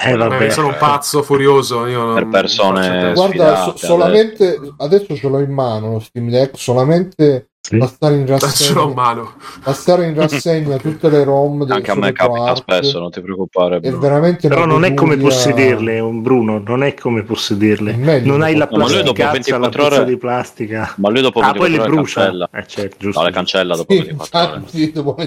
S3: eh,
S2: Eh, vabbè.
S4: Eh, sono un pazzo furioso. Io non-
S3: Per persone-
S4: non faccio testa.
S3: Guarda-
S1: Guarda, so-
S3: sfidate,
S1: solamente adesso ce l'ho in mano lo Steam Deck, solamente
S2: Sì.
S1: passare in
S4: ce l'ho in
S1: rassegna,
S4: mano.
S1: passare in rassegna tutte le ROM del
S3: Anche a me
S1: solito
S3: capita
S1: art
S3: spesso, non ti preoccupare.
S1: È
S3: Bruno.
S1: veramente
S2: Però
S1: una
S2: non è come
S1: goduria-
S2: possederle, un Bruno, non è come possederle.
S1: È meglio.
S2: Non hai la
S3: No, ma lui dopo
S2: plasticazza, la
S3: 24
S2: puzza
S3: ore-
S2: di plastica.
S3: Ma lui dopo
S2: Ah,
S3: 24
S2: poi le
S3: ore
S2: brucia.
S3: cancella.
S2: Eh, certo, giusto.
S3: No, le cancella dopo
S1: Sì,
S3: 24 ore.
S1: infatti, dopo
S2: E poi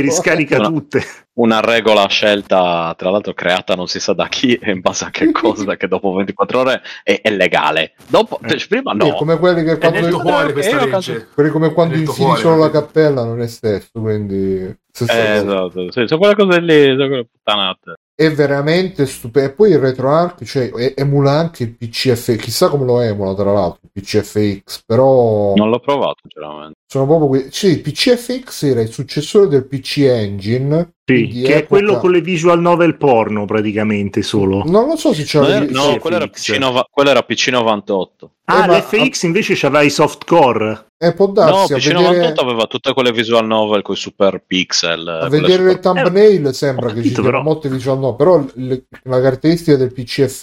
S1: 24
S2: riscarica
S3: No.
S2: tutte.
S3: Una regola scelta, tra l'altro creata non si sa da chi e in base a che cosa, che dopo 24 ore è, è legale. Dopo,
S2: Eh.
S3: cioè, prima
S1: Sì, è
S3: no.
S1: come quelli che
S4: È
S1: quando,
S4: nel tuo cuore
S3: Eh,
S4: questa
S3: io
S4: legge.
S1: quelli come quando
S4: è detto
S1: infili
S4: fuori,
S1: solo la
S4: capito?
S1: cappella non è stesso, quindi stessa
S3: Eh,
S1: cosa.
S3: esatto, sì, sono quelle cose lì, sono quelle puttanate.
S1: è veramente stupendo. E poi il RetroArch cioè, e- emula anche il PCF, chissà come lo emula tra l'altro, il PCFX, però
S3: Non l'ho provato, sinceramente.
S1: sono proprio que- Sì, il PCFX era il successore del PC Engine,
S2: Sì,
S1: Quindi
S2: che è
S1: epoca-
S2: quello con le visual novel porno praticamente solo.
S1: non lo so se
S3: No,
S1: c'era...
S3: era-
S1: il-
S3: no,
S2: Cioè, sì,
S3: quello, era
S2: Felix.
S3: PC nova- quello era PC 98.
S2: Ah,
S1: Eh, ma-
S2: l'FX invece c'aveva i softcore.
S1: eh, può
S3: No,
S1: darsi a
S3: PC
S1: vedere,
S3: 98 aveva tutte quelle visual novel con i super pixel.
S1: a
S3: eh, quelle
S1: vedere le
S3: super-
S1: thumbnail sembra
S2: Eh, ho
S1: che ci
S2: capito,
S1: siano
S2: però.
S1: molte visual no, però le- la caratteristica del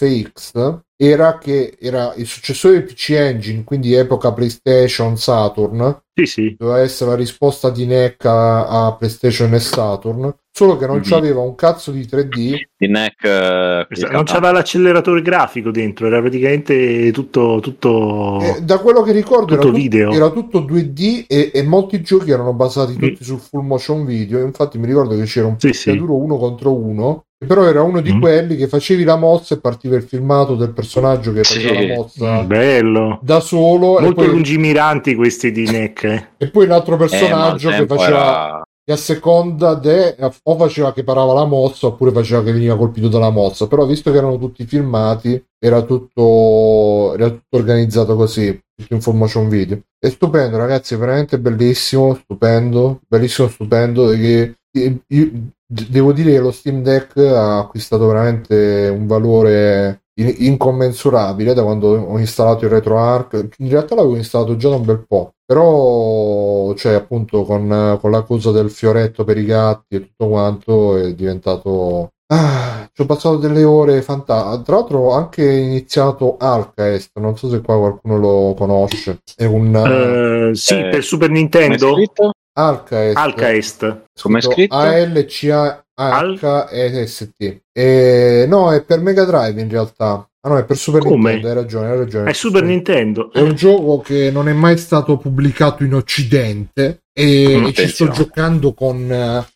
S1: PCFX era che era il successore del PC Engine, quindi epoca PlayStation, Saturn,
S2: Sì, sì.
S1: doveva essere la risposta di NEC a, a PlayStation e Saturn, solo che non
S2: Mm.
S3: Mhm.
S1: c'aveva un cazzo di 3D.
S3: di neck. eh,
S2: Non c'aveva l'acceleratore grafico dentro, era praticamente tutto... tutto...
S1: E da quello che ricordo era,
S2: Tutto
S1: tut-
S2: video.
S1: era tutto 2D e, e molti giochi erano basati tutti
S2: Mm.
S1: sul full motion video. Infatti mi ricordo che c'era un
S2: Sì, sì.
S1: duro uno contro uno, che però era uno di
S2: Mm.
S1: quelli che facevi la mossa e partiva il filmato del personaggio che faceva
S3: Sì.
S1: la mossa
S2: Bello.
S1: da solo e
S2: Mm, Molto
S1: poi,
S2: lungimiranti questi di Neck. eh.
S1: e poi un altro
S3: Eh, ma al
S1: personaggio che
S3: tempo
S1: faceva...
S3: era-
S1: che a seconda de, o faceva che parava la mossa oppure faceva che veniva colpito dalla mossa però visto che erano tutti filmati era tutto, era tutto organizzato così tutto in formation video è stupendo ragazzi è veramente bellissimo stupendo bellissimo stupendo e che- e- io- d- devo dire che lo Steam Deck ha acquistato veramente un valore in- incommensurabile da quando ho installato il RetroArch in realtà l'avevo installato già da un bel po' però cioè appunto con, con la cosa del fioretto per i gatti e tutto quanto è diventato Ah, ci ho passato delle ore fantastiche tra l'altro ho anche iniziato Alcaest non so se qua qualcuno lo conosce è un
S2: Eh, sì,
S3: Eh,
S2: per Super
S3: Come è
S2: Nintendo.
S3: scritto?
S1: Alcaest
S2: Alcaest.
S3: Com'è scritto?
S1: A-L-C-A-H-E-S-T Eh, no è per Mega Drive in realtà ah no è per Super
S2: Come?
S1: Nintendo hai ragione hai
S3: Eh,
S1: ragione
S2: È Super Nintendo. Eh,
S1: È un gioco che non è mai stato pubblicato in Occidente e,
S3: Mm,
S1: e ci sto
S3: attenzione.
S1: giocando con eh,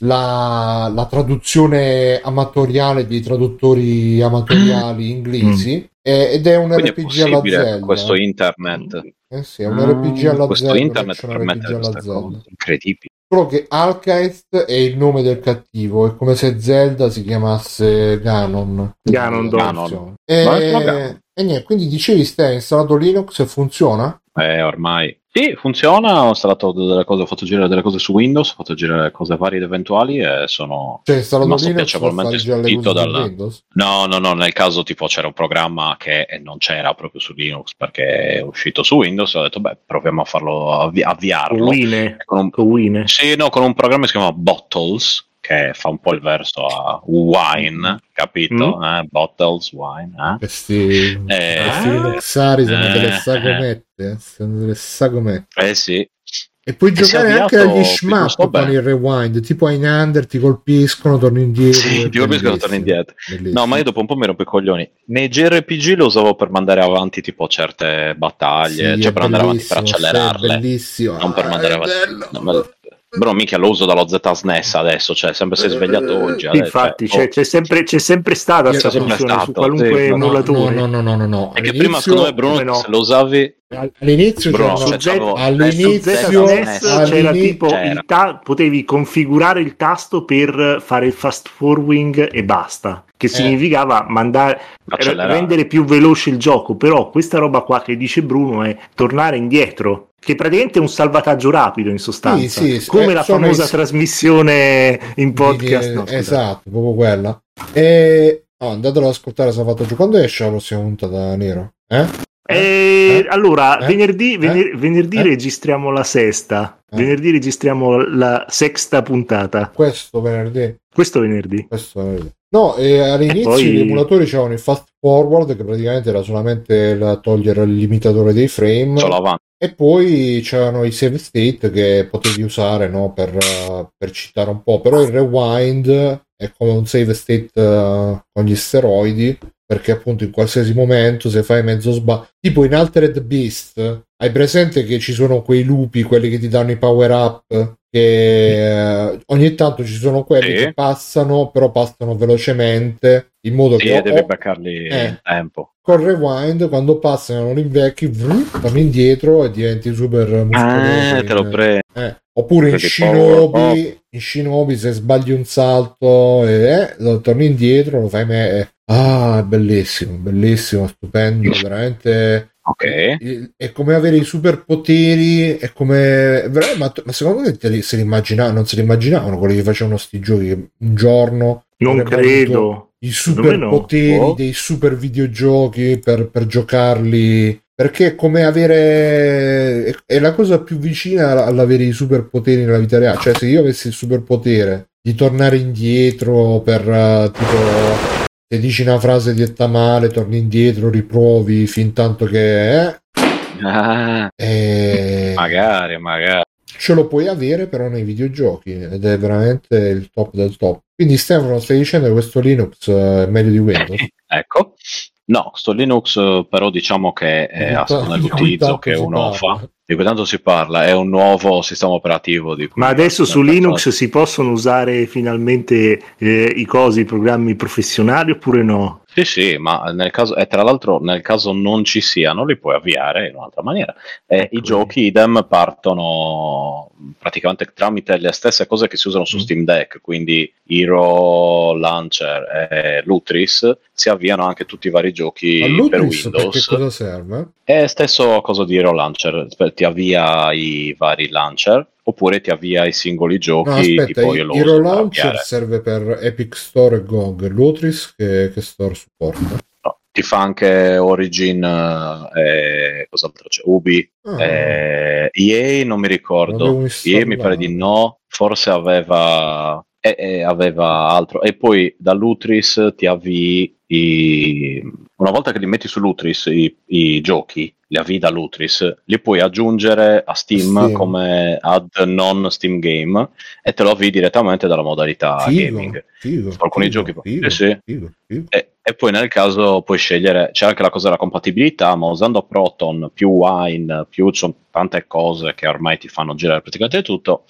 S1: la, la traduzione amatoriale dei traduttori amatoriali inglesi e- ed è un
S3: Quindi è
S1: RPG alla
S3: possibile
S1: Zelda.
S3: questo internet. Mm,
S1: Eh sì, è un RPG alla
S3: questo
S1: Zelda,
S3: internet
S1: action
S3: permette
S1: RPG alla
S3: queste
S1: Zelda.
S3: cose incredibili.
S1: Solo che Alcaest è il nome del cattivo, è come se Zelda si chiamasse Ganon.
S2: Ganondorf.
S3: Ganon. Ma è proprio
S1: E,
S3: Ganon.
S1: e niente, quindi dicevi, stai hai installato Linux e funziona?
S3: Eh, ormai. Sì, funziona, ho installato delle cose, ho fatto girare delle cose su Windows, ho fatto girare cose varie ed eventuali e sono...
S1: Cioè, installato
S3: Rimasto
S1: Linux per
S3: piacevolmente
S1: fare già le
S3: stupito
S1: cose su
S3: dalla-
S1: Windows?
S3: No, no, no, nel caso tipo c'era un programma che non c'era proprio su Linux perché è uscito su Windows e ho detto beh proviamo a farlo, avvi- avviarlo.
S2: Wine.
S3: Con un-
S2: Con Wine.
S3: Sì, no, con un programma che si chiama Bottles, che fa un po' il verso a wine, capito?
S1: Mm.
S3: Eh, bottles, wine, eh?
S1: Questi,
S3: Eh,
S1: questi
S4: eh,
S1: Linuxari sono delle
S3: eh,
S1: sagomette, eh, sono delle sagomette.
S3: Eh sì.
S1: E puoi
S3: si è
S1: giocare anche
S3: avviato
S1: agli schmack
S3: piuttosto
S1: con
S3: bene.
S1: il rewind, tipo in under ti colpiscono, torni indietro.
S3: Sì,
S1: è
S3: ti capisco che torno
S1: bellissimo,
S3: indietro.
S1: bellissimo.
S3: No, ma io dopo un po' mi rompo i coglioni. Nei JRPG lo usavo per mandare avanti tipo certe battaglie,
S1: Sì,
S3: cioè
S1: è
S3: per andare avanti, per
S1: bellissimo, sì, è
S3: accelerarle.
S1: bellissimo.
S3: non per
S1: Ah,
S3: mandare
S1: è
S3: avanti.
S1: bello.
S3: No, ma- Bro, mica lo uso dallo Z SNES adesso, cioè sempre sei svegliato oggi. adesso,
S2: Infatti,
S3: cioè,
S2: c'è,
S3: oh.
S2: c'è sempre, c'è sempre stata
S1: Io-
S2: questa
S1: c'è sempre
S2: funzione su
S3: stato,
S2: qualunque
S3: sì, ma
S1: No, no,
S2: emulatore.
S1: no, no, no, no, no.
S3: oh. È che prima
S1: All'inizio-
S3: secondo me Bruno
S2: come no?
S3: se lo usavi
S1: all'inizio
S3: Bruno,
S1: c'era-
S3: cioè,
S2: Jet-
S3: c'avevo-
S1: all'inizio-
S3: Jet
S2: Su
S1: Io-
S2: ZS
S3: cioè,
S1: all'inizio-
S2: c'era tipo
S3: c'era.
S2: il ta- potevi configurare il tasto per fare il fast forwarding e basta.
S3: Eh.
S2: che significava mandare,
S3: Accelerare.
S2: rendere più veloce il gioco, però questa roba qua che dice Bruno è tornare indietro, che praticamente è un salvataggio rapido in sostanza,
S1: Sì, sì,
S2: come
S1: eh,
S2: la
S1: sono
S2: famosa
S1: i-
S2: trasmissione in podcast.
S1: Di-
S2: no, scusate.
S1: esatto, proprio quella. E oh, andatelo ad ascoltare Salvataggio. Quando esce la prossima puntata, Nero? Eh?
S2: Eh,
S1: Eh?
S2: allora,
S1: Eh?
S2: venerdì, vener- venerdì
S1: Eh?
S2: registriamo la sesta,
S1: Eh?
S2: venerdì registriamo la sexta puntata,
S1: Questo venerdì.
S2: questo venerdì.
S1: Questo venerdì. No, e all'inizio
S2: E poi-
S1: gli emulatori c'erano il fast forward che praticamente era solamente il togliere il limitatore dei frame
S3: solo avanti.
S1: e poi c'erano i save state che potevi usare no, per, eh, per citare un po', però il rewind è come un save state eh, con gli steroidi perché appunto in qualsiasi momento se fai mezzo sbaglio tipo in Altered Beast hai presente che ci sono quei lupi quelli che ti danno i power up che eh, ogni tanto ci sono quelli
S3: Sì.
S1: che passano però passano velocemente in modo
S3: Sì,
S1: che o-
S3: devi
S1: o-
S3: beccarli
S1: "Oh, Eh.
S3: in tempo.
S1: col rewind quando passano non invecchi vrum, torni indietro e diventi super muscoloso
S3: Ah, te lo
S1: in-
S3: prendo.
S1: eh, oppure in
S3: Perché
S1: shinobi,
S3: power
S1: in shinobi se sbagli un salto e eh, lo torni indietro lo fai me eh. ah è bellissimo bellissimo stupendo veramente
S3: Ok.
S1: Il- è come avere i superpoteri è come vera- ma, ma secondo me te li- se li immagina- non se li immaginavano quelli che facevano sti giochi che un giorno
S2: Non
S1: avrebbero avuto-
S2: credo.
S1: i
S2: Secondo me no.
S1: superpoteri
S2: Oh.
S1: dei super videogiochi per, per giocarli perché è come avere è- è la cosa più vicina alla- all'avere i superpoteri nella vita reale cioè se io avessi il superpotere di tornare indietro per eh, tipo se dici una frase detta male torni indietro riprovi fin tanto che eh,
S3: Ah,
S1: eh,
S3: magari, magari.
S1: ce lo puoi avere però nei videogiochi ed è veramente il top del top quindi Stefano stai dicendo che questo Linux eh, è meglio di Windows
S3: Ecco. No, sto Linux eh, però diciamo che eh, a seconda dell'utilizzo che uno fa, di cui tanto si parla, è un nuovo sistema operativo. Di cui
S2: Ma adesso su
S3: Non
S2: Linux
S3: so.
S2: si possono usare finalmente eh, i cosi, i programmi professionali oppure no?
S3: Sì, sì, ma nel caso, e tra l'altro nel caso non ci siano, li puoi avviare in un'altra maniera. Eh,
S2: Ecco.
S3: I giochi idem partono praticamente tramite le stesse cose che si usano
S1: Mm.
S3: su Steam Deck, quindi Hero, Launcher e Lutris, si avviano anche tutti i vari giochi per
S1: All'Utris perché
S3: Windows.
S1: cosa serve?
S3: È stesso cosa di Hero Launcher, sp- ti avvia i vari launcher oppure ti avvia i singoli giochi,
S1: No, aspetta,
S3: tipo io lo
S1: Hero
S3: uso per
S1: Launcher
S3: avviare.
S1: serve per Epic Store e GOG, l'Utris che, che store supporta.
S3: No, ti fa anche Origin, eh, e cos'altro c'è? Ubi,
S1: Ah,
S3: eh, EA non mi
S1: lo devo
S3: ricordo, EA
S1: installare.
S3: mi pare di no, forse aveva, eh, eh, aveva altro. E poi dall'Utris ti avvii, i- una volta che li metti sull'Utris i, i giochi, li avvii dall'Utris, li puoi aggiungere a Steam,
S1: Steam.
S3: come add non Steam Game e te lo avvii direttamente dalla modalità
S1: Figo,
S3: ah, gaming.
S1: figo,
S3: Su alcuni
S1: figo,
S3: giochi-
S1: figo,
S3: sì, sì.
S1: figo, figo.
S3: E, e poi nel caso puoi scegliere, c'è anche la cosa della compatibilità, ma usando Proton più Wine, più c'ho tante cose che ormai ti fanno girare praticamente tutto.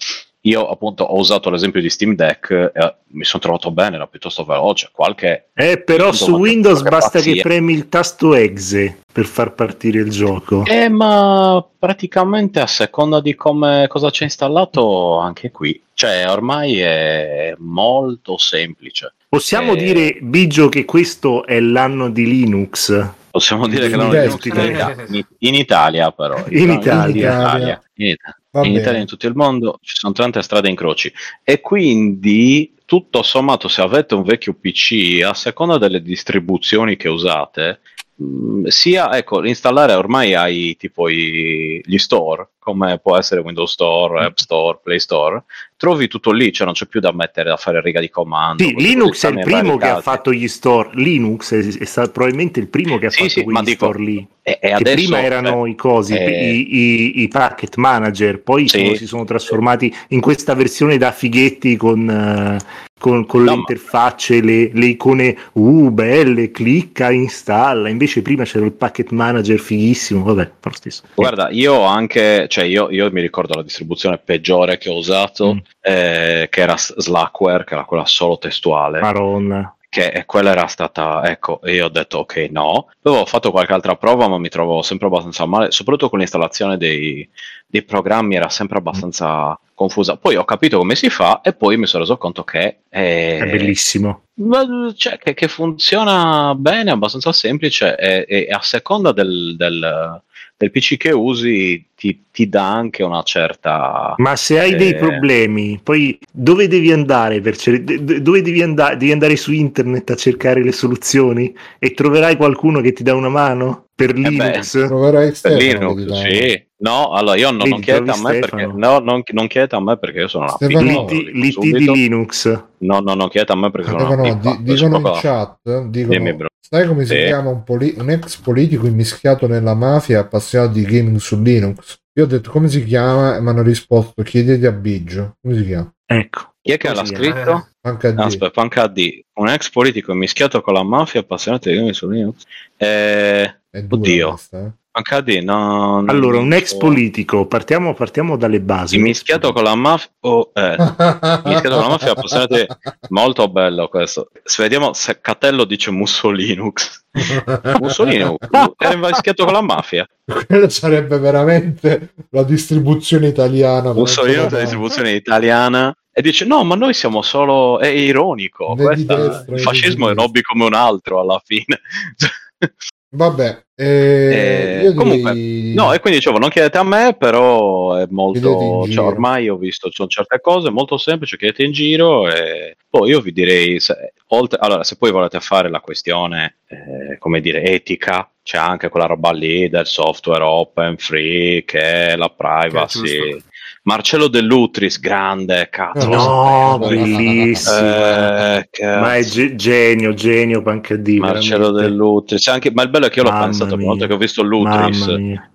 S3: Io appunto ho usato l'esempio di Steam Deck, eh, mi sono trovato bene, era piuttosto veloce, qualche...
S2: Eh, però
S3: Windows,
S2: su
S3: ma che-
S2: Windows
S3: che
S2: basta
S3: pazzia.
S2: che premi il tasto exe per far partire il gioco.
S3: Eh, ma praticamente a seconda di come, cosa c'è installato anche qui. Cioè ormai è molto semplice.
S2: Possiamo
S3: eh.
S2: dire, Biggio, che questo è l'anno di Linux?
S3: Possiamo dire che non
S1: Steam
S3: è
S1: Deck.
S3: in, in Italia però.
S2: In Italia.
S3: In Italia. In Italia.
S1: Va
S3: in
S1: bene.
S3: Italia e in tutto il mondo ci sono tante strade in croci e quindi tutto sommato se avete un vecchio PC a seconda delle distribuzioni che usate mh, sia ecco installare ormai hai tipo i- gli store come può essere Windows Store,
S2: Mm.
S3: App Store, Play Store trovi tutto lì cioè non c'è più da mettere da fare riga di comando
S2: Sì,
S3: queste
S2: Linux
S3: cose
S2: è il
S3: stanno in
S2: primo che
S3: vari
S2: ha
S3: casi.
S2: fatto gli store. Linux è, è stato probabilmente il primo che ha
S3: Sì,
S2: fatto
S3: sì, ma
S2: quegli
S3: dico,
S2: store lì.
S3: e, e
S2: Che
S3: adesso
S2: prima
S3: cioè,
S2: erano i cosi,
S3: eh,
S2: i, i- i packet manager, poi
S3: Sì.
S2: sono- si sono trasformati in questa versione da fighetti con, eh, con, con
S3: No,
S2: le
S3: ma-
S2: interfacce, le, le icone uh, belle, clicca, installa. Invece prima c'era il packet manager fighissimo, vabbè, fa lo stesso.
S3: Guarda, io ho anche, cioè io, io mi ricordo la distribuzione peggiore che ho usato,
S2: Mm.
S3: eh, che era S- Slackware, che era quella solo testuale,
S2: Maronna.
S3: che quella era stata, ecco, e io ho detto ok, no. Avevo fatto qualche altra prova, ma mi trovo sempre abbastanza male, soprattutto con l'installazione dei, dei programmi era sempre
S2: Mm.
S3: abbastanza confusa. Poi ho capito come si fa e poi mi sono reso conto che eh,
S2: È bellissimo.
S3: ma, cioè, che, che funziona bene, abbastanza semplice e, e a seconda del, del- del PC che usi ti, ti dà anche una certa...
S2: Ma se hai
S3: Eh.
S2: dei problemi, poi dove devi andare? Per cer- d- d- dove devi andare? Devi andare su internet a cercare le soluzioni e troverai qualcuno che ti dà una mano per
S3: Eh beh,
S2: Linux.
S1: Troverai Stefano. che ti
S3: Linux,
S1: dà-
S3: sì. No, allora io non,
S2: Vedi,
S3: non chiedete a
S2: trovi
S3: me
S2: Stefano.
S3: perché no, non, non chiedete a me perché io sono una
S1: Stefano-
S3: pippa,
S1: no,
S2: L'IT,
S3: lo dico
S2: l'IT di
S3: subito.
S2: Linux.
S3: No, no, non chiedete a me perché sono
S1: Stefano,
S3: una
S1: di-
S3: pippa. Questo
S1: dicono in
S3: qua.
S1: chat, dicono,
S3: Dimmi, bro.
S1: sai come si
S3: Sì.
S1: chiama un, poli- un ex politico immischiato nella mafia e appassionato di gaming su Linux? Io ho detto come si chiama e mi hanno risposto chiedete a Biggio, come si chiama?
S2: Ecco.
S3: Chi è che
S2: Così,
S3: l'ha
S2: eh,
S4: Eh,
S3: scritto?
S1: Anche a
S3: No,
S1: D.
S3: aspetta, anche a D. Un ex politico mischiato con la mafia appassionato di gaming su Linux. Eh,
S1: È dura
S3: Oddio.
S1: questa, eh.
S3: anche a D, no, no,
S2: Allora, un
S3: non
S2: ex
S3: so.
S2: politico, partiamo, partiamo dalle basi.
S3: Mischiato con la mafia... oh, eh,
S1: Ah.
S3: Mischiato con la mafia, appassionati- molto bello questo. Se vediamo se Catello dice Mussolinux. Mussolino era mischiato con la mafia.
S1: Quello sarebbe veramente la distribuzione italiana.
S3: Mussolino della
S1: veramente.
S3: distribuzione italiana e dice no ma noi siamo solo è ironico
S1: Né di
S3: questa-
S1: destra, né
S3: il fascismo
S1: di
S3: è un
S1: sinistra.
S3: hobby come un altro alla fine Cioè,
S1: Vabbè, eh,
S3: Eh,
S1: io direi-
S3: comunque, no ecco. e quindi dicevo non chiedete a me però è molto
S1: Chiedete in
S3: cioè,
S1: giro.
S3: ormai ho visto ci sono certe cose molto semplici chiedete in giro e poi io vi direi se, oltre, allora se poi volete fare la questione eh, come dire etica c'è anche quella roba lì del software open free che è la privacy
S4: giusto.
S3: Marcello Dell'Utris, grande, cazzo.
S1: No,
S2: No,
S1: no, no, no, no, no.
S2: bellissimo.
S3: Eh,
S2: Ma
S3: cazzo.
S2: è ge- genio, genio, panca di
S3: Marcello Dell'Utris. Anche, ma il bello è che io l'ho
S2: Mamma
S3: pensato, una
S2: mia.
S3: volta che ho visto l'Utris,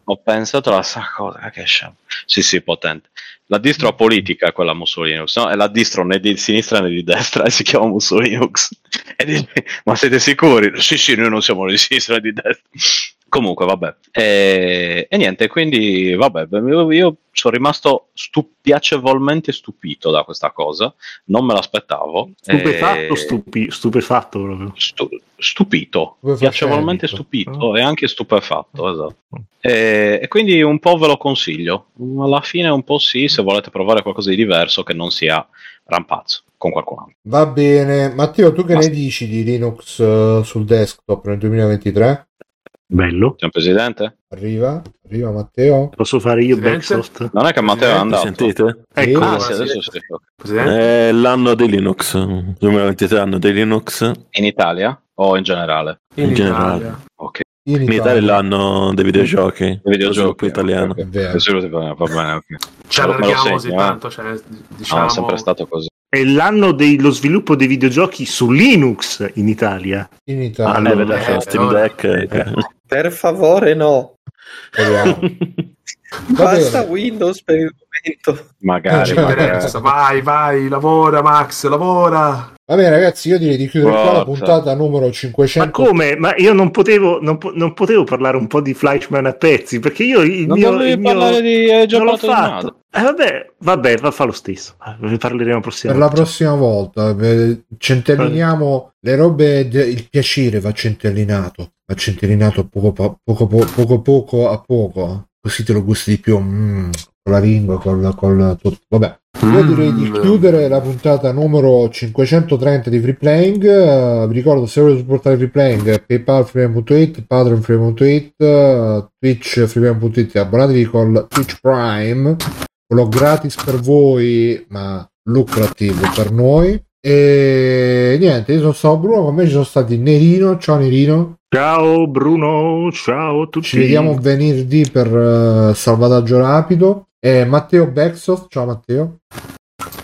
S3: ho pensato alla stessa cosa. Ah, Che sciam- Sì, sì, potente. La distro apolitica è quella Mussolinux, no? È la distro né di sinistra né di destra, e si chiama Mussolinux. E dici, ma siete sicuri? Sì, sì, noi non siamo né di sinistra né di destra. Comunque, vabbè. E, e niente, quindi, vabbè, io, io sono rimasto stu- piacevolmente stupito da questa cosa. Non me l'aspettavo.
S2: Stupefatto,
S3: E-
S2: stupi- stupefatto proprio.
S3: stu- stupito,
S1: Stupefacente.
S3: piacevolmente
S2: Ah.
S3: stupito e anche stupefatto. Esatto. E, e quindi un po' ve lo consiglio. Alla fine, un po' sì, se volete provare qualcosa di diverso che non sia rampazzo con qualcun altro.
S1: Va bene, Matteo, tu che
S3: Basta.
S1: ne dici di Linux eh, sul desktop nel 2023?
S2: Bello.
S3: Signor Presidente,
S1: Arriva, arriva Matteo.
S2: Posso fare io
S4: Silenzio.
S2: Backsoft?
S3: non è che Matteo è
S4: Eh,
S7: Mi
S3: andato.
S7: sentite?
S2: Ecco.
S3: Ah,
S4: Sì.
S3: sì, adesso sì, ok. Eh,
S4: Presidente?
S7: È l'anno dei Linux, 2023 anno dei Linux,
S3: In Italia o in generale?
S7: in, generale.
S3: Ok,
S1: In
S7: In Italia è l'lanno dei videogiochi,
S3: Dei videogiochi,
S7: Sviluppo italiano.
S1: È
S2: Eh.
S1: vero.
S3: Così va bene. ok.
S4: Ci
S3: Me lo- me lo
S4: allarghiamo
S3: segno,
S4: così
S3: eh.
S4: Cioè, tanto, cioè,
S3: No,
S4: diciamo...
S3: è sempre stato così.
S2: È l'anno dello sviluppo dei videogiochi su Linux in Italia.
S1: In
S7: Ah,
S1: Italia.
S7: no,
S2: Allora,
S7: vedete,
S4: eh,
S7: Steam
S4: allora.
S7: Deck. eh.
S5: Per favore, no.
S1: Speriamo. Va
S5: Basta
S1: bene.
S5: Windows per il momento.
S3: Magari,
S2: Eh,
S1: Sì,
S2: certo.
S4: Ci
S3: magari.
S4: interessa. eh, cioè, Vai, vai, lavora Max, lavora.
S1: Va bene, ragazzi, io direi di chiudere qua la
S3: Forza.
S1: puntata numero 500.
S3: Certo.
S2: Ma come? Ma io non potevo, non po- non potevo parlare un po' di Fleischmann a pezzi perché io il
S3: Non
S2: mio.
S3: volevi
S2: il mio-
S3: parlare di hai già
S2: non l'ho
S3: parlato di Nado.
S2: fatto. Eh, vabbè, vabbè, va- fa lo stesso. Ah, Ne parleremo prossima
S1: Per la
S2: volta.
S1: prossima volta eh, centelliniamo le robe, de- il piacere va centellinato, va centellinato poco, po- poco, po- poco, poco a poco, eh. così te lo gusti di più, mm, con la lingua, col, col tutto. Vabbè, io direi di
S4: Mm.
S1: chiudere la puntata numero 530 di Free Playing, Eh, vi ricordo se volete supportare Free Playing, paypalfreeplaying.it, patreonfreeplaying.it, eh, twitchfreeplaying.it, abbonatevi col Twitch Prime quello gratis per voi ma lucrativo per noi e niente io sono stato Bruno con me ci sono stati Nerino ciao Nerino
S2: Ciao Bruno, ciao a tutti.
S1: ci vediamo venerdì per eh, salvataggio rapido e Matteo Bexoff ciao Matteo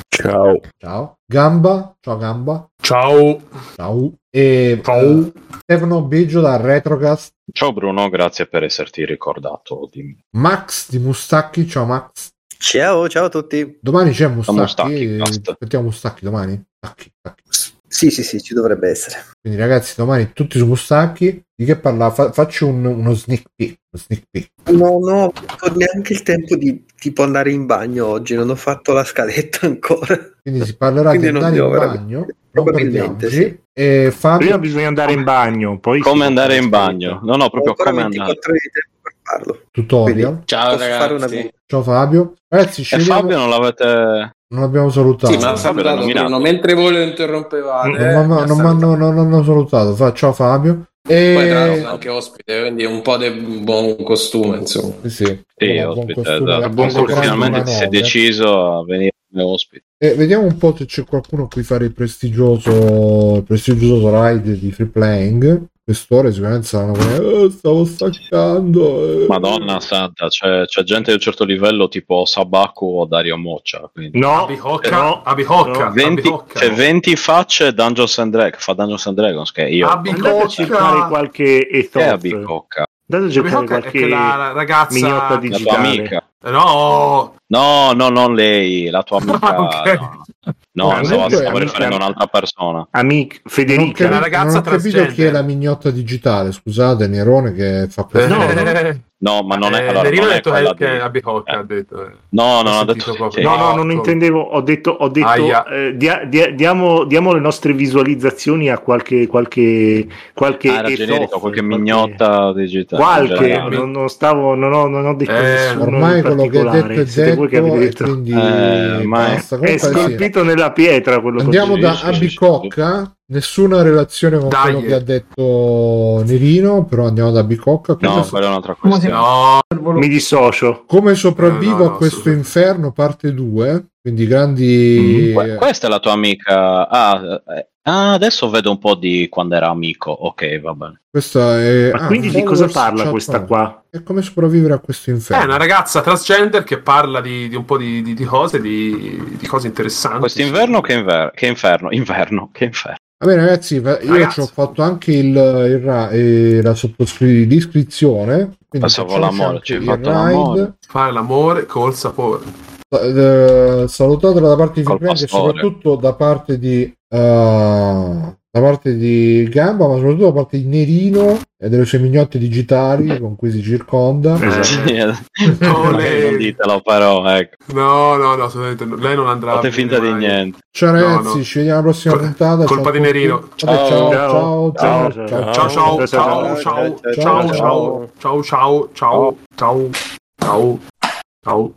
S7: Ciao.
S1: ciao Gamba ciao Gamba
S4: Ciao.
S1: ciao e
S4: Ciao.
S1: eh, Stefano Biggio da Retrocast
S3: Ciao Bruno, grazie per esserti ricordato di me.
S1: Max di Mustacchi ciao Max
S5: Ciao, ciao a tutti.
S1: domani c'è Mustacchi,
S3: Mustacchi,
S1: eh,
S3: basta.
S1: aspettiamo Mustacchi domani Tacchi, tacchi.
S5: Sì, sì, sì, ci dovrebbe essere.
S1: Quindi ragazzi, domani tutti su Mustacchi. Di che parla? Fa- faccio un- uno sneak peek. uno sneak peek.
S5: No, no, ho avuto neanche il tempo di tipo andare in bagno oggi, non ho fatto la scaletta ancora.
S1: Quindi si parlerà
S5: Quindi
S1: di
S5: non
S1: andare in
S5: devo veramente-
S1: bagno. non
S5: Probabilmente,
S1: perdiamoci.
S5: sì.
S1: E
S2: Prima
S1: Fabio,
S2: bisogna andare in bagno, poi
S3: Come andare in bagno? No, no,
S5: Ho
S3: proprio
S5: ancora
S3: come andare.
S5: 24 ore di tempo per farlo.
S1: tutorial.
S6: Ciao
S5: Posso fare una
S6: ragazzi.
S5: vita.
S1: Ciao Fabio. Ragazzi, ci
S3: E
S1: vediamo-
S3: Fabio non l'avete...
S1: non abbiamo salutato.
S6: Eh, Sì, ma ha
S3: Fabio l'ha
S6: salutato
S3: nominato.
S6: Bruno, mentre voi lo interrompevate.
S2: Non
S1: non,
S6: eh, mi ha
S1: m'hanno- non,
S6: salutato.
S1: m'hanno- non, hanno salutato. Fa- ciao Fabio. E...
S6: Poi tra l'altro è anche ospite, quindi è un po' di buon costume, insomma.
S1: Sì, sì.
S3: Sì,
S1: Buon
S3: ospite,
S1: costume,
S3: esatto.
S1: ragazzi,
S2: buon
S3: Penso
S1: grande
S3: che
S2: costume,
S3: finalmente ti sei
S1: manovra.
S3: deciso a venire come ospite.
S1: Eh, vediamo un po' se c'è qualcuno a cui fare il prestigioso, il prestigioso ride di free playing. Quest'ora sicuramente saranno come "Eh, stavo staccando. eh".
S3: Madonna santa, c'è, c'è gente di un certo livello tipo Sabaku o Dario Moccia. Quindi.
S2: No,
S1: Ah,
S4: Abihocca,
S2: no,
S4: Abihocca,
S2: no.
S3: 20,
S4: Abihocca.
S2: cioè,
S3: c'è 20 facce Dungeons and Dragons, fa Dungeons and Dragons che io...
S2: Andate a
S4: Abihocca.
S2: cercare qualche
S3: Che è
S2: ethos.
S3: Abicocca?
S2: Andate a cercare
S4: Abihocca è
S2: qualche
S4: quella ragazza
S2: mignotta
S3: La tua
S2: Digitale.
S3: amica?
S4: No,
S3: No, no, non lei, la tua amica. Eh,
S4: Ah, ok.
S3: no. No,
S2: Veramente
S3: stavo, stavo
S1: amica.
S3: riferendo a un'altra persona.
S2: Amic-
S1: Non,
S2: Federica.
S1: cap-
S4: Una ragazza
S1: non ho capito
S4: transgender.
S1: chi è la mignotta digitale. Scusate, Nerone che fa questo.
S2: No,
S1: No,
S3: No, ma non è,
S4: Eh,
S3: allora,
S4: Nerino
S3: non
S4: ha
S3: è
S4: detto
S3: quella
S4: che è
S3: di-
S4: Abihocca,
S3: eh.
S4: ha detto. eh.
S3: No, no,
S4: Ho
S3: no, ha
S4: sentito
S3: detto sì,
S4: proprio.
S3: sì.
S2: No, no,
S4: Ecco.
S2: non intendevo, ho detto, ho detto
S4: Aia.
S2: eh, dia- dia- diamo, diamo le nostre visualizzazioni a qualche qualche qualche,
S3: Ah, era
S2: ethos,
S3: generico, qualche mignotta digitale. in
S2: Qualche,
S3: generale.
S2: Cioè, non, non stavo, non ho, non ho detto
S4: Eh,
S2: nessuno
S1: ormai
S2: in
S1: quello che hai
S2: particolare.
S1: detto è
S2: Siete
S1: detto,
S2: voi che avete
S1: e
S2: detto.
S1: quindi
S3: Eh, ma è-
S1: basta.
S2: È
S1: Comunque, sì.
S2: scolpito nella pietra quello
S1: Andiamo
S2: che
S1: da
S3: Sì, sì, sì,
S1: Abicocca. Nessuna relazione con
S4: Dai. eh.
S1: quello che ha detto Nerino, però andiamo da Abicocca. Come,
S3: No,
S1: so-
S3: quella è un'altra
S9: Come
S3: questione.
S4: No,
S2: mi dissocio.
S1: come sopravvivo
S4: No, no, no,
S1: a questo
S4: assolutamente.
S1: inferno, parte 2. Quindi grandi.
S2: Mm-hmm.
S1: eh,
S3: Que- questa è la tua amica. Ah, eh, ah, adesso vedo un po' di quando era amico. Ok, va bene.
S1: Questa è.
S2: Ma
S1: ah,
S2: quindi di
S1: followers
S2: cosa parla
S1: chat
S2: questa
S1: on.
S2: qua?
S1: eh, È come sopravvivere a questo
S4: è
S1: inferno.
S4: Eh, una ragazza transgender che parla di, di un po' di, di- di cose, di, di cose interessanti.
S3: Quest'inverno che, inver- che inferno? Inverno, che inferno.
S1: Va bene, ragazzi, va- io
S4: Ragazzi.
S1: ci ho fatto anche il, il ra- eh, la sottoscri- l'iscrizione. Quindi
S3: Pensavo
S1: facciamoci
S3: l'amore,
S1: anche
S3: ci hai
S1: il
S3: fatto l'amore.
S4: Fare l'amore col sapore.
S1: Eh, salutatela da parte di
S3: Col
S1: Fiprendi e
S3: pastore.
S1: soprattutto da parte di eh, da parte di Gamba ma soprattutto da parte di Nerino e delle sue mignotte digitali con cui si circonda
S4: Eh,
S3: Magari non ditelo, però ecco.
S4: No, no, no, assolutamente no. lei non andrà. a
S3: fate
S4: vedere
S3: finta di
S4: mai.
S3: niente.
S1: ciao
S4: No,
S1: ragazzi
S4: no.
S1: ci vediamo alla prossima
S4: Col-
S1: puntata
S4: colpa
S1: ciao a
S4: di
S1: tutti.
S4: Nerino.
S1: Vabbè, ciao ciao ciao
S2: Ciao.
S1: ciao,
S2: Ciao.
S4: Ciao ciao ciao
S2: Ciao,
S4: ciao
S5: ciao,
S4: ciao
S1: ciao,
S4: ciao ciao ciao ciao ciao ciao.